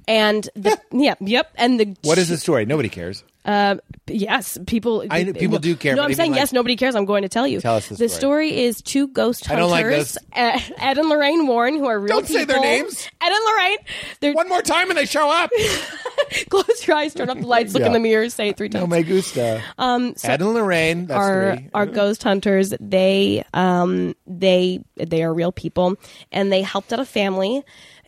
[SPEAKER 2] and the, yeah, yep, and the
[SPEAKER 3] What is the story? Nobody cares.
[SPEAKER 2] Um, yes, people.
[SPEAKER 3] I know- people
[SPEAKER 2] no-
[SPEAKER 3] do care,
[SPEAKER 2] No,
[SPEAKER 3] but
[SPEAKER 2] I'm
[SPEAKER 3] I
[SPEAKER 2] saying
[SPEAKER 3] mean, like-
[SPEAKER 2] yes. Nobody cares. I'm going to tell you.
[SPEAKER 3] Tell us the
[SPEAKER 2] The
[SPEAKER 3] story.
[SPEAKER 2] story is two ghost
[SPEAKER 3] I don't like
[SPEAKER 2] hunters, uh, Ed and Lorraine Warren, who are real
[SPEAKER 3] Don't say their
[SPEAKER 2] people.
[SPEAKER 3] names.
[SPEAKER 2] Ed and Lorraine. They're
[SPEAKER 3] One more time and they show up.
[SPEAKER 2] close your eyes, turn off the lights, look
[SPEAKER 3] Yeah.
[SPEAKER 2] in the mirror, say it three times.
[SPEAKER 3] oh, my Gusta. Um, Ed and Lorraine. That's
[SPEAKER 2] are
[SPEAKER 3] three. Mm-hmm.
[SPEAKER 2] are ghost hunters. They um they they are real people, and they helped out a family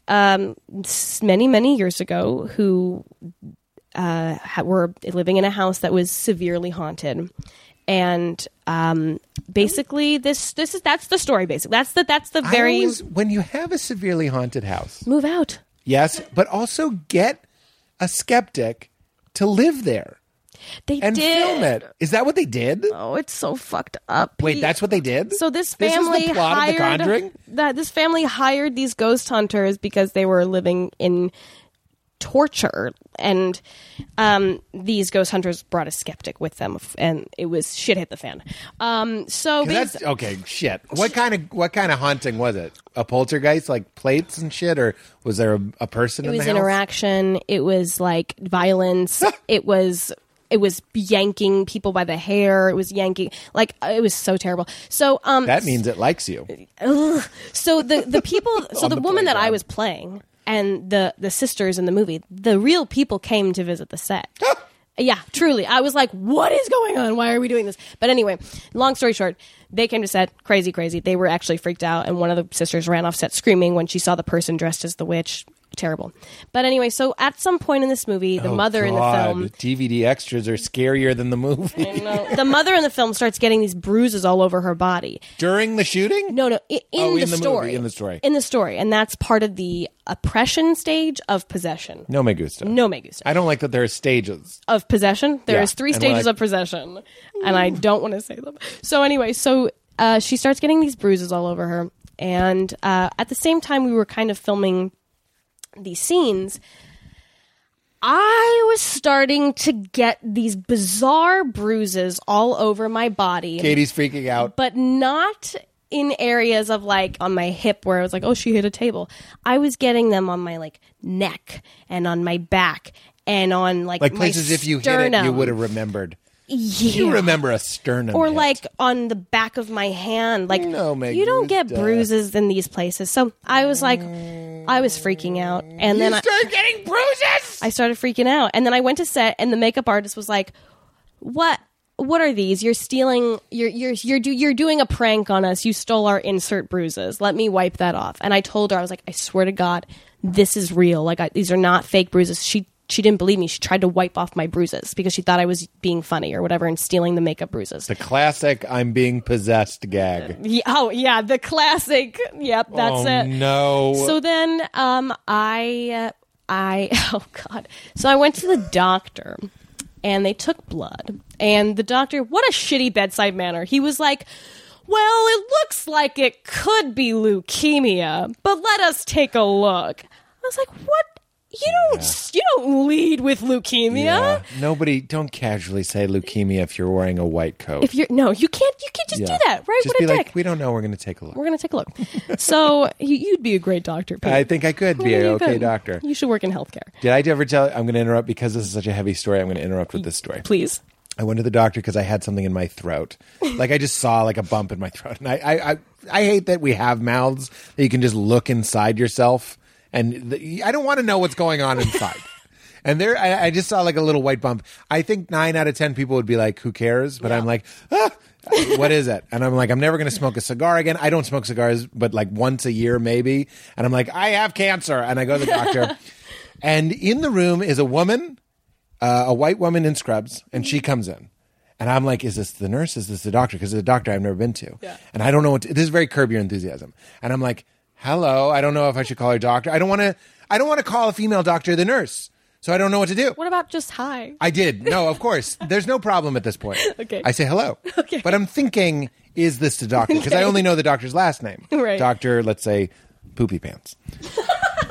[SPEAKER 2] um s- many many years ago who uh ha- were living in a house that was severely haunted. And um, basically, this this is that's the story. Basically, that's the that's the
[SPEAKER 3] I
[SPEAKER 2] very
[SPEAKER 3] always- when you have a severely haunted house,
[SPEAKER 2] move out.
[SPEAKER 3] yes, but also get a skeptic to live there
[SPEAKER 2] They
[SPEAKER 3] and
[SPEAKER 2] did.
[SPEAKER 3] film it. Is that what they did?
[SPEAKER 2] Oh, it's so fucked up.
[SPEAKER 3] Wait,
[SPEAKER 2] Pete.
[SPEAKER 3] that's what they did.
[SPEAKER 2] So this
[SPEAKER 3] is
[SPEAKER 2] family
[SPEAKER 3] the plot
[SPEAKER 2] hired
[SPEAKER 3] of The Conjuring.
[SPEAKER 2] that this family hired these ghost hunters because they were living in torture, and um, these ghost hunters brought a skeptic with them, and it was shit hit the fan. Um, so
[SPEAKER 3] 'Cause
[SPEAKER 2] bas-
[SPEAKER 3] That's okay. Shit. What kind of what kind of haunting was it? A poltergeist, like plates and shit, or was there a, a person
[SPEAKER 2] it
[SPEAKER 3] in
[SPEAKER 2] was
[SPEAKER 3] the house?
[SPEAKER 2] interaction. It was like violence. it was. It was yanking people by the hair. It was yanking like it was so terrible. So um,
[SPEAKER 3] that means it likes you.
[SPEAKER 2] So the the people, so the,
[SPEAKER 3] the
[SPEAKER 2] woman that I
[SPEAKER 3] playground.
[SPEAKER 2] was playing and the the sisters in the movie, the real people came to visit the set. yeah, truly, I was like, "What is going on? Why are we doing this?" But anyway, long story short, they came to set. Crazy, crazy. They were actually freaked out, and one of the sisters ran off set screaming when she saw the person dressed as the witch. Terrible. But anyway, so at some point in this movie, the mother in the
[SPEAKER 3] Oh, God,
[SPEAKER 2] film
[SPEAKER 3] DVD extras are scarier than the movie.
[SPEAKER 2] no, the mother in the film starts getting these bruises all over her body.
[SPEAKER 3] During the shooting?
[SPEAKER 2] No, no, i- in,
[SPEAKER 3] Oh,
[SPEAKER 2] the,
[SPEAKER 3] in the movie,
[SPEAKER 2] story.
[SPEAKER 3] in the story.
[SPEAKER 2] In the story. And that's part of the oppression stage of possession.
[SPEAKER 3] No, me gusta.
[SPEAKER 2] No, me gusta.
[SPEAKER 3] I don't like that there are stages.
[SPEAKER 2] Of possession. There is
[SPEAKER 3] Yeah,
[SPEAKER 2] three
[SPEAKER 3] and we're
[SPEAKER 2] stages
[SPEAKER 3] like-
[SPEAKER 2] of possession. And I don't want to say them. So, anyway, so uh, she starts getting these bruises all over her. And uh, at the same time, we were kind of filming these scenes. I was starting to get these bizarre bruises all over my body
[SPEAKER 3] Katie's freaking out.
[SPEAKER 2] but not in areas of like on my hip where I was like, oh, she hit a table. I was getting them on my like neck and on my back and on like
[SPEAKER 3] Like
[SPEAKER 2] my
[SPEAKER 3] places if you
[SPEAKER 2] sternum.
[SPEAKER 3] hit it, you would have remembered.
[SPEAKER 2] yeah.
[SPEAKER 3] You remember a sternum.
[SPEAKER 2] or
[SPEAKER 3] hit.
[SPEAKER 2] like on the back of my hand. Like
[SPEAKER 3] No me
[SPEAKER 2] you don't get
[SPEAKER 3] gusta.
[SPEAKER 2] bruises in these places. So I was like, I was freaking out, and
[SPEAKER 3] You
[SPEAKER 2] then I,
[SPEAKER 3] start getting bruises.
[SPEAKER 2] I started freaking out. And then I went to set, and the makeup artist was like, "What? What are these? You're stealing. You're you're you're do, you're doing a prank on us. You stole our insert bruises. Let me wipe that off." And I told her, I was like, "I swear to God, this is real. Like I, these are not fake bruises." She she didn't believe me. She tried to wipe off my bruises because she thought I was being funny or whatever and stealing the makeup bruises.
[SPEAKER 3] the classic "I'm being possessed" gag.
[SPEAKER 2] Yeah, oh yeah, the classic. Yep,
[SPEAKER 3] oh,
[SPEAKER 2] that's it.
[SPEAKER 3] No.
[SPEAKER 2] So then, um, I, I, oh god. So I went to the doctor, and they took blood. And the doctor, what a shitty bedside manner. He was like, "Well, it looks like it could be leukemia, but let us take a look." I was like, "What? You don't, you don't lead with leukemia."
[SPEAKER 3] Yeah. Nobody, don't casually say leukemia if you're wearing a white coat.
[SPEAKER 2] If you're no, you can't. You can't just
[SPEAKER 3] Yeah.
[SPEAKER 2] do that, right?
[SPEAKER 3] Just
[SPEAKER 2] what
[SPEAKER 3] be
[SPEAKER 2] a
[SPEAKER 3] like,
[SPEAKER 2] dick.
[SPEAKER 3] we don't know. We're going to take a look.
[SPEAKER 2] We're gonna take a look. So you- you'd be a great doctor. Pete.
[SPEAKER 3] I think I could be
[SPEAKER 2] Well,
[SPEAKER 3] an
[SPEAKER 2] you
[SPEAKER 3] okay
[SPEAKER 2] could.
[SPEAKER 3] doctor.
[SPEAKER 2] You should work in healthcare.
[SPEAKER 3] Did I ever tell? I'm going to interrupt because this is such a heavy story. I'm going to interrupt with this story.
[SPEAKER 2] Please.
[SPEAKER 3] I went to the doctor because I had something in my throat. Like I just saw like a bump in my throat, and I I I, I hate that we have mouths that you can just look inside yourself, and the, I don't want to know what's going on inside. And there, I, I just saw like a little white bump. I think nine out of ten people would be like, "Who cares?" But I'm like, ah, "What is it?" And I'm like, "I'm never going to smoke a cigar again." I don't smoke cigars, but like once a year maybe. And I'm like, "I have cancer," and I go to the doctor. and in the room is a woman uh, a white woman in scrubs, and she comes in. And I'm like, is this the nurse? Is this the doctor? Because it's a doctor I've never been to. And I don't know what to, this is very curb your enthusiasm. And I'm like, hello, I don't know if I should call her doctor. I don't want to, I don't want to call a female doctor the nurse. So I don't know what to do.
[SPEAKER 2] What about just hi?
[SPEAKER 3] I did. No, of course. There's no problem at this point.
[SPEAKER 2] Okay.
[SPEAKER 3] I say hello. Okay. But I'm thinking, is this the doctor? Because I only know the doctor's last name.
[SPEAKER 2] Right.
[SPEAKER 3] Doctor, let's say, poopy pants.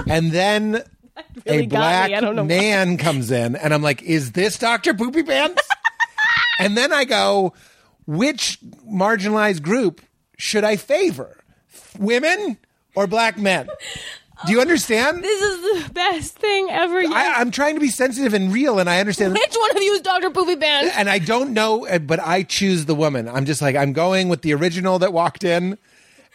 [SPEAKER 3] and then
[SPEAKER 2] really
[SPEAKER 3] a
[SPEAKER 2] got me.
[SPEAKER 3] black
[SPEAKER 2] I don't know why.
[SPEAKER 3] man comes in, and I'm like, is this Doctor Poopy Pants? and then I go, which marginalized group should I favor? Women or black men? Do you understand?
[SPEAKER 2] Oh, This is the best thing ever. Yet.
[SPEAKER 3] I, I'm trying to be sensitive and real, and I understand.
[SPEAKER 2] Which one of you is Dr. Poopy Band?
[SPEAKER 3] and I don't know, uh, but I choose the woman. I'm just like I'm going with the original that walked in,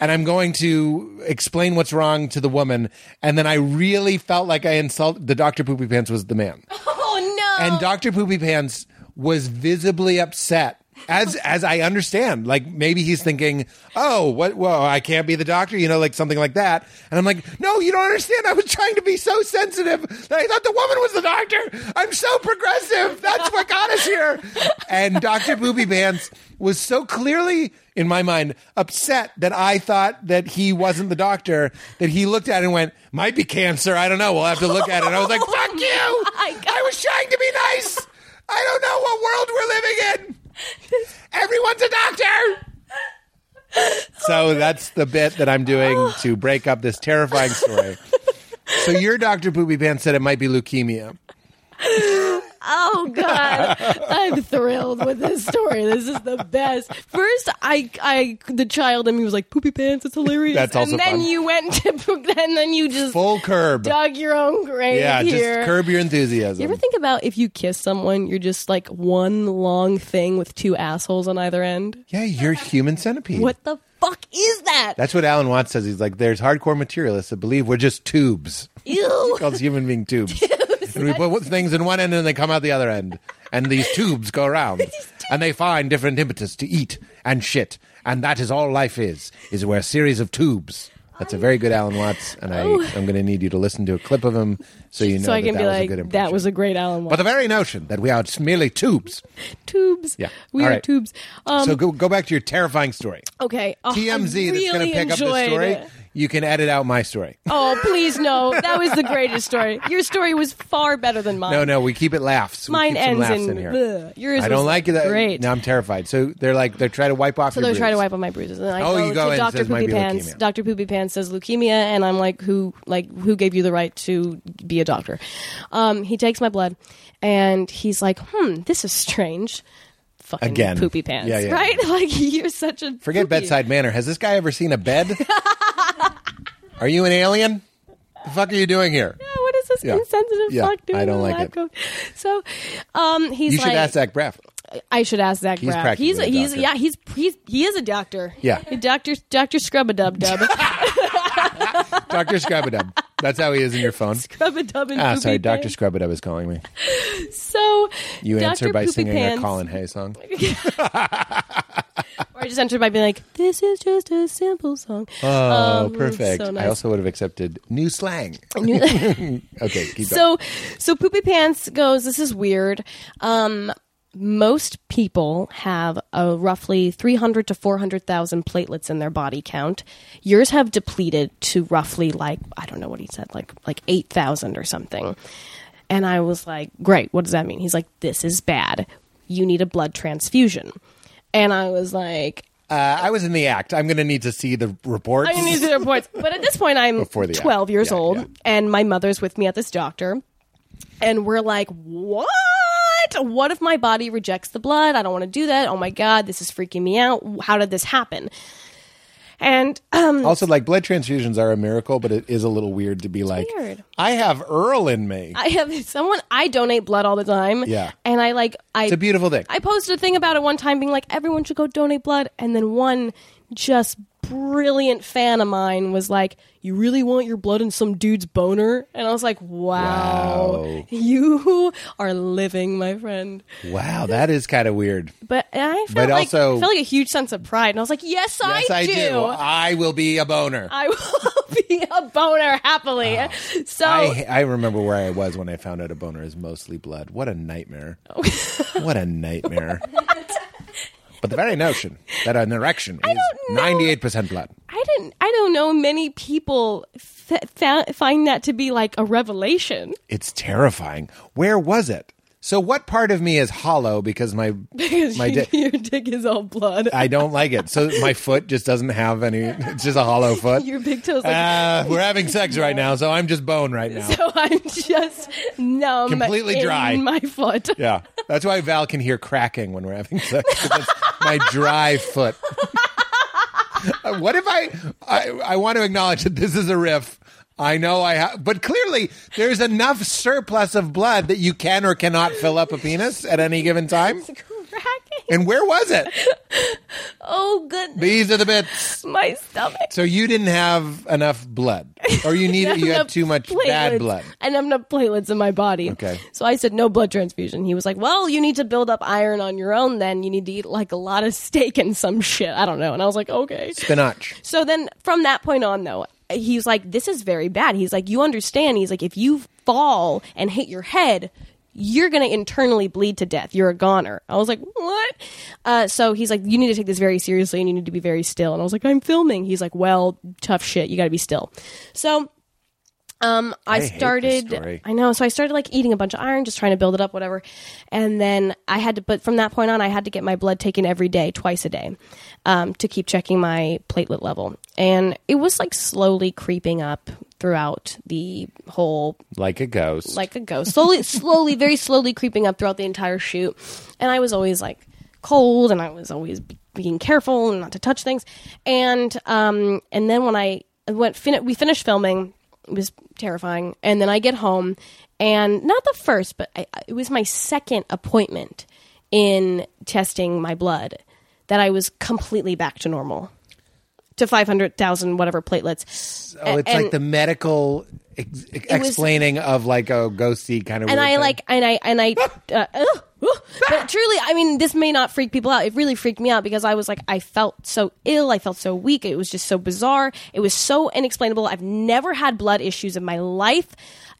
[SPEAKER 3] and I'm going to explain what's wrong to the woman. And then I really felt like I insulted the Doctor Poopy Pants was the man,
[SPEAKER 2] Oh no!
[SPEAKER 3] and Doctor Poopy Pants was visibly upset. As as I understand, like maybe he's thinking, "Oh, what? Well, I can't be the doctor," you know, like something like that. And I'm like, "No, you don't understand. I was trying to be so sensitive that I thought the woman was the doctor. I'm so progressive. That's what got us here." And Doctor Booby Bands was so clearly, in my mind, upset that I thought that he wasn't the doctor. That he looked at it and went, "Might be cancer. I don't know. We'll have to look at it." And I was like, "Fuck you!
[SPEAKER 2] my God.
[SPEAKER 3] I was trying to be nice. I don't know what world we're living in. Everyone's a doctor.
[SPEAKER 2] Oh
[SPEAKER 3] So that's the bit that I'm doing to break up this terrifying story. So your doctor Poopy Pants said it might be leukemia.
[SPEAKER 2] Oh god, I'm thrilled with this story. This is the best. First, I, I, the child in me was like, "Poopy pants, it's hilarious."
[SPEAKER 3] That's also
[SPEAKER 2] and then
[SPEAKER 3] fun.
[SPEAKER 2] you went to, and then you just
[SPEAKER 3] Full curb.
[SPEAKER 2] dug your own grave
[SPEAKER 3] Yeah,
[SPEAKER 2] here.
[SPEAKER 3] just curb your
[SPEAKER 2] You
[SPEAKER 3] enthusiasm.
[SPEAKER 2] ever think about if you kiss someone, you're just like one long thing with two assholes on either end?
[SPEAKER 3] yeah, you're human centipede.
[SPEAKER 2] What the fuck is that?
[SPEAKER 3] That's what Alan Watts says. He's like, there's hardcore materialists that believe we're just tubes.
[SPEAKER 2] Ew.
[SPEAKER 3] Calls human being tubes. and we put things in one end and they come out the other end. And these tubes go around. And they find different impetus to eat and shit. And that is all life is, is we're a series of tubes. That's a very good Alan Watts, and I, I'm going to need you to listen to a clip of him so you know
[SPEAKER 2] Oh. so I
[SPEAKER 3] that,
[SPEAKER 2] can
[SPEAKER 3] that
[SPEAKER 2] be
[SPEAKER 3] was a
[SPEAKER 2] like,
[SPEAKER 3] good impression.
[SPEAKER 2] that was a great Alan
[SPEAKER 3] But
[SPEAKER 2] Watts.
[SPEAKER 3] the very notion that we are merely tubes.
[SPEAKER 2] tubes.
[SPEAKER 3] Yeah.
[SPEAKER 2] We
[SPEAKER 3] All
[SPEAKER 2] are
[SPEAKER 3] right.
[SPEAKER 2] tubes. Um,
[SPEAKER 3] so go, go back to your terrifying story.
[SPEAKER 2] okay. Oh, I
[SPEAKER 3] TMZ that's going
[SPEAKER 2] really
[SPEAKER 3] to pick up
[SPEAKER 2] enjoyed
[SPEAKER 3] this story.
[SPEAKER 2] it.
[SPEAKER 3] You can edit out my story.
[SPEAKER 2] Oh, please no. That was the greatest story. Your story was far better than mine.
[SPEAKER 3] No, no, we keep it laughs. We
[SPEAKER 2] Mine
[SPEAKER 3] keep some
[SPEAKER 2] ends
[SPEAKER 3] laughs
[SPEAKER 2] in,
[SPEAKER 3] in here.
[SPEAKER 2] bleh. yours
[SPEAKER 3] I don't
[SPEAKER 2] was
[SPEAKER 3] like that.
[SPEAKER 2] Great.
[SPEAKER 3] Now I'm terrified. So they're like they're trying to wipe off.
[SPEAKER 2] so
[SPEAKER 3] your
[SPEAKER 2] they try to
[SPEAKER 3] bruise.
[SPEAKER 2] wipe out my bruises. And I
[SPEAKER 3] Oh,
[SPEAKER 2] go
[SPEAKER 3] you go
[SPEAKER 2] to
[SPEAKER 3] in, it
[SPEAKER 2] Dr.
[SPEAKER 3] says might
[SPEAKER 2] Poopy
[SPEAKER 3] be
[SPEAKER 2] Pants.
[SPEAKER 3] leukemia.
[SPEAKER 2] Dr. Poopy Pants says leukemia and I'm like who like who gave you the right to be a doctor? Um, he takes my blood and he's like, "Hmm, this is strange." Fucking
[SPEAKER 3] Again.
[SPEAKER 2] poopy pants,
[SPEAKER 3] Yeah, yeah.
[SPEAKER 2] right? Like you're such a
[SPEAKER 3] Forget
[SPEAKER 2] poopy.
[SPEAKER 3] bedside manner. Has this guy ever seen a bed? are you an alien? The fuck are you doing here?
[SPEAKER 2] Yeah, what is this
[SPEAKER 3] Yeah.
[SPEAKER 2] insensitive
[SPEAKER 3] Yeah,
[SPEAKER 2] fuck doing?
[SPEAKER 3] I don't
[SPEAKER 2] in a
[SPEAKER 3] like
[SPEAKER 2] lab
[SPEAKER 3] it.
[SPEAKER 2] coat? So, um, he's
[SPEAKER 3] You should
[SPEAKER 2] like,
[SPEAKER 3] ask Zach Braff.
[SPEAKER 2] I should ask Zach
[SPEAKER 3] He's
[SPEAKER 2] Braff.
[SPEAKER 3] practically
[SPEAKER 2] He's a,
[SPEAKER 3] a
[SPEAKER 2] he's
[SPEAKER 3] doctor.
[SPEAKER 2] yeah he's he's he is a doctor.
[SPEAKER 3] Yeah.
[SPEAKER 2] doctor doctor scrub a dub dub
[SPEAKER 3] Doctor Scrubadub. That's how he is in your phone.
[SPEAKER 2] scrub a dub and
[SPEAKER 3] Ah,
[SPEAKER 2] poopy
[SPEAKER 3] sorry, Doctor
[SPEAKER 2] pants.
[SPEAKER 3] Scrubadub is calling me.
[SPEAKER 2] So
[SPEAKER 3] You
[SPEAKER 2] Dr.
[SPEAKER 3] answer by
[SPEAKER 2] Poopy
[SPEAKER 3] singing
[SPEAKER 2] pants, Oh,
[SPEAKER 3] a Colin Hay song.
[SPEAKER 2] Or I just entered by being like, "This is just a simple song."
[SPEAKER 3] Oh,
[SPEAKER 2] Um,
[SPEAKER 3] perfect!
[SPEAKER 2] So
[SPEAKER 3] I
[SPEAKER 2] nice.
[SPEAKER 3] also would have accepted new slang. okay, keep going.
[SPEAKER 2] so so poopy pants goes this is weird um most people have uh, roughly 300 to 400,000 platelets in their body count. Yours have depleted to roughly like I don't know what he said like like 8,000 or something. And I was like, "Great, what does that mean?" He's like, "This is bad. You need a blood transfusion." And I was like,
[SPEAKER 3] Uh, I was in the act. I'm going to need to see the reports.
[SPEAKER 2] I need their points. But at this point, I'm
[SPEAKER 3] Before the act.
[SPEAKER 2] 12 years
[SPEAKER 3] Yeah,
[SPEAKER 2] old,
[SPEAKER 3] yeah.
[SPEAKER 2] and my mother's with me at this doctor. And we're like, what? What if my body rejects the blood? I don't want to do that. Oh my God, this is freaking me out. How did this happen? And um,
[SPEAKER 3] Also, like blood transfusions are a miracle, but it is a little weird to be like,
[SPEAKER 2] weird.
[SPEAKER 3] I have Earl in me.
[SPEAKER 2] I have someone, I donate blood all the time.
[SPEAKER 3] Yeah.
[SPEAKER 2] And I like, I.
[SPEAKER 3] it's a beautiful thing.
[SPEAKER 2] I posted a thing about it one time being like, everyone should go donate blood. And then one just brilliant fan of mine was like, you really want your blood in some dude's boner? And I was like, wow,
[SPEAKER 3] Wow.
[SPEAKER 2] you are living, my friend.
[SPEAKER 3] wow, that is kind of weird.
[SPEAKER 2] But I felt,
[SPEAKER 3] But
[SPEAKER 2] like,
[SPEAKER 3] also-
[SPEAKER 2] I felt like a huge sense of pride. And I Oh. was like, yes,
[SPEAKER 3] Yes, I, do. I will be a boner.
[SPEAKER 2] I will be a boner happily. so
[SPEAKER 3] I, I remember where I was when I found out a boner is mostly blood. What a nightmare. what a nightmare. but the very notion that an erection is
[SPEAKER 2] know.
[SPEAKER 3] 98% blood.
[SPEAKER 2] I didn't, I don't know many people fa- fa- find that to be like a revelation.
[SPEAKER 3] It's terrifying. Where was it? So, what part of me is hollow because my
[SPEAKER 2] Because
[SPEAKER 3] my dick?
[SPEAKER 2] your dick is all blood.
[SPEAKER 3] I don't like it. So my foot just doesn't have any. It's just a hollow foot.
[SPEAKER 2] Your big toes, like-
[SPEAKER 3] Uh, we're having sex right now, so I'm just bone right now.
[SPEAKER 2] so I'm just numb,
[SPEAKER 3] Completely
[SPEAKER 2] in
[SPEAKER 3] dry.
[SPEAKER 2] My foot.
[SPEAKER 3] Yeah, that's why Val can hear cracking when we're having sex. 'cause it's my dry foot. Uh, what if I, I? I want to acknowledge that this is a riff I know I have, but clearly there's enough surplus of blood that you can or cannot fill up a penis at any given time.
[SPEAKER 2] Cracking.
[SPEAKER 3] And where was it?
[SPEAKER 2] Oh goodness,
[SPEAKER 3] These are the bits.
[SPEAKER 2] my stomach.
[SPEAKER 3] So you didn't have enough blood, or you need you had
[SPEAKER 2] have
[SPEAKER 3] too much bad blood.
[SPEAKER 2] And I'm not platelets in my body.
[SPEAKER 3] Okay.
[SPEAKER 2] So I said no blood transfusion. He was like, Well, you need to build up iron on your own then. You need to eat like a lot of steak and some shit. I don't know. And I was like, Okay.
[SPEAKER 3] Spinach.
[SPEAKER 2] So then from that point on though, he's like, This is very bad. He's like, You understand? He's like, if you fall and hit your head, you're going to internally bleed to death. You're a goner. I was like, what? Uh, so he's like, you need to take this very seriously and you need to be very still. And I was like, I'm filming. He's like, well, tough shit. You got to be still. So um, I,
[SPEAKER 3] hate this
[SPEAKER 2] started.
[SPEAKER 3] story.
[SPEAKER 2] I know. So I started like eating a bunch of iron, just trying to build it up, whatever. And then I had to, but from that point on, I had to get my blood taken every day, twice a day, um, to keep checking my platelet level. And it was like slowly creeping up throughout the whole
[SPEAKER 3] Like a ghost.
[SPEAKER 2] like a ghost. Slowly, slowly, very slowly creeping up throughout the entire shoot. And I was always like cold, and I was always be- being careful and not to touch things. And um, and then when I went, fin- we finished filming. It was terrifying. And then I get home, and not the first, but I, I- it was my second appointment in testing my blood that I was completely back to normal. To 500,000 whatever platelets.
[SPEAKER 3] oh, it's like
[SPEAKER 2] and-
[SPEAKER 3] the medical ex- explaining of like a ghosty kind of. weird
[SPEAKER 2] and I
[SPEAKER 3] thing. Ah!
[SPEAKER 2] like and I and I uh, ugh, ugh. but truly I mean this may not freak people out it really freaked me out because I was like I felt so ill I felt so weak it was just so bizarre it was so inexplainable I've never had blood issues in my life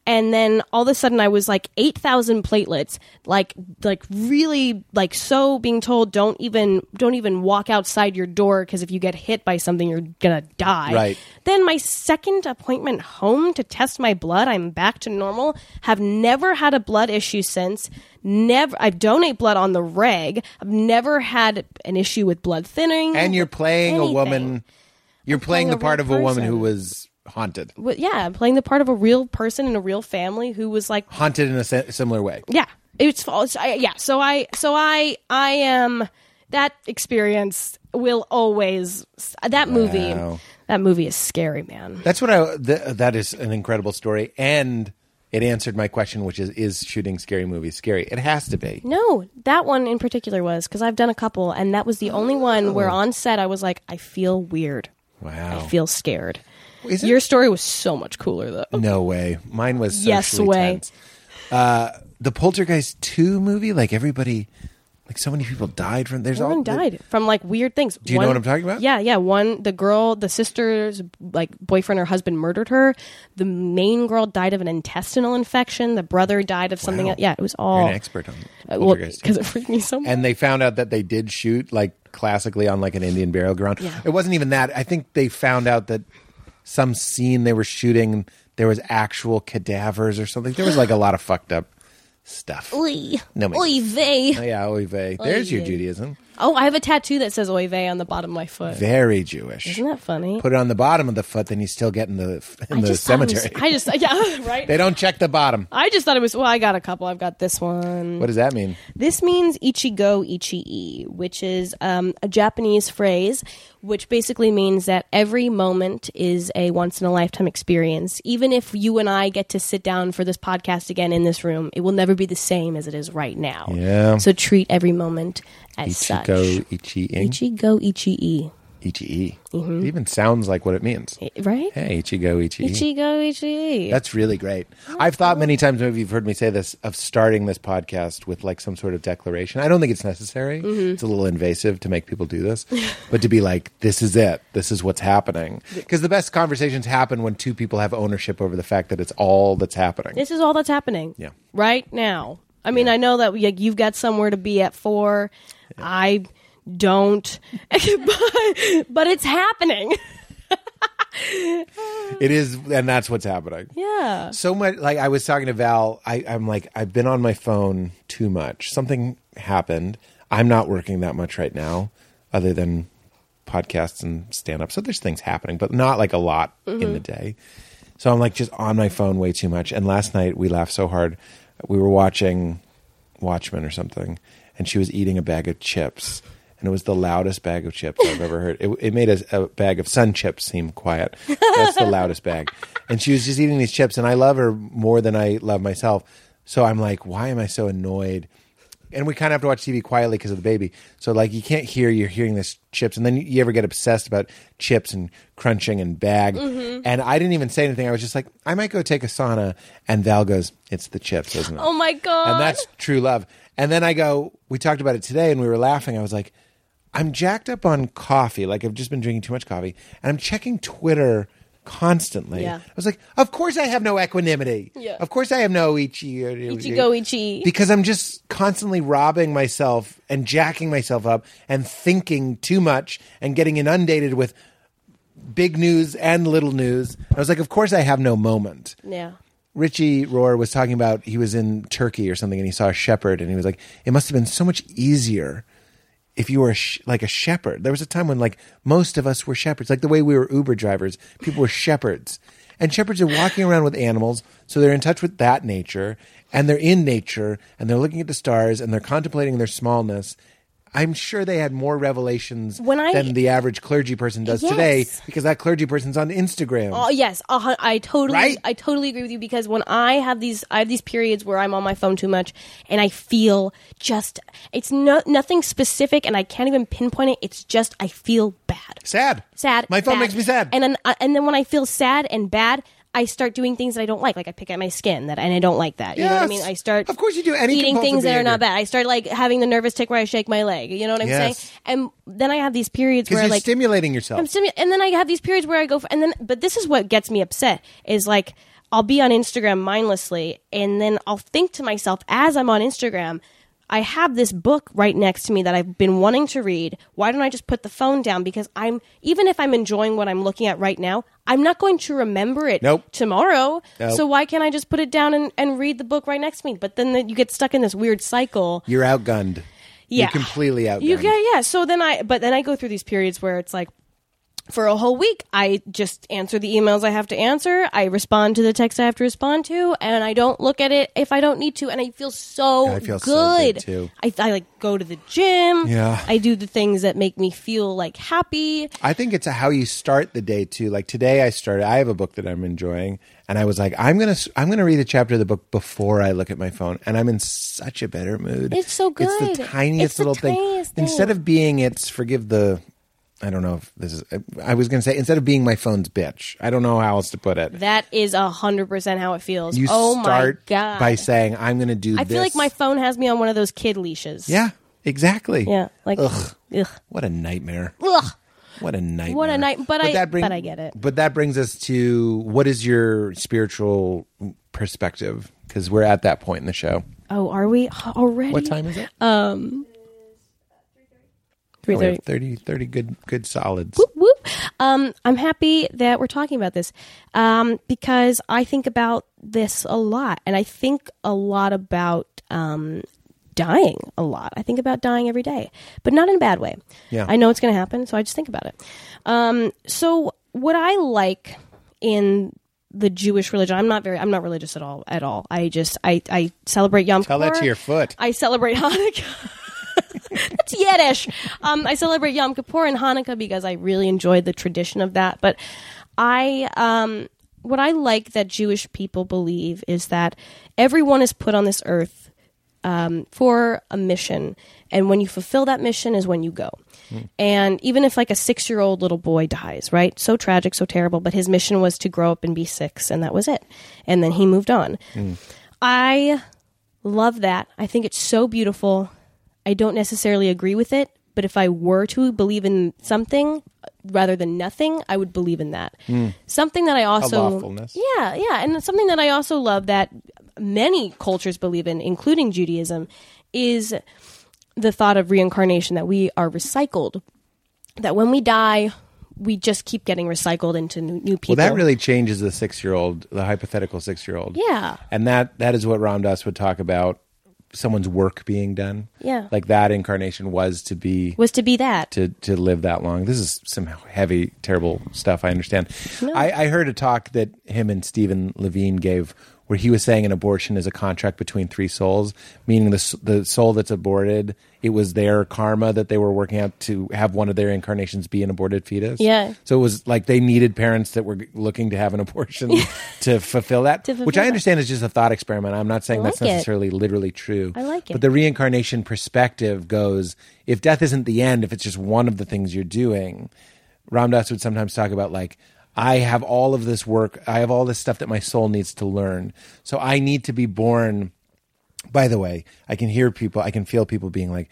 [SPEAKER 2] and then all of a sudden I was like 8000 platelets like like really like so being told don't even don't even walk outside your door cuz if you get hit by something you're going to die
[SPEAKER 3] Right.
[SPEAKER 2] then my second appointment home to test my blood, I'm back to normal. Have never had a blood issue since. Never I donate blood on the reg. I've never had an issue with blood thinning.
[SPEAKER 3] and you're playing a
[SPEAKER 2] anything.
[SPEAKER 3] woman. You're playing,
[SPEAKER 2] playing
[SPEAKER 3] the
[SPEAKER 2] a
[SPEAKER 3] part
[SPEAKER 2] real
[SPEAKER 3] of a woman who
[SPEAKER 2] person.
[SPEAKER 3] was haunted,
[SPEAKER 2] But yeah, I'm playing the part of a real person in a real family who was like
[SPEAKER 3] haunted in a si- similar way.
[SPEAKER 2] yeah it's false I, yeah so i so i i am that experience will always that movie
[SPEAKER 3] Wow.
[SPEAKER 2] that movie is scary man
[SPEAKER 3] That's what I. Th- that is an incredible story, and it answered my question, which is: Is shooting scary movies scary? It has to be.
[SPEAKER 2] No, that one in particular was because I've done a couple, and that was the only one where on set I was like, I feel weird.
[SPEAKER 3] Oh. Wow.
[SPEAKER 2] I feel scared.
[SPEAKER 3] Is it-
[SPEAKER 2] Your story was so much cooler, though.
[SPEAKER 3] No way. Mine was socially
[SPEAKER 2] Yes way.
[SPEAKER 3] tense. Uh, the Poltergeist two movie, like everybody, like so many people died from. There's all
[SPEAKER 2] Everyone
[SPEAKER 3] the-
[SPEAKER 2] died from like weird things. Do
[SPEAKER 3] you know what I'm talking about?
[SPEAKER 2] Yeah, yeah. One, the girl, the sister's like boyfriend or husband murdered her. The main girl died of an intestinal infection. The brother died of something.
[SPEAKER 3] Wow.
[SPEAKER 2] else. Yeah, it was all
[SPEAKER 3] You're an expert on
[SPEAKER 2] Uh, well,
[SPEAKER 3] Poltergeist.
[SPEAKER 2] because it freaked me so much.
[SPEAKER 3] and they found out that they did shoot like classically on like an Indian burial ground. It wasn't even that. I think they found out that some scene they were shooting there was actual cadavers or something. There was like a lot of fucked up stuff.
[SPEAKER 2] Oy,
[SPEAKER 3] No, mate.
[SPEAKER 2] oy vey.
[SPEAKER 3] Oh, yeah, oy vey. There's your
[SPEAKER 2] vey.
[SPEAKER 3] Judaism.
[SPEAKER 2] Oh, I have a tattoo that says oy vey on the bottom of my foot.
[SPEAKER 3] Very Jewish.
[SPEAKER 2] Isn't that funny?
[SPEAKER 3] Put it on the bottom of the foot, then you still get in the in
[SPEAKER 2] I
[SPEAKER 3] the
[SPEAKER 2] just thought it was-
[SPEAKER 3] cemetery.
[SPEAKER 2] I just yeah, right.
[SPEAKER 3] They don't check the bottom.
[SPEAKER 2] I just thought it was well, I got a couple. I've got this one.
[SPEAKER 3] What does that mean?
[SPEAKER 2] This means ichigo ichi, which is um, a Japanese phrase which basically means that every moment is a once in a lifetime experience. Even if you and I get to sit down for this podcast again in this room, it will never be the same as it is right now.
[SPEAKER 3] Yeah.
[SPEAKER 2] So treat every moment as such.
[SPEAKER 3] Ichigo Ichi in
[SPEAKER 2] Ichigo ichi,
[SPEAKER 3] Ichi. It even sounds like what it means.
[SPEAKER 2] right?
[SPEAKER 3] Hey, Ichigo Ichi.
[SPEAKER 2] Ichigo ichi.
[SPEAKER 3] That's really great. I've thought many times, maybe you've heard me say this, of starting this podcast with like some sort of declaration. I don't think it's necessary. It's a little invasive to make people do this, but to be like, this is it. This is what's happening. Because the best conversations happen when two people have ownership over the fact that it's all that's happening.
[SPEAKER 2] This is all that's happening.
[SPEAKER 3] Yeah.
[SPEAKER 2] Right now. I mean, I know that like, you've got somewhere to be at four. I don't, but, but it's happening.
[SPEAKER 3] It is, and that's what's happening.
[SPEAKER 2] Yeah.
[SPEAKER 3] so much like i was talking to val I, i'm like i've been on my phone too much something happened i'm not working that much right now other than podcasts and stand up so there's things happening but not like a lot in the day so i'm like just on my phone way too much and last night we laughed so hard we were watching watchmen or something and she was eating a bag of chips and and it was the loudest bag of chips I've ever heard. It, it made a, a bag of sun chips seem quiet. That's the loudest bag. And she was just eating these chips, and I love her more than I love myself. So I'm like, why am I so annoyed? And we kind of have to watch TV quietly because of the baby. So like, you can't hear. You're hearing this chips, and then you, you ever get obsessed about chips and crunching and bag. And I didn't even say anything. I was just like, I might go take a sauna. And Val goes, "It's the chips, isn't it?"
[SPEAKER 2] Oh my god!
[SPEAKER 3] And that's true love. And then I go, we talked about it today and we were laughing. I was like, I'm jacked up on coffee. Like I've just been drinking too much coffee and I'm checking Twitter constantly.
[SPEAKER 2] Yeah.
[SPEAKER 3] I was like, of course I have no equanimity.
[SPEAKER 2] Yeah.
[SPEAKER 3] Of course I have no ichi.
[SPEAKER 2] Ichigo Ichi.
[SPEAKER 3] Because I'm just constantly robbing myself and jacking myself up and thinking too much and getting inundated with big news and little news. I was like, of course I have no moment.
[SPEAKER 2] yeah.
[SPEAKER 3] Richie Rohr was talking about he was in Turkey or something and he saw a shepherd and he was like, it must have been so much easier if you were a sh- like a shepherd. There was a time when like most of us were shepherds, like the way we were Uber drivers, people were shepherds. And shepherds are walking around with animals, so they're in touch with that nature and they're in nature and they're looking at the stars and they're contemplating their smallness. I'm sure they had more revelations
[SPEAKER 2] When I-
[SPEAKER 3] than the average clergy person does today
[SPEAKER 2] Yes.
[SPEAKER 3] because that clergy person's on Instagram.
[SPEAKER 2] Oh yes, a hun- I totally,
[SPEAKER 3] Right?
[SPEAKER 2] I totally agree with you because when I have these, I have these periods where I'm on my phone too much, and I feel just it's no nothing specific, and I can't even pinpoint it. It's just I feel bad,
[SPEAKER 3] sad.
[SPEAKER 2] sad.
[SPEAKER 3] My phone
[SPEAKER 2] bad.
[SPEAKER 3] makes me sad.
[SPEAKER 2] and then I- and then when I feel sad and bad, I start doing things that I don't like, like I pick at my skin that, and I don't like that. You know what I
[SPEAKER 3] Yes.
[SPEAKER 2] mean? I start.
[SPEAKER 3] Of course you do. Any
[SPEAKER 2] eating
[SPEAKER 3] compulsive
[SPEAKER 2] things that are
[SPEAKER 3] behavior.
[SPEAKER 2] not bad. I start like having the nervous tick where I shake my leg. You know what I'm
[SPEAKER 3] Yes.
[SPEAKER 2] saying? And then I have these periods
[SPEAKER 3] Because
[SPEAKER 2] where
[SPEAKER 3] you're
[SPEAKER 2] like
[SPEAKER 3] stimulating yourself.
[SPEAKER 2] I'm stimu- and then I have these periods where I go, for, and then, but this is what gets me upset is like, I'll be on Instagram mindlessly, and then I'll think to myself as I'm on Instagram, I have this book right next to me that I've been wanting to read. Why don't I just put the phone down? Because I'm, even if I'm enjoying what I'm looking at right now, I'm not going to remember it
[SPEAKER 3] Nope.
[SPEAKER 2] tomorrow.
[SPEAKER 3] Nope.
[SPEAKER 2] So why can't I just put it down and, and read the book right next to me? But then the, you get stuck in this weird cycle.
[SPEAKER 3] You're outgunned.
[SPEAKER 2] Yeah.
[SPEAKER 3] You're completely outgunned.
[SPEAKER 2] You yeah, yeah. So then I but then I go through these periods where it's like for a whole week I just answer the emails I have to answer, I respond to the texts I have to respond to, and I don't look at it if I don't need to and I feel so
[SPEAKER 3] I feel
[SPEAKER 2] good.
[SPEAKER 3] so good, too.
[SPEAKER 2] I I like go to the gym.
[SPEAKER 3] Yeah.
[SPEAKER 2] I do the things that make me feel like happy.
[SPEAKER 3] I think it's a how you start the day too. Like today I started I have a book that I'm enjoying and I was like I'm going to I'm going to read a chapter of the book before I look at my phone and I'm in such a better mood.
[SPEAKER 2] It's so
[SPEAKER 3] It's the
[SPEAKER 2] good.
[SPEAKER 3] tiniest
[SPEAKER 2] It's the
[SPEAKER 3] little
[SPEAKER 2] tiniest thing.
[SPEAKER 3] thing. Instead of being it's forgive the I don't know if this is I was going to say instead of being my phone's bitch. I don't know how else to put it.
[SPEAKER 2] That is a hundred percent how it feels.
[SPEAKER 3] You
[SPEAKER 2] oh
[SPEAKER 3] start
[SPEAKER 2] my god.
[SPEAKER 3] by saying I'm going to do
[SPEAKER 2] I
[SPEAKER 3] this.
[SPEAKER 2] feel like my phone has me on one of those kid leashes.
[SPEAKER 3] Yeah, exactly.
[SPEAKER 2] Yeah. Like
[SPEAKER 3] Ugh.
[SPEAKER 2] ugh.
[SPEAKER 3] What a nightmare.
[SPEAKER 2] Ugh.
[SPEAKER 3] What a nightmare.
[SPEAKER 2] What a night- but I- but I get it.
[SPEAKER 3] But that brings us to what is your spiritual perspective? Because we're at that point in the show.
[SPEAKER 2] Oh, are we already?
[SPEAKER 3] What time is it?
[SPEAKER 2] Uh, Three
[SPEAKER 3] Oh, we
[SPEAKER 2] thirty.
[SPEAKER 3] have 30, 30 good, good solids.
[SPEAKER 2] whoop. Um, I'm happy that we're talking about this um, because I think about this a lot, and I think a lot about um, dying a lot. I think about dying every day, but not in a bad way.
[SPEAKER 3] Yeah.
[SPEAKER 2] I know it's going to happen, so I just think about it. Um, so, what I like in the Jewish religion, I'm not very, I'm not religious at all, at all. I just, I, I celebrate Yom
[SPEAKER 3] Tell
[SPEAKER 2] Kippur.
[SPEAKER 3] that to your foot.
[SPEAKER 2] I celebrate Hanukkah. That's Yiddish. Um, I celebrate Yom Kippur and Hanukkah because I really enjoy the tradition of that. But I, um, what I like that Jewish people believe is that everyone is put on this earth um, for a mission, and when you fulfill that mission is when you go. And even if like a six-year-old little boy dies, right? So tragic, so terrible. But his mission was to grow up and be six, and that was it. And then he moved on. I love that. I think it's so beautiful. I don't necessarily agree with it, but if I were to believe in something uh, rather than nothing, I would believe in that. Something that I also
[SPEAKER 3] Hmm. lawfulness.
[SPEAKER 2] Yeah, yeah, and it's something that I also love that many cultures believe in, including Judaism, is the thought of reincarnation that we are recycled. That when we die, we just keep getting recycled into new, new people.
[SPEAKER 3] Well, that really changes the six year old, the hypothetical six year old.
[SPEAKER 2] Yeah.
[SPEAKER 3] And that that is what Ram Dass would talk about someone's work being done.
[SPEAKER 2] Yeah.
[SPEAKER 3] Like that incarnation was to be
[SPEAKER 2] was to be that.
[SPEAKER 3] to to live that long. This is some heavy, terrible stuff. I understand. I, I heard a talk that him and Stephen Levine gave where he was saying an abortion is a contract between three souls, meaning the s- the soul that's aborted, it was their karma that they were working out to have one of their incarnations be an aborted fetus.
[SPEAKER 2] Yeah.
[SPEAKER 3] So it was like they needed parents that were g- looking to have an abortion to fulfill that,
[SPEAKER 2] To
[SPEAKER 3] which
[SPEAKER 2] fulfill
[SPEAKER 3] I
[SPEAKER 2] that.
[SPEAKER 3] understand is just a thought experiment. I'm not saying
[SPEAKER 2] I
[SPEAKER 3] that's
[SPEAKER 2] like it.
[SPEAKER 3] necessarily literally true.
[SPEAKER 2] I like it.
[SPEAKER 3] But the reincarnation perspective goes if death isn't the end, if it's just one of the things you're doing, Ramdas would sometimes talk about like, I have all of this work, I have all this stuff that my soul needs to learn. So I need to be born. By the way, I can hear people, I can feel people being like,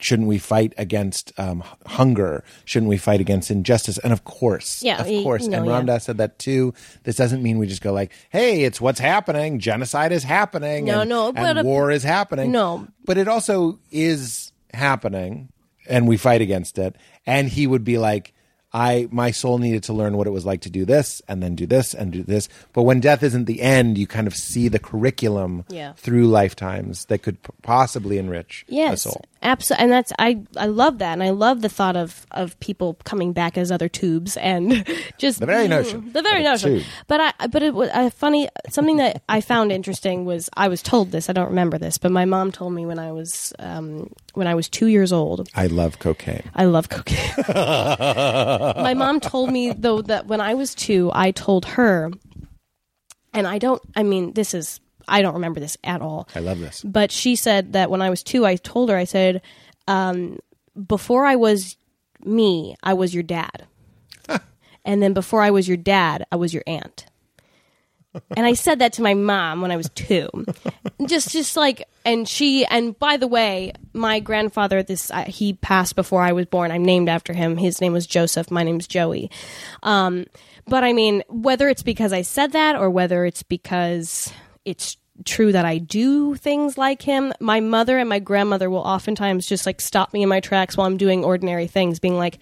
[SPEAKER 3] shouldn't we fight against um, h- hunger? Shouldn't we fight against injustice? And of course,
[SPEAKER 2] Yeah,
[SPEAKER 3] of
[SPEAKER 2] y-
[SPEAKER 3] course.
[SPEAKER 2] no,
[SPEAKER 3] and
[SPEAKER 2] yeah.
[SPEAKER 3] Ramdas said that too. This doesn't mean we just go like, "Hey, it's what's happening. Genocide is happening.
[SPEAKER 2] No,
[SPEAKER 3] and,
[SPEAKER 2] no,
[SPEAKER 3] and
[SPEAKER 2] but a-
[SPEAKER 3] war is happening."
[SPEAKER 2] No.
[SPEAKER 3] but it also is happening, and we fight against it. And he would be like, "I, my soul needed to learn what it was like to do this, and then do this, and do this." But when death isn't the end, you kind of see the curriculum
[SPEAKER 2] Yeah.
[SPEAKER 3] through lifetimes that could p- possibly enrich a
[SPEAKER 2] Yes,
[SPEAKER 3] soul.
[SPEAKER 2] absolutely, and that's I I love that, and I love the thought of of people coming back as other tubes and just Mm,
[SPEAKER 3] The very notion
[SPEAKER 2] the very
[SPEAKER 3] of a
[SPEAKER 2] notion.
[SPEAKER 3] tube.
[SPEAKER 2] But I but it was a funny something that I found interesting was I was told this I don't remember this, but my mom told me when I was um, when I was two years old.
[SPEAKER 3] I love cocaine.
[SPEAKER 2] I love cocaine. my mom told me though that when I was two, I told her, and I don't. I mean, this is I don't remember this at all.
[SPEAKER 3] I love this.
[SPEAKER 2] But she said that when I was two, I told her, I said, um, before I was me, I was your dad. and then before I was your dad, I was your aunt. And I said that to my mom when I was two. just, just like, and she, and by the way, my grandfather, this, uh, he passed before I was born. I'm named after him. His name was Joseph. My name's Joey. Um, but I mean, whether it's because I said that or whether it's because it's true that I do things like him, my mother and my grandmother will oftentimes just like stop me in my tracks while I'm doing ordinary things, being like,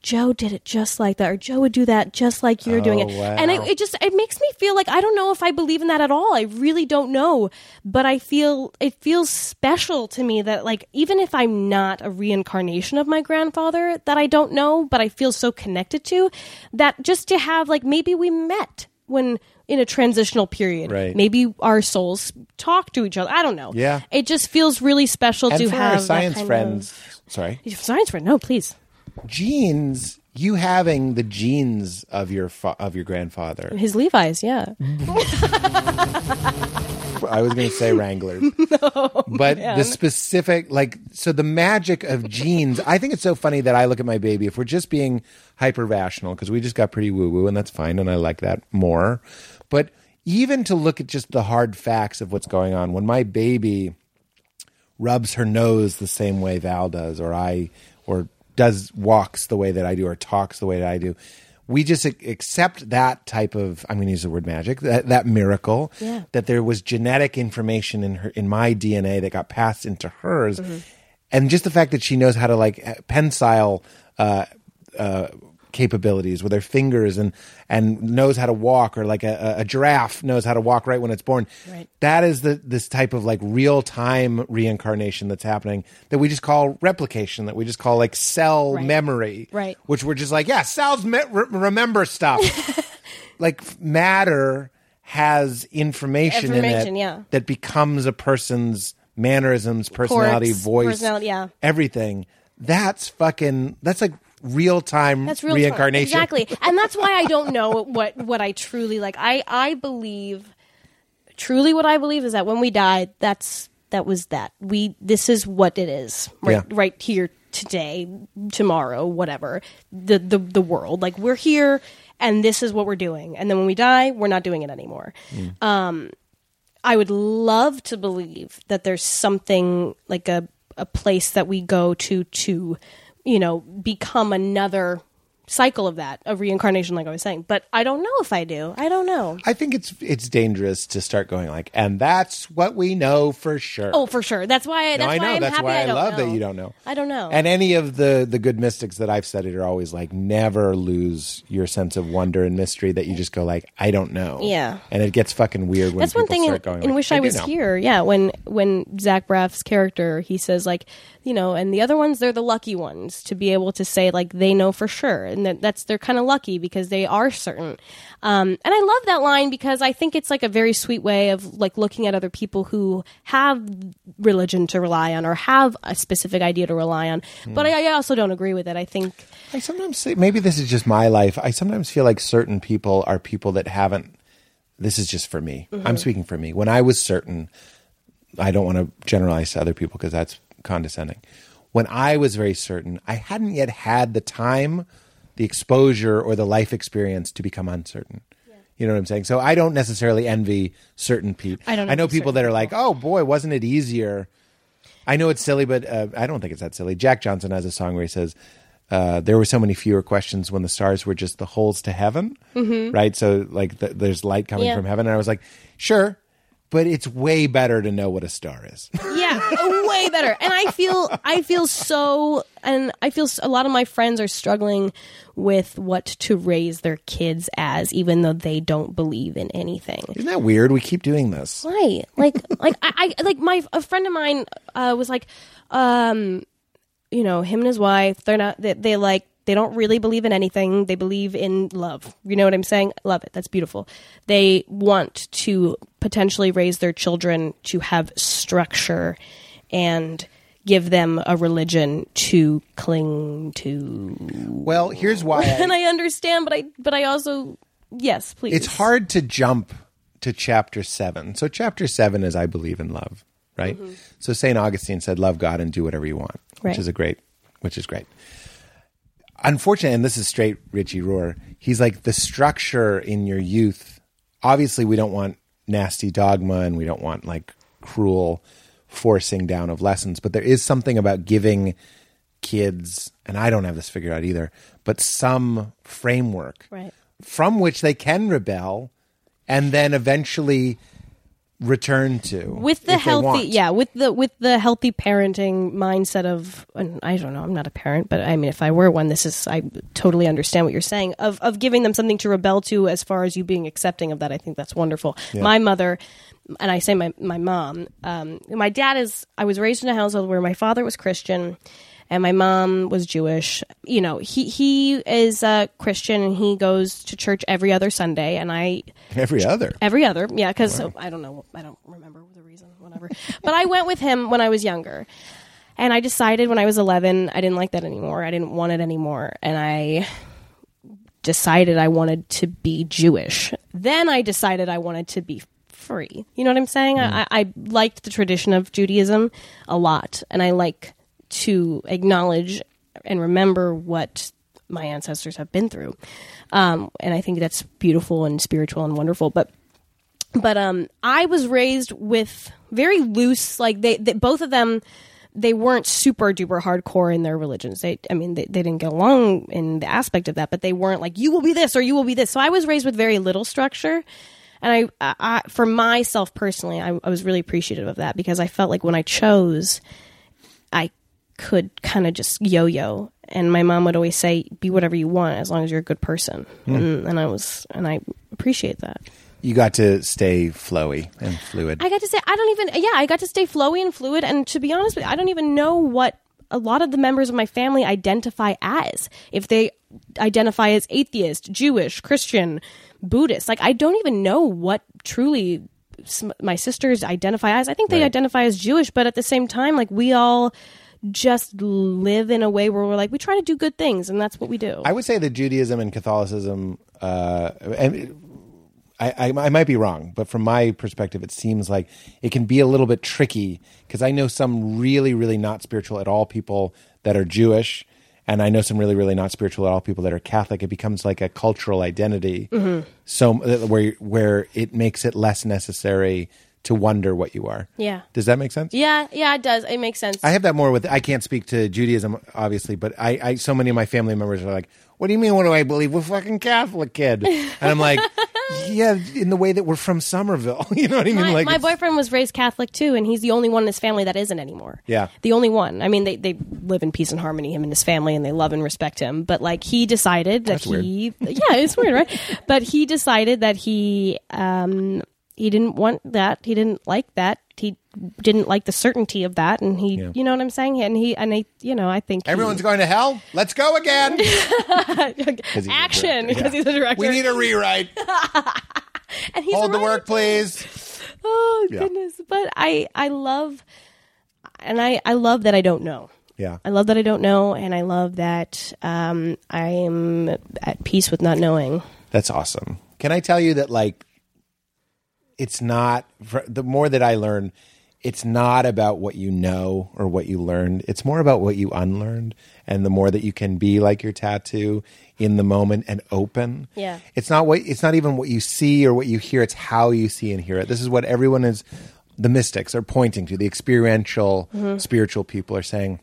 [SPEAKER 2] Joe did it just like that, or Joe would do that just like you're doing it.
[SPEAKER 3] Oh, wow.
[SPEAKER 2] And it, it just it makes me feel like I don't know if I believe in that at all. I really don't know, but I feel it feels special to me that like even if I'm not a reincarnation of my grandfather that I don't know, but I feel so connected to that just to have like maybe we met when in a transitional period.
[SPEAKER 3] Right.
[SPEAKER 2] Maybe our souls talk to each other. I don't know.
[SPEAKER 3] Yeah.
[SPEAKER 2] It just feels really special
[SPEAKER 3] And
[SPEAKER 2] to
[SPEAKER 3] for
[SPEAKER 2] have
[SPEAKER 3] our
[SPEAKER 2] that
[SPEAKER 3] science
[SPEAKER 2] kind of-
[SPEAKER 3] friends, sorry.
[SPEAKER 2] Science friend, no, please.
[SPEAKER 3] genes you having the genes of your fa- of your grandfather
[SPEAKER 2] His Levi's, yeah.
[SPEAKER 3] i was going to say wranglers but the specific like so the magic of genes i think it's so funny that i look at my baby if we're just being hyper rational because we just got pretty woo woo and that's fine and i like that more but even to look at just the hard facts of what's going on when my baby rubs her nose the same way Val does, or I, or does walks the way that I do, or talks the way that I do. We just ac- accept that type of. I'm going to use the word magic. That, that miracle
[SPEAKER 2] Yeah.
[SPEAKER 3] that there was genetic information in her in my DNA that got passed into hers, and just the fact that she knows how to like eh, pencil. Uh, uh, capabilities with her fingers and and knows how to walk or like a, a- a giraffe knows how to walk right when it's born
[SPEAKER 2] Right.
[SPEAKER 3] that is the this type of like real time reincarnation that's happening that we just call replication that we just call like cell
[SPEAKER 2] Right.
[SPEAKER 3] memory
[SPEAKER 2] Right.
[SPEAKER 3] which we're just like yeah cells me- re- remember stuff like f- matter has information, in
[SPEAKER 2] Information,
[SPEAKER 3] it
[SPEAKER 2] yeah.
[SPEAKER 3] that becomes a person's mannerisms personality
[SPEAKER 2] Quirks,
[SPEAKER 3] voice
[SPEAKER 2] personality, yeah.
[SPEAKER 3] everything that's fucking that's like real time
[SPEAKER 2] That's real
[SPEAKER 3] reincarnation
[SPEAKER 2] Time. Exactly. And that's why I don't know what what I truly like. I I believe truly what I believe is that when we die, that's that was that. We this is what it is. Right
[SPEAKER 3] Yeah.
[SPEAKER 2] right here today, tomorrow, whatever. The the the world. Like we're here and this is what we're doing. And then when we die, we're not doing it anymore. Um, I would love to believe that there's something like a a place that we go to to, you know, become another cycle of that, a reincarnation like I was saying. But I don't know if I do. I don't know.
[SPEAKER 3] I think it's it's dangerous to start going like, and that's what we know for sure.
[SPEAKER 2] Oh, for sure. That's why
[SPEAKER 3] no,
[SPEAKER 2] that's
[SPEAKER 3] I
[SPEAKER 2] why
[SPEAKER 3] know.
[SPEAKER 2] I'm
[SPEAKER 3] that's
[SPEAKER 2] happy
[SPEAKER 3] why I,
[SPEAKER 2] don't
[SPEAKER 3] love
[SPEAKER 2] know.
[SPEAKER 3] that you don't know.
[SPEAKER 2] I don't know.
[SPEAKER 3] And any of the the good mystics that I've studied are always like, never lose your sense of wonder and mystery. That you just go like, I don't know.
[SPEAKER 2] Yeah.
[SPEAKER 3] and it gets fucking weird when
[SPEAKER 2] That's one
[SPEAKER 3] people
[SPEAKER 2] thing in,
[SPEAKER 3] start going
[SPEAKER 2] in
[SPEAKER 3] like,
[SPEAKER 2] Wish I,
[SPEAKER 3] do
[SPEAKER 2] Was
[SPEAKER 3] know.
[SPEAKER 2] Here. Yeah, when when Zach Braff's character he says like, you know, and the other ones they're the lucky ones to be able to say like they know for sure, and and that, that's they're kind of lucky because they are certain. Um, and I love that line because I think it's like a very sweet way of like looking at other people who have religion to rely on or have a specific idea to rely on. But
[SPEAKER 3] Hmm.
[SPEAKER 2] I, I also don't agree with it. I think
[SPEAKER 3] I sometimes say maybe this is just my life. I sometimes feel like certain people are people that haven't. This is just for me.
[SPEAKER 2] Mm-hmm.
[SPEAKER 3] I'm speaking for me. When I was certain, I don't want to generalize to other people because that's condescending. When I was very certain, I hadn't yet had the time, the exposure, or the life experience to become uncertain. You know what I'm saying? So I don't necessarily envy certain people.
[SPEAKER 2] I don't
[SPEAKER 3] I know
[SPEAKER 2] envy
[SPEAKER 3] people
[SPEAKER 2] certain
[SPEAKER 3] that are like, "Oh boy, wasn't it easier?" I know it's silly, but uh, I don't think it's that silly. Jack Johnson has a song where he says, uh, "There were so many fewer questions when the stars were just the holes to heaven." Right? So like, th- there's light coming
[SPEAKER 2] Yeah.
[SPEAKER 3] from heaven, and I was like, "Sure." But it's way better to know what a star is.
[SPEAKER 2] yeah way better and i feel i feel so and i feel s- a lot of my friends are struggling with what to raise their kids as even though they don't believe in anything
[SPEAKER 3] Isn't that weird? We keep doing this.
[SPEAKER 2] why like like I, I like my a friend of mine uh, was like um you know him and his wife they're not they, they like they don't really believe in anything they believe in love you know what i'm saying love it that's beautiful they want to potentially raise their children to have structure and give them a religion to cling to
[SPEAKER 3] Well, here's why. I-
[SPEAKER 2] and i understand but i but i also yes please
[SPEAKER 3] it's hard to jump to chapter seven. So chapter seven is I believe in love, right? So Saint Augustine said, "Love God and do whatever you want,"
[SPEAKER 2] Mm-hmm. Right.
[SPEAKER 3] which is a great, which is great. Unfortunately, and this is straight Richie Rohr. He's like the structure in your youth. Obviously, we don't want nasty dogma, and we don't want like cruel forcing down of lessons. But there is something about giving kids, and I don't have this figured out either, but some framework
[SPEAKER 2] Right.
[SPEAKER 3] from which they can rebel and then eventually return to
[SPEAKER 2] with the
[SPEAKER 3] if they want.
[SPEAKER 2] healthy yeah with the with the healthy parenting mindset of and I don't know I'm not a parent but I mean if I were one this is I totally understand what you're saying of of giving them something to rebel to as far as you being accepting of that I think that's wonderful my mother and I say my my mom um, my dad is I was raised in a household where my father was Christian and my mom was Jewish. You know, he he is a Christian and he goes to church every other Sunday. And I
[SPEAKER 3] every other
[SPEAKER 2] Every other, yeah, because I don't know, I don't remember the reason, whatever. but I went with him when I was younger, and I decided when I was eleven, I didn't like that anymore. I didn't want it anymore, and I decided I wanted to be Jewish. Then I decided I wanted to be free. You know what I'm saying? I, I liked the tradition of Judaism a lot, and I like to acknowledge and remember what my ancestors have been through. Um, and I think that's beautiful and spiritual and wonderful. But but um i was raised with very loose like they, they both of them they weren't super duper hardcore in their religions they i mean they, they didn't get along in the aspect of that but they weren't like you will be this or you will be this so i was raised with very little structure and i, I, I for myself personally I, I was really appreciative of that because i felt like when i chose i could kind of just yo-yo and my mom would always say be whatever you want as long as you're a good person and, and i was and i appreciate that
[SPEAKER 3] you got to stay flowy and fluid
[SPEAKER 2] I got to say, I don't even, yeah, I got to stay flowy and fluid. And to be honest with you, I don't even know what a lot of the members of my family identify as. If they identify as atheist, Jewish, Christian, Buddhist, like I don't even know what truly sm- my sisters identify as. I think they identify as Jewish, but at the same time, like we all just live in a way where we're like, we try to do good things and that's what we do.
[SPEAKER 3] I would say that Judaism and Catholicism, uh, and I, I, I might be wrong, but from my perspective, it seems like it can be a little bit tricky because I know some really, really not spiritual at all people that are Jewish, and I know some really, really not spiritual at all people that are Catholic. It becomes like a cultural identity, so uh, where where it makes it less necessary to wonder what you are.
[SPEAKER 2] Yeah.
[SPEAKER 3] does that make sense?
[SPEAKER 2] yeah, yeah, it does. It makes sense.
[SPEAKER 3] I have that more with. I can't speak to Judaism, obviously, but I, I so many of my family members are like, "What do you mean? What do I believe? We're fucking Catholic, kid." And I'm like, "Yeah, in the way that we're from Somerville, you know what I mean?"
[SPEAKER 2] my,
[SPEAKER 3] like,
[SPEAKER 2] my
[SPEAKER 3] it's-
[SPEAKER 2] boyfriend was raised Catholic too, and he's the only one in his family that isn't anymore.
[SPEAKER 3] Yeah.
[SPEAKER 2] the only one. I mean, they they live in peace and harmony, him and his family, and they love and respect him. But like, he decided that
[SPEAKER 3] weird.
[SPEAKER 2] he, yeah, it's weird, right? But he decided that he um he didn't want that. He didn't like that. He didn't like the certainty of that, and he,
[SPEAKER 1] Yeah.
[SPEAKER 2] you know what I'm saying, and he, and I, you know, I think he-
[SPEAKER 3] Everyone's going to hell. Let's go again. a
[SPEAKER 2] action because he's a director.
[SPEAKER 3] We need a rewrite.
[SPEAKER 2] and he's
[SPEAKER 3] Hold
[SPEAKER 2] a
[SPEAKER 3] the
[SPEAKER 2] writer.
[SPEAKER 3] work, please.
[SPEAKER 2] Oh
[SPEAKER 3] Yeah.
[SPEAKER 2] goodness! But I, I love, and I, I love that I don't know.
[SPEAKER 3] Yeah.
[SPEAKER 2] I love that I don't know, and I love that um, I am at peace with not knowing.
[SPEAKER 3] That's awesome. Can I tell you that, like, it's not fr- the more that I learn, it's not about what you know or what you learned. It's more about what you unlearned. And the more that you can be like your tattoo in the moment and open.
[SPEAKER 2] Yeah.
[SPEAKER 3] It's not what it's not even what you see or what you hear, it's how you see and hear it. This is what everyone is the mystics are pointing to, the experiential
[SPEAKER 2] Mm-hmm.
[SPEAKER 3] spiritual people are saying.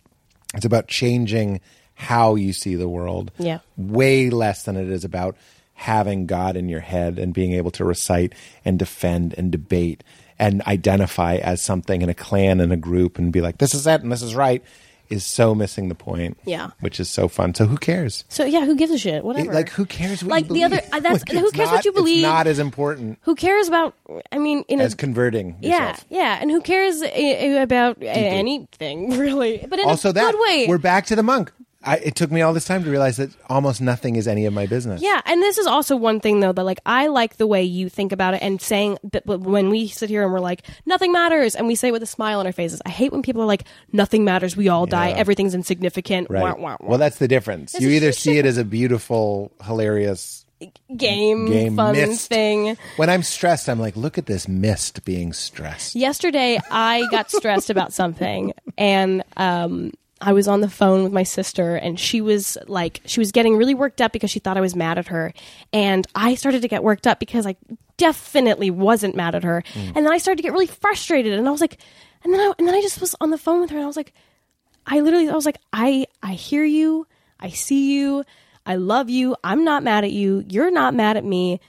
[SPEAKER 3] It's about changing how you see the world
[SPEAKER 2] Yeah.
[SPEAKER 3] way less than it is about having God in your head and being able to recite and defend and debate and identify as something in a clan and a group and be like, this is it and this is right, is so missing the point.
[SPEAKER 2] Yeah.
[SPEAKER 3] Which is so fun. So who cares?
[SPEAKER 2] So yeah, who gives a shit? Whatever.
[SPEAKER 3] It- like, who cares what
[SPEAKER 2] Like
[SPEAKER 3] you
[SPEAKER 2] the other-
[SPEAKER 3] believe?
[SPEAKER 2] uh, that's-
[SPEAKER 3] Like,
[SPEAKER 2] who
[SPEAKER 3] it's
[SPEAKER 2] cares what
[SPEAKER 3] not-
[SPEAKER 2] you believe?
[SPEAKER 3] It's not as important
[SPEAKER 2] who cares about? I mean, in
[SPEAKER 3] as
[SPEAKER 2] a
[SPEAKER 3] converting
[SPEAKER 2] yeah,
[SPEAKER 3] yourself.
[SPEAKER 2] yeah, and who cares uh, about uh, anything really? But in
[SPEAKER 3] also
[SPEAKER 2] a
[SPEAKER 3] that
[SPEAKER 2] good way.
[SPEAKER 3] we're back to the monk. I, it took me all this time to realize that almost nothing is any of my business.
[SPEAKER 2] Yeah, and this is also one thing though that like I like the way you think about it and saying that but when we sit here and we're like nothing matters and we say it with a smile on our faces. I hate when people are like nothing matters, we all die, everything's insignificant.
[SPEAKER 3] Right.
[SPEAKER 2] Wah, wah, wah.
[SPEAKER 3] Well, that's the difference. you
[SPEAKER 2] a
[SPEAKER 3] either
[SPEAKER 2] huge
[SPEAKER 3] see it as a beautiful, hilarious
[SPEAKER 2] game,
[SPEAKER 3] game
[SPEAKER 2] fun
[SPEAKER 3] missed.
[SPEAKER 2] thing.
[SPEAKER 3] When I'm stressed, I'm like, look at this mist being stressed.
[SPEAKER 2] Yesterday I got stressed about something and um I was on the phone with my sister and she was like she was getting really worked up because she thought I was mad at her and I started to get worked up because I definitely wasn't mad at her and then I started to get really frustrated and I was like and then I, and then I just was on the phone with her and I was like I literally I was like I I hear you. I see you. I love you. I'm not mad at you. You're not mad at me.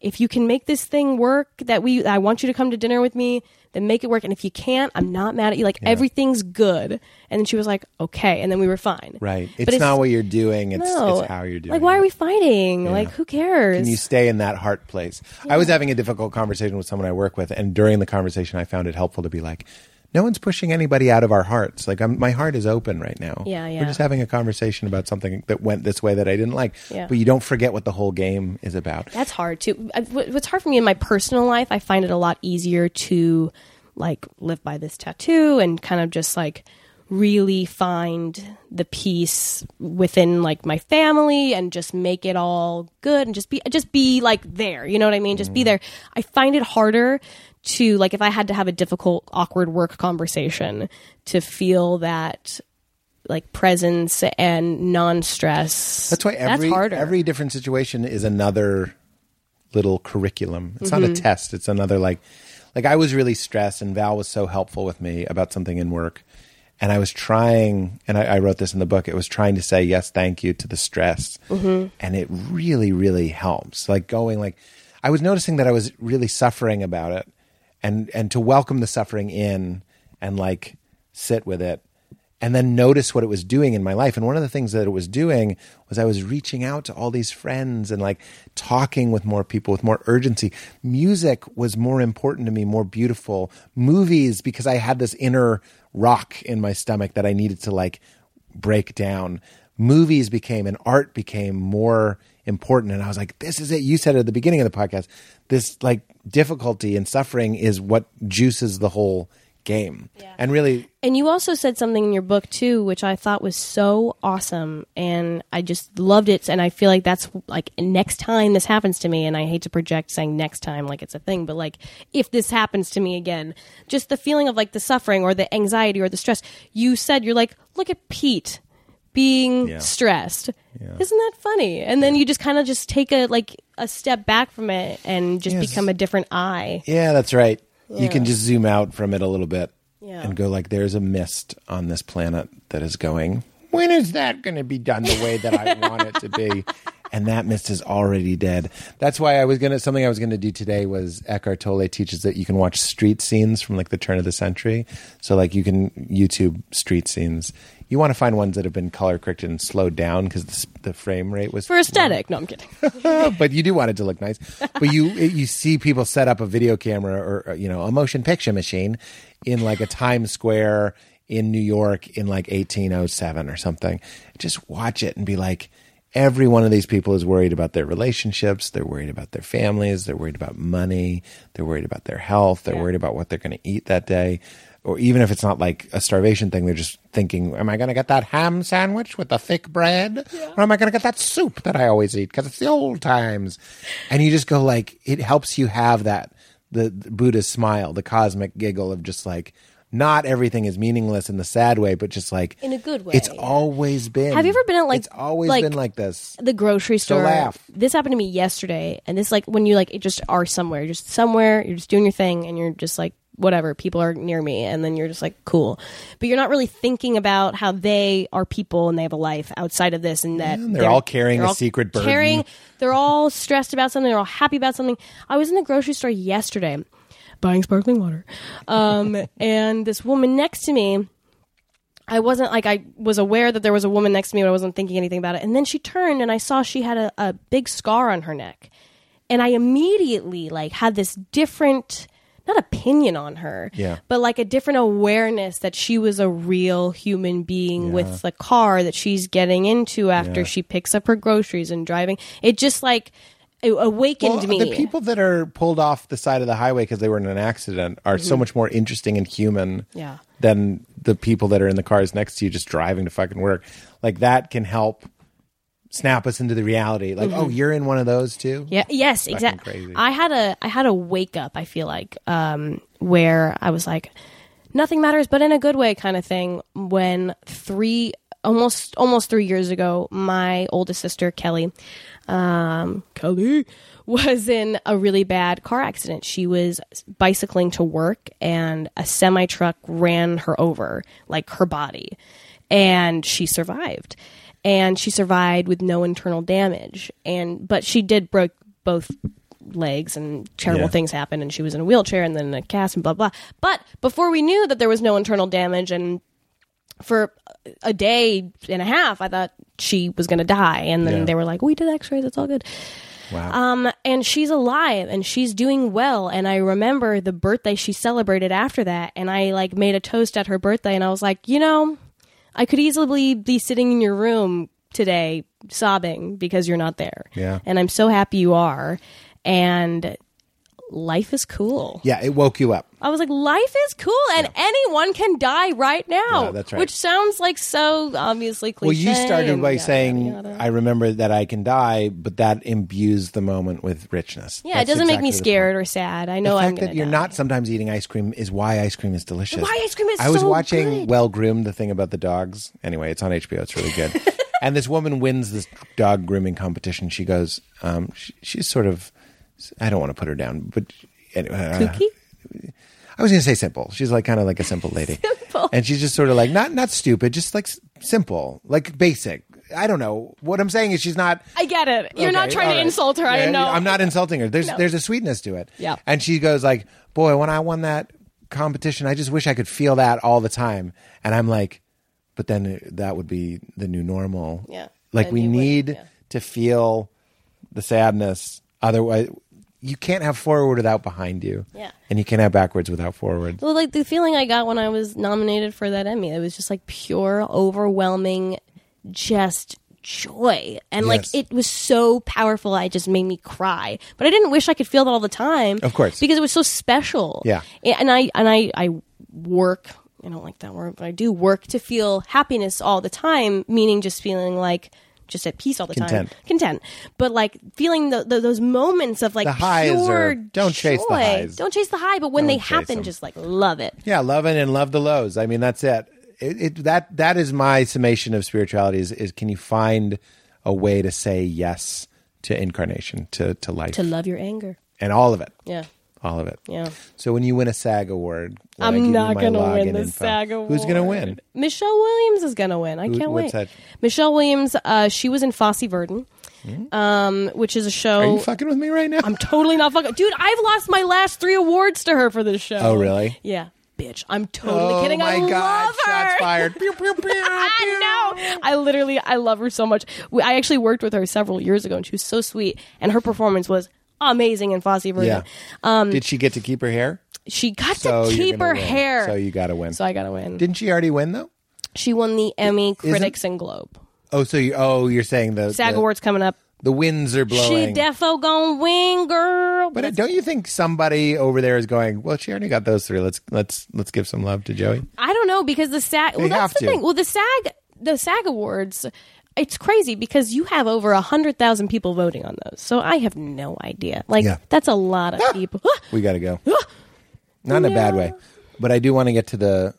[SPEAKER 2] If you can make this thing work that we I want you to come to dinner with me, then make it work and if you can't, I'm not mad at you. Like everything's good. And then she was like, "Okay." And then we were fine.
[SPEAKER 3] Right.
[SPEAKER 2] But
[SPEAKER 3] It's, not what you're doing. It's,
[SPEAKER 2] no.
[SPEAKER 3] it's how you're doing.
[SPEAKER 2] Like why
[SPEAKER 3] it.
[SPEAKER 2] are we fighting? Like who cares?
[SPEAKER 3] And you stay in that heart place. I was having a difficult conversation with someone I work with, and during the conversation, I found it helpful to be like, "No one's pushing anybody out of our hearts. Like, I'm, my heart is open right now.
[SPEAKER 2] Yeah, yeah.
[SPEAKER 3] We're just having a conversation about something that went this way that I didn't like.
[SPEAKER 2] Yeah.
[SPEAKER 3] But you don't forget what the whole game is about.
[SPEAKER 2] That's hard too. I- wh- What's hard for me in my personal life, I find it a lot easier to like live by this tattoo and kind of just like really find the peace within like my family and just make it all good and just be just be like there. You know what I mean? Just
[SPEAKER 3] Mm.
[SPEAKER 2] be there. I find it harder to like if I had to have a difficult, awkward work conversation to feel that like presence and non-stress.
[SPEAKER 3] That's why every
[SPEAKER 2] harder.
[SPEAKER 3] every different situation is another little curriculum. It's not a test. It's another like like I was really stressed and Val was so helpful with me about something in work. And I was trying, and I, I wrote this in the book. It was trying to say yes, thank you to the stress, and it really, really helps. Like going, like I was noticing that I was really suffering about it, and and to welcome the suffering in, and like sit with it, and then notice what it was doing in my life. And one of the things that it was doing was I was reaching out to all these friends and like talking with more people with more urgency. Music was more important to me, more beautiful. Movies, because I had this inner rock in my stomach that I needed to like break down. Movies became and art became more important. And I was like, this is it. You said it at the beginning of the podcast. This like difficulty and suffering is what juices the whole game. And really,
[SPEAKER 2] And you also said something in your book too, which I thought was so awesome, and I just loved it. And I feel like that's like next time this happens to me, and I hate to project saying next time like it's a thing, but like if this happens to me again, just the feeling of like the suffering or the anxiety or the stress. You said you're like, look at Pete being
[SPEAKER 3] Yeah.
[SPEAKER 2] stressed. Isn't that funny? And then you just kind of just take a like a step back from it and just
[SPEAKER 3] Yes.
[SPEAKER 2] become a different eye.
[SPEAKER 3] Yeah, that's right. You can just zoom out from it a little bit
[SPEAKER 2] Yeah.
[SPEAKER 3] and go like, "There's a mist on this planet that is going. When is that going to be done the way that I want it to be?" and that mist is already dead. That's why I was gonna something I was gonna do today was Eckhart Tolle teaches that you can watch street scenes from like the turn of the century. So like you can YouTube street scenes. You want to find ones that have been color corrected and slowed down because the, s- the frame rate was
[SPEAKER 2] For aesthetic. No, I'm kidding.
[SPEAKER 3] but you do want it to look nice. But you you see people set up a video camera or, or you know a motion picture machine in like a Times Square in New York in like 1807 or something. Just watch it and be like. Every one of these people is worried about their relationships. They're worried about their families. They're worried about money. They're worried about their health. They're worried about what they're going to eat that day. Or even if it's not like a starvation thing, they're just thinking, am I going to get that ham sandwich with the thick bread? Or am I going to get that soup that I always eat because it's the old times? And you just go like, it helps you have that, the, the Buddha's smile, the cosmic giggle of just like, not everything is meaningless in the sad way, but just like
[SPEAKER 2] In a good way.
[SPEAKER 3] It's always been.
[SPEAKER 2] Have you ever been at, like-
[SPEAKER 3] It's always
[SPEAKER 2] like-
[SPEAKER 3] been like this.
[SPEAKER 2] the grocery store.
[SPEAKER 3] laugh.
[SPEAKER 2] This happened to me yesterday, and this like when you like just are somewhere, you're just somewhere, you're just doing your thing, and you're just like whatever. People are near me, and then you're just like cool, but you're not really thinking about how they are people and they have a life outside of this and that.
[SPEAKER 3] they're all carrying a secret burden.
[SPEAKER 2] Carrying, they're all stressed about something. They're all happy about something. I was in the grocery store yesterday, buying sparkling water, um, and this woman next to me. I wasn't like I was aware that there was a woman next to me, but I wasn't thinking anything about it. And then she turned and I saw she had a, a big scar on her neck. And I immediately like had this different not opinion on her,
[SPEAKER 3] Yeah.
[SPEAKER 2] but like a different awareness that she was a real human being with the car that she's getting into after she picks up her groceries and driving. It just like it awakened me.
[SPEAKER 3] The people that are pulled off the side of the highway because they were in an accident are so much more interesting and human
[SPEAKER 2] Mm-hmm. Yeah.
[SPEAKER 3] than the people that are in the cars next to you just driving to fucking work. Like that can help snap us into the reality. Like,
[SPEAKER 2] Mm-hmm.
[SPEAKER 3] oh, you're in one of those too?
[SPEAKER 2] Yeah. Yes. Exactly.
[SPEAKER 3] crazy.
[SPEAKER 2] I had a I had a wake up. I feel like um, where I was like, nothing matters, but in a good way, kind of thing. When three almost almost three years ago, my oldest sister Kelly, um, Kelly was in a really bad car accident. She was bicycling to work, and a semi truck ran her over, like her body, and she survived. And she survived with no internal damage, and but she did break both legs and terrible
[SPEAKER 3] Yeah.
[SPEAKER 2] things happened and she was in a wheelchair and then in a cast and blah blah but before we knew that there was no internal damage and for a day and a half i thought she was going to die and then
[SPEAKER 3] Yeah.
[SPEAKER 2] they were like we did x-rays it's all good
[SPEAKER 3] Wow.
[SPEAKER 2] um, and she's alive and she's doing well. And I remember the birthday she celebrated after that. And I like made a toast at her birthday and I was like, you know, I could easily be sitting in your room today sobbing because you're not there.
[SPEAKER 3] Yeah.
[SPEAKER 2] And I'm so happy you are. And life is cool.
[SPEAKER 3] yeah, it woke you up.
[SPEAKER 2] I was like, life is cool and anyone can die right now.
[SPEAKER 3] Yeah, that's right.
[SPEAKER 2] Which sounds like so obviously cliche.
[SPEAKER 3] Well, you started
[SPEAKER 2] and
[SPEAKER 3] by
[SPEAKER 2] yada,
[SPEAKER 3] saying,
[SPEAKER 2] yada, yada.
[SPEAKER 3] I remember that I can die, but that imbues the moment with richness.
[SPEAKER 2] yeah,
[SPEAKER 3] That's
[SPEAKER 2] it doesn't make
[SPEAKER 3] exactly
[SPEAKER 2] me
[SPEAKER 3] the point.
[SPEAKER 2] scared or sad. I know
[SPEAKER 3] the
[SPEAKER 2] I'm
[SPEAKER 3] fact
[SPEAKER 2] gonna
[SPEAKER 3] that you're
[SPEAKER 2] die.
[SPEAKER 3] not sometimes eating ice cream is why ice cream is delicious.
[SPEAKER 2] Why ice cream is
[SPEAKER 3] I was
[SPEAKER 2] so
[SPEAKER 3] watching
[SPEAKER 2] good.
[SPEAKER 3] Well Groomed, the thing about the dogs. Anyway, it's on HBO. It's really good. and this woman wins this dog grooming competition. She goes, um, she, she's sort of, I don't want to put her down, but anyway, uh,
[SPEAKER 2] Kooky?
[SPEAKER 3] I was going to say simple. She's like kind of like a simple lady,
[SPEAKER 2] Simple.
[SPEAKER 3] and she's just sort of like not not stupid, just like s- simple, like basic. I don't know what I'm saying is she's not.
[SPEAKER 2] I get it. You're not
[SPEAKER 3] Okay,
[SPEAKER 2] trying
[SPEAKER 3] all
[SPEAKER 2] to
[SPEAKER 3] right.
[SPEAKER 2] insult her.
[SPEAKER 3] Yeah,
[SPEAKER 2] I know.
[SPEAKER 3] I'm not insulting her. There's
[SPEAKER 2] No.
[SPEAKER 3] there's a sweetness to it.
[SPEAKER 2] Yeah.
[SPEAKER 3] And she goes like, "Boy, when I won that competition, I just wish I could feel that all the time." And I'm like, "But then that would be the new normal."
[SPEAKER 2] Yeah.
[SPEAKER 3] Like
[SPEAKER 2] Then
[SPEAKER 3] we
[SPEAKER 2] you wouldn't,
[SPEAKER 3] need
[SPEAKER 2] yeah.
[SPEAKER 3] to feel the sadness. Otherwise, you can't have forward without behind you.
[SPEAKER 2] Yeah.
[SPEAKER 3] And you can't have backwards without forward.
[SPEAKER 2] Well, like the feeling I got when I was nominated for that Emmy, it was just like pure, overwhelming, just joy, and like
[SPEAKER 3] Yes.
[SPEAKER 2] it was so powerful. It just made me cry, but I didn't wish I could feel that all the time.
[SPEAKER 3] Of course.
[SPEAKER 2] because it was so special.
[SPEAKER 3] Yeah.
[SPEAKER 2] and I and I I work. I don't like that word, but I do work to feel happiness all the time. Meaning, just feeling like. Just at peace all the
[SPEAKER 3] Content.
[SPEAKER 2] time, content. But like feeling the, the, those moments of like
[SPEAKER 3] The highs
[SPEAKER 2] pure
[SPEAKER 3] are- don't chase the
[SPEAKER 2] joy.
[SPEAKER 3] highs.
[SPEAKER 2] Don't chase the high, but when
[SPEAKER 3] Don't
[SPEAKER 2] they
[SPEAKER 3] chase
[SPEAKER 2] happen,
[SPEAKER 3] them.
[SPEAKER 2] just like love it.
[SPEAKER 3] Yeah, love it and love the lows. I mean, that's it. It, it that that is my summation of spirituality is, is can you find a way to say yes to incarnation, to to life
[SPEAKER 2] to love your anger.
[SPEAKER 3] and all of it.
[SPEAKER 2] Yeah.
[SPEAKER 3] All of it.
[SPEAKER 2] Yeah.
[SPEAKER 3] So when you win a SAG award, when I
[SPEAKER 2] I'm
[SPEAKER 3] give you
[SPEAKER 2] not
[SPEAKER 3] my
[SPEAKER 2] going to win
[SPEAKER 3] login
[SPEAKER 2] the
[SPEAKER 3] info,
[SPEAKER 2] SAG award.
[SPEAKER 3] Who's going to win?
[SPEAKER 2] Michelle Williams is going to win. I can't
[SPEAKER 3] what's
[SPEAKER 2] wait.
[SPEAKER 3] that?
[SPEAKER 2] Michelle Williams, uh, she was in Fosse Verdon, um, which is a show.
[SPEAKER 3] Hmm? Are you fucking with me right now?
[SPEAKER 2] I'm totally not fucking. Dude, I've lost my last three awards to her for this show.
[SPEAKER 3] Oh, really?
[SPEAKER 2] Yeah. Bitch, I'm totally kidding.
[SPEAKER 3] Oh my
[SPEAKER 2] I
[SPEAKER 3] god!
[SPEAKER 2] love her.
[SPEAKER 3] Shots fired. Pew, pew, pew, pew.
[SPEAKER 2] I know. I literally, I love her so much. We, I actually worked with her several years ago, and she was so sweet. And her performance was amazing in Fosse Verdon. Uh,
[SPEAKER 3] Yeah. Did she get to keep her hair?
[SPEAKER 2] She got
[SPEAKER 3] So
[SPEAKER 2] Um, to
[SPEAKER 3] you're
[SPEAKER 2] keep
[SPEAKER 3] gonna
[SPEAKER 2] her
[SPEAKER 3] win.
[SPEAKER 2] hair.
[SPEAKER 3] So you got to win.
[SPEAKER 2] So I gotta win.
[SPEAKER 3] Didn't she already win though?
[SPEAKER 2] she won the Emmy, Critics, and Globe.
[SPEAKER 3] Oh, so you? Oh, you're saying the
[SPEAKER 2] SAG
[SPEAKER 3] the,
[SPEAKER 2] Awards coming up.
[SPEAKER 3] the winds are blowing.
[SPEAKER 2] She defo gonna win, girl.
[SPEAKER 3] but don't you think somebody over there is going? Well, she already got those three. Let's let's let's give some love to Joey.
[SPEAKER 2] I don't know because the SAG. Well,
[SPEAKER 3] have
[SPEAKER 2] that's the
[SPEAKER 3] to.
[SPEAKER 2] thing. Well, the SAG, the SAG awards. It's crazy because you have over a hundred thousand people voting on those. So I have no idea. Like
[SPEAKER 3] Yeah. Ah!
[SPEAKER 2] that's a lot of people.
[SPEAKER 3] We got to go. Not in a bad way, but I do want to get to the.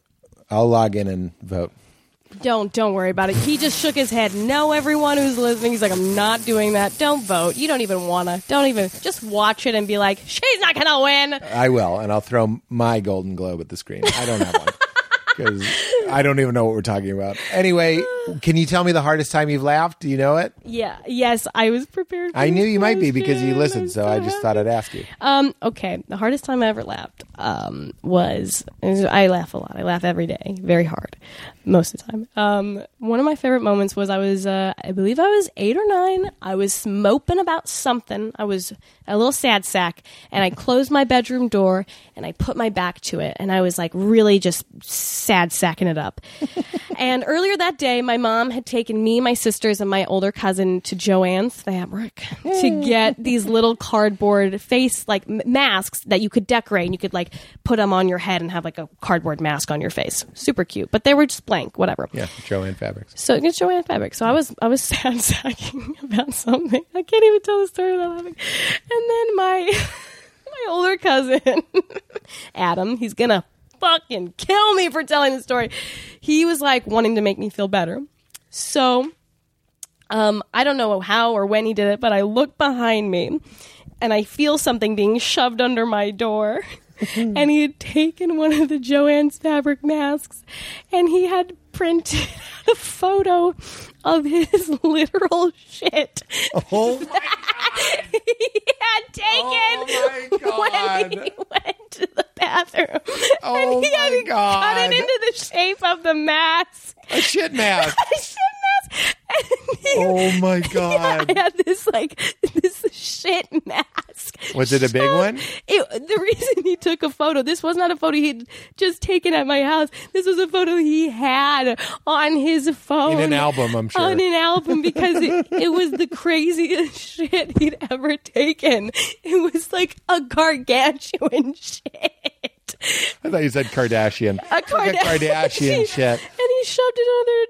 [SPEAKER 3] I'll log in and vote.
[SPEAKER 2] don't don't worry about it. He just shook his head. No, everyone who's listening, he's like, I'm not doing that. Don't vote. You don't even wanna. Don't even. Just watch it and be like, she's not gonna win.
[SPEAKER 3] I will, and I'll throw my Golden Globe at the screen. I don't have one because I don't even know what we're talking about. Anyway, can you tell me the hardest time you've laughed? Do you know it?
[SPEAKER 2] Yeah. Yes, I was prepared. For
[SPEAKER 3] I knew you might be
[SPEAKER 2] this
[SPEAKER 3] because you
[SPEAKER 2] question.
[SPEAKER 3] listened,
[SPEAKER 2] I'm
[SPEAKER 3] so I just
[SPEAKER 2] happy.
[SPEAKER 3] thought I'd ask you.
[SPEAKER 2] Um, okay, the hardest time I ever laughed um, was I laugh a lot. I laugh every day, very hard, most of the time. Um, one of my favorite moments was I was, uh, I believe I was eight or nine. I was moping about something. I was a little sad sack, and I closed my bedroom door and I put my back to it, and I was like really just sad sacking it up. and earlier that day, my mom had taken me, my sisters, and my older cousin to Joanne's Fabric to get these little cardboard face like m- masks that you could decorate and you could like put them on your head and have like a cardboard mask on your face. Super cute, but they were just blank, whatever.
[SPEAKER 3] Yeah, Joanne Fabrics.
[SPEAKER 2] So it's Joanne Fabric. So I was I was sad sacking about something. I can't even tell the story without laughing. And then my my older cousin Adam, he's gonna fucking kill me for telling the story. He was like wanting to make me feel better. So um, I don't know how or when he did it, but I look behind me and I feel something being shoved under my door. and he had taken one of the Joanne's fabric masks and he had printed a photo of his literal shit
[SPEAKER 3] Oh
[SPEAKER 2] he had taken
[SPEAKER 3] Oh my
[SPEAKER 2] when he
[SPEAKER 3] God.
[SPEAKER 2] went to the bathroom.
[SPEAKER 3] Oh
[SPEAKER 2] and he
[SPEAKER 3] my
[SPEAKER 2] had
[SPEAKER 3] God.
[SPEAKER 2] cut it into the shape of the mask.
[SPEAKER 3] a shit mask.
[SPEAKER 2] The shit mask. And he
[SPEAKER 3] Oh my god.
[SPEAKER 2] I had this like this shit mask.
[SPEAKER 3] Was it a big
[SPEAKER 2] So,
[SPEAKER 3] one?
[SPEAKER 2] It, the reason he took a photo. This was not a photo he'd just taken at my house. This was a photo he had on his phone
[SPEAKER 3] In an album, I'm sure.
[SPEAKER 2] On an album because it, it was the craziest shit he'd ever taken. It was like a gargantuan shit.
[SPEAKER 3] I thought you said Kardashian.
[SPEAKER 2] A
[SPEAKER 3] Like a Kardashian shit.
[SPEAKER 2] And he shoved it under the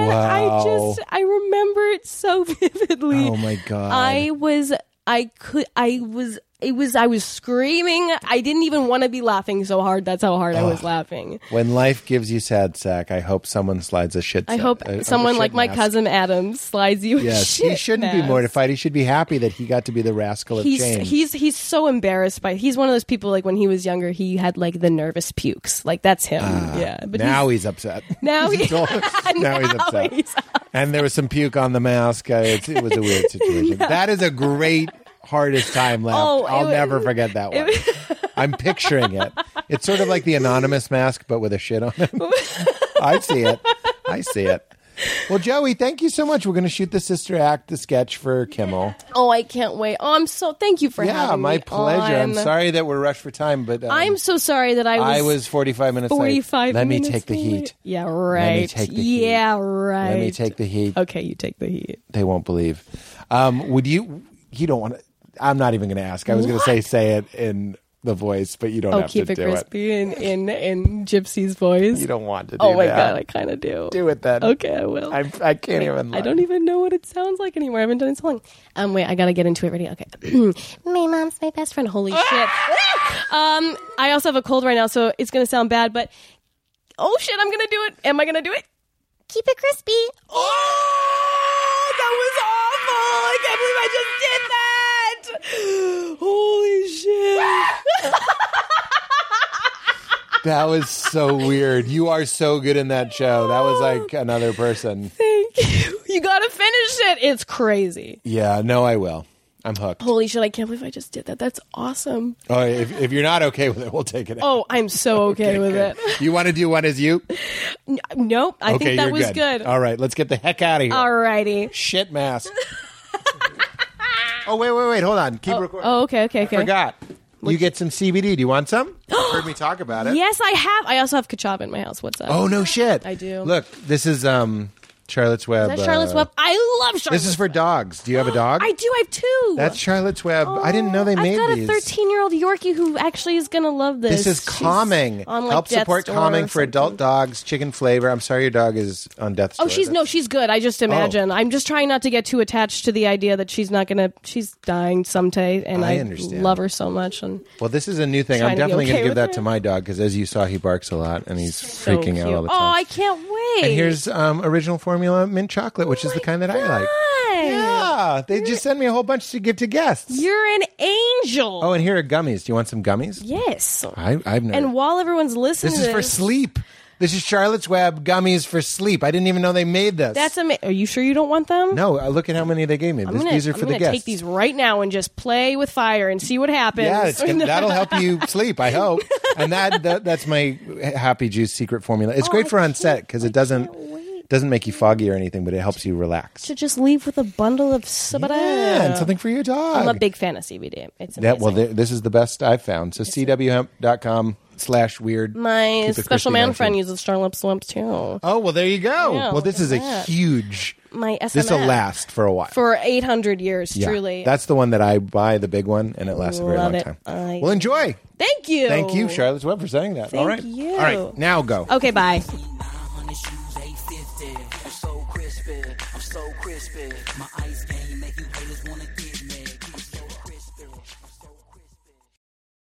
[SPEAKER 2] door.
[SPEAKER 3] Wow.
[SPEAKER 2] And I just, I remember it so vividly.
[SPEAKER 3] Oh my God.
[SPEAKER 2] I was, I could, I was, it was, I was screaming. I didn't even want to be laughing so hard. That's how hard I was laughing.
[SPEAKER 3] When life gives you sad sack, I hope someone slides a shit.
[SPEAKER 2] I hope someone like my cousin Adam slides you. a
[SPEAKER 3] Yes,
[SPEAKER 2] shit
[SPEAKER 3] he shouldn't be
[SPEAKER 2] mask.
[SPEAKER 3] mortified. He should be happy that he got to be the rascal of
[SPEAKER 2] He's
[SPEAKER 3] change.
[SPEAKER 2] he's he's so embarrassed by. He's one of those people like when he was younger, he had like the nervous pukes. Like that's him. yeah, but
[SPEAKER 3] Ah, now he's, upset.
[SPEAKER 2] now he-
[SPEAKER 3] now, he's upset.
[SPEAKER 2] he's
[SPEAKER 3] and there was some puke on the mask. Uh, it's, it was a weird situation. That is a great hardest time left.
[SPEAKER 2] Oh, it
[SPEAKER 3] I'll
[SPEAKER 2] was-
[SPEAKER 3] never forget that one. I'm picturing it. It's sort of like the anonymous mask, but with a shit on it. I see it. I see it. Well, Joey, thank you so much. We're going to shoot the sister act, the sketch for Kimmel.
[SPEAKER 2] Oh, I can't wait. Oh, I'm so thank you for
[SPEAKER 3] Yeah,
[SPEAKER 2] having me.
[SPEAKER 3] my pleasure. I'm
[SPEAKER 2] on.
[SPEAKER 3] sorry that we're rushed for time, but um,
[SPEAKER 2] I'm so sorry that I was,
[SPEAKER 3] I was 45 minutes late.
[SPEAKER 2] 45
[SPEAKER 3] Let me
[SPEAKER 2] minutes
[SPEAKER 3] take the
[SPEAKER 2] late.
[SPEAKER 3] heat.
[SPEAKER 2] Yeah, right.
[SPEAKER 3] take the heat.
[SPEAKER 2] yeah, right.
[SPEAKER 3] Let me take the heat.
[SPEAKER 2] Okay, you take the heat.
[SPEAKER 3] They won't believe. Um, would you? You don't want to. I'm not even going to ask. I was going to say say it in the voice, but you don't
[SPEAKER 2] Oh,
[SPEAKER 3] have
[SPEAKER 2] keep
[SPEAKER 3] to
[SPEAKER 2] it
[SPEAKER 3] do it.
[SPEAKER 2] crispy in in in Gypsy's voice.
[SPEAKER 3] You don't want to do
[SPEAKER 2] oh my
[SPEAKER 3] that.
[SPEAKER 2] god, I kind of do.
[SPEAKER 3] do it then.
[SPEAKER 2] Okay, I will.
[SPEAKER 3] I, I can't even.
[SPEAKER 2] I don't even know what it sounds like anymore. I haven't done it so long. Um, wait, I gotta get into it. Ready? Okay. my mom's my best friend. Holy
[SPEAKER 3] Ah!
[SPEAKER 2] shit. um, I also have a cold right now, so it's gonna sound bad, but oh shit, I'm gonna do it. Am I gonna do it? Keep it crispy. Oh, that was awful. I can't believe I just did that. Holy
[SPEAKER 3] Ah!
[SPEAKER 2] shit.
[SPEAKER 3] That was so
[SPEAKER 2] Oh.
[SPEAKER 3] weird. You are so good in that show. That was like another person.
[SPEAKER 2] Thank you. You gotta to finish it. It's crazy.
[SPEAKER 3] Yeah, no, I will. I'm hooked.
[SPEAKER 2] Holy shit, I can't believe I just did that. That's awesome.
[SPEAKER 3] Oh, if, if you're not okay with it, we'll take it out.
[SPEAKER 2] Oh, I'm so okay, with
[SPEAKER 3] Good.
[SPEAKER 2] it.
[SPEAKER 3] You want to do one as you?
[SPEAKER 2] Nope, I
[SPEAKER 3] okay,
[SPEAKER 2] think that
[SPEAKER 3] you're
[SPEAKER 2] was
[SPEAKER 3] good.
[SPEAKER 2] good.
[SPEAKER 3] All right, let's get the heck out of here.
[SPEAKER 2] Alrighty.
[SPEAKER 3] Shit mask. oh, wait, wait, wait. Hold on. Keep recording.
[SPEAKER 2] Oh, okay, okay, okay.
[SPEAKER 3] Forgot. You get some CBD. Do you want some?
[SPEAKER 1] Heard me talk about it.
[SPEAKER 2] Yes, I have. I also have kachava in my house. What's up?
[SPEAKER 3] Oh, no shit.
[SPEAKER 2] I do.
[SPEAKER 3] Look, this is um Charlotte's Web.
[SPEAKER 2] Is that Charlotte's
[SPEAKER 3] uh,
[SPEAKER 2] Web? I love Charlotte's
[SPEAKER 3] This is for
[SPEAKER 2] Web.
[SPEAKER 3] dogs. Do you have a dog?
[SPEAKER 2] I do. I have two.
[SPEAKER 3] That's Charlotte's Web. I didn't know they made
[SPEAKER 2] I've got
[SPEAKER 3] these.
[SPEAKER 2] a 13 year old Yorkie who actually is going to love this.
[SPEAKER 3] This is
[SPEAKER 2] She's
[SPEAKER 3] calming.
[SPEAKER 2] on, like,
[SPEAKER 3] Help
[SPEAKER 2] death's
[SPEAKER 3] support
[SPEAKER 2] door
[SPEAKER 3] calming
[SPEAKER 2] or
[SPEAKER 3] for adult dogs. Chicken flavor. I'm sorry your dog is on death's
[SPEAKER 2] Oh,
[SPEAKER 3] door.
[SPEAKER 2] she's no, she's good. I just imagine.
[SPEAKER 3] Oh.
[SPEAKER 2] I'm just trying not to get too attached to the idea that she's not gonna. She's dying someday, and
[SPEAKER 3] I
[SPEAKER 2] I,
[SPEAKER 3] understand.
[SPEAKER 2] love her so much. And
[SPEAKER 3] Well, this is a new thing.
[SPEAKER 2] Trying
[SPEAKER 3] I'm
[SPEAKER 2] to be
[SPEAKER 3] definitely
[SPEAKER 2] okay
[SPEAKER 3] going to give
[SPEAKER 2] with
[SPEAKER 3] that
[SPEAKER 2] it.
[SPEAKER 3] to my dog because, as you saw, he barks a lot and he's
[SPEAKER 2] so
[SPEAKER 3] freaking
[SPEAKER 2] cute.
[SPEAKER 3] out all the
[SPEAKER 2] Oh,
[SPEAKER 3] time.
[SPEAKER 2] I can't wait.
[SPEAKER 3] and here's um, original formula mint chocolate, which
[SPEAKER 2] Oh
[SPEAKER 3] is the kind that I like.
[SPEAKER 2] Hi.
[SPEAKER 3] Yeah, they just send me a whole bunch to give to guests.
[SPEAKER 2] You're an angel.
[SPEAKER 3] oh, and here are gummies. Do you want some gummies?
[SPEAKER 2] yes.
[SPEAKER 3] I, I've never.
[SPEAKER 2] And while everyone's listening,
[SPEAKER 3] this
[SPEAKER 2] to
[SPEAKER 3] is for
[SPEAKER 2] this,
[SPEAKER 3] sleep. This is Charlotte's Web gummies for sleep. I didn't even know they made this.
[SPEAKER 2] That's amazing. Are you sure you don't want them?
[SPEAKER 3] no. uh, Look at how many they gave me.
[SPEAKER 2] I'm
[SPEAKER 3] This-
[SPEAKER 2] gonna,
[SPEAKER 3] these are for
[SPEAKER 2] I'm
[SPEAKER 3] the
[SPEAKER 2] gonna
[SPEAKER 3] guests.
[SPEAKER 2] take these right now and just play with fire and see what happens.
[SPEAKER 3] Yeah, it's gonna, that'll help you sleep, I hope. And that, that that's my happy juice secret formula. It's great
[SPEAKER 2] Oh, I
[SPEAKER 3] for on
[SPEAKER 2] can't-
[SPEAKER 3] set because
[SPEAKER 2] I
[SPEAKER 3] it doesn't
[SPEAKER 2] can't wait.
[SPEAKER 3] doesn't make you foggy or anything, but it helps you relax.
[SPEAKER 2] to just leave with a bundle of sabada.
[SPEAKER 3] Yeah, and something for your dog.
[SPEAKER 2] uh, I'm a big fan of CBD. It's amazing.
[SPEAKER 3] yeah, well, th- this is the best I've found. So cwhemp.com slash weird.
[SPEAKER 2] My
[SPEAKER 3] Keep it
[SPEAKER 2] special
[SPEAKER 3] crispy,
[SPEAKER 2] man
[SPEAKER 3] don't
[SPEAKER 2] friend
[SPEAKER 3] you?
[SPEAKER 2] uses Charlotte's Wimp too.
[SPEAKER 3] Oh, well, there you go.
[SPEAKER 2] Yeah,
[SPEAKER 3] well, this
[SPEAKER 2] look
[SPEAKER 3] is
[SPEAKER 2] at
[SPEAKER 3] a
[SPEAKER 2] that.
[SPEAKER 3] huge,
[SPEAKER 2] My SMS.
[SPEAKER 3] this will last for a while.
[SPEAKER 2] for 800 years.
[SPEAKER 3] Yeah.
[SPEAKER 2] Truly,
[SPEAKER 3] That's the one that I buy, the big one, and it lasts a very
[SPEAKER 2] Love
[SPEAKER 3] long
[SPEAKER 2] it.
[SPEAKER 3] time.
[SPEAKER 2] I-
[SPEAKER 3] well, enjoy.
[SPEAKER 2] thank you.
[SPEAKER 3] Thank you, Charlotte's Web, for saying that. All right.
[SPEAKER 2] Thank you.
[SPEAKER 3] All right, now go.
[SPEAKER 2] Okay, bye.
[SPEAKER 4] $900 shoes, 850. I'm so crispy, I'm so crispy. My ice game make you haters wanna get me.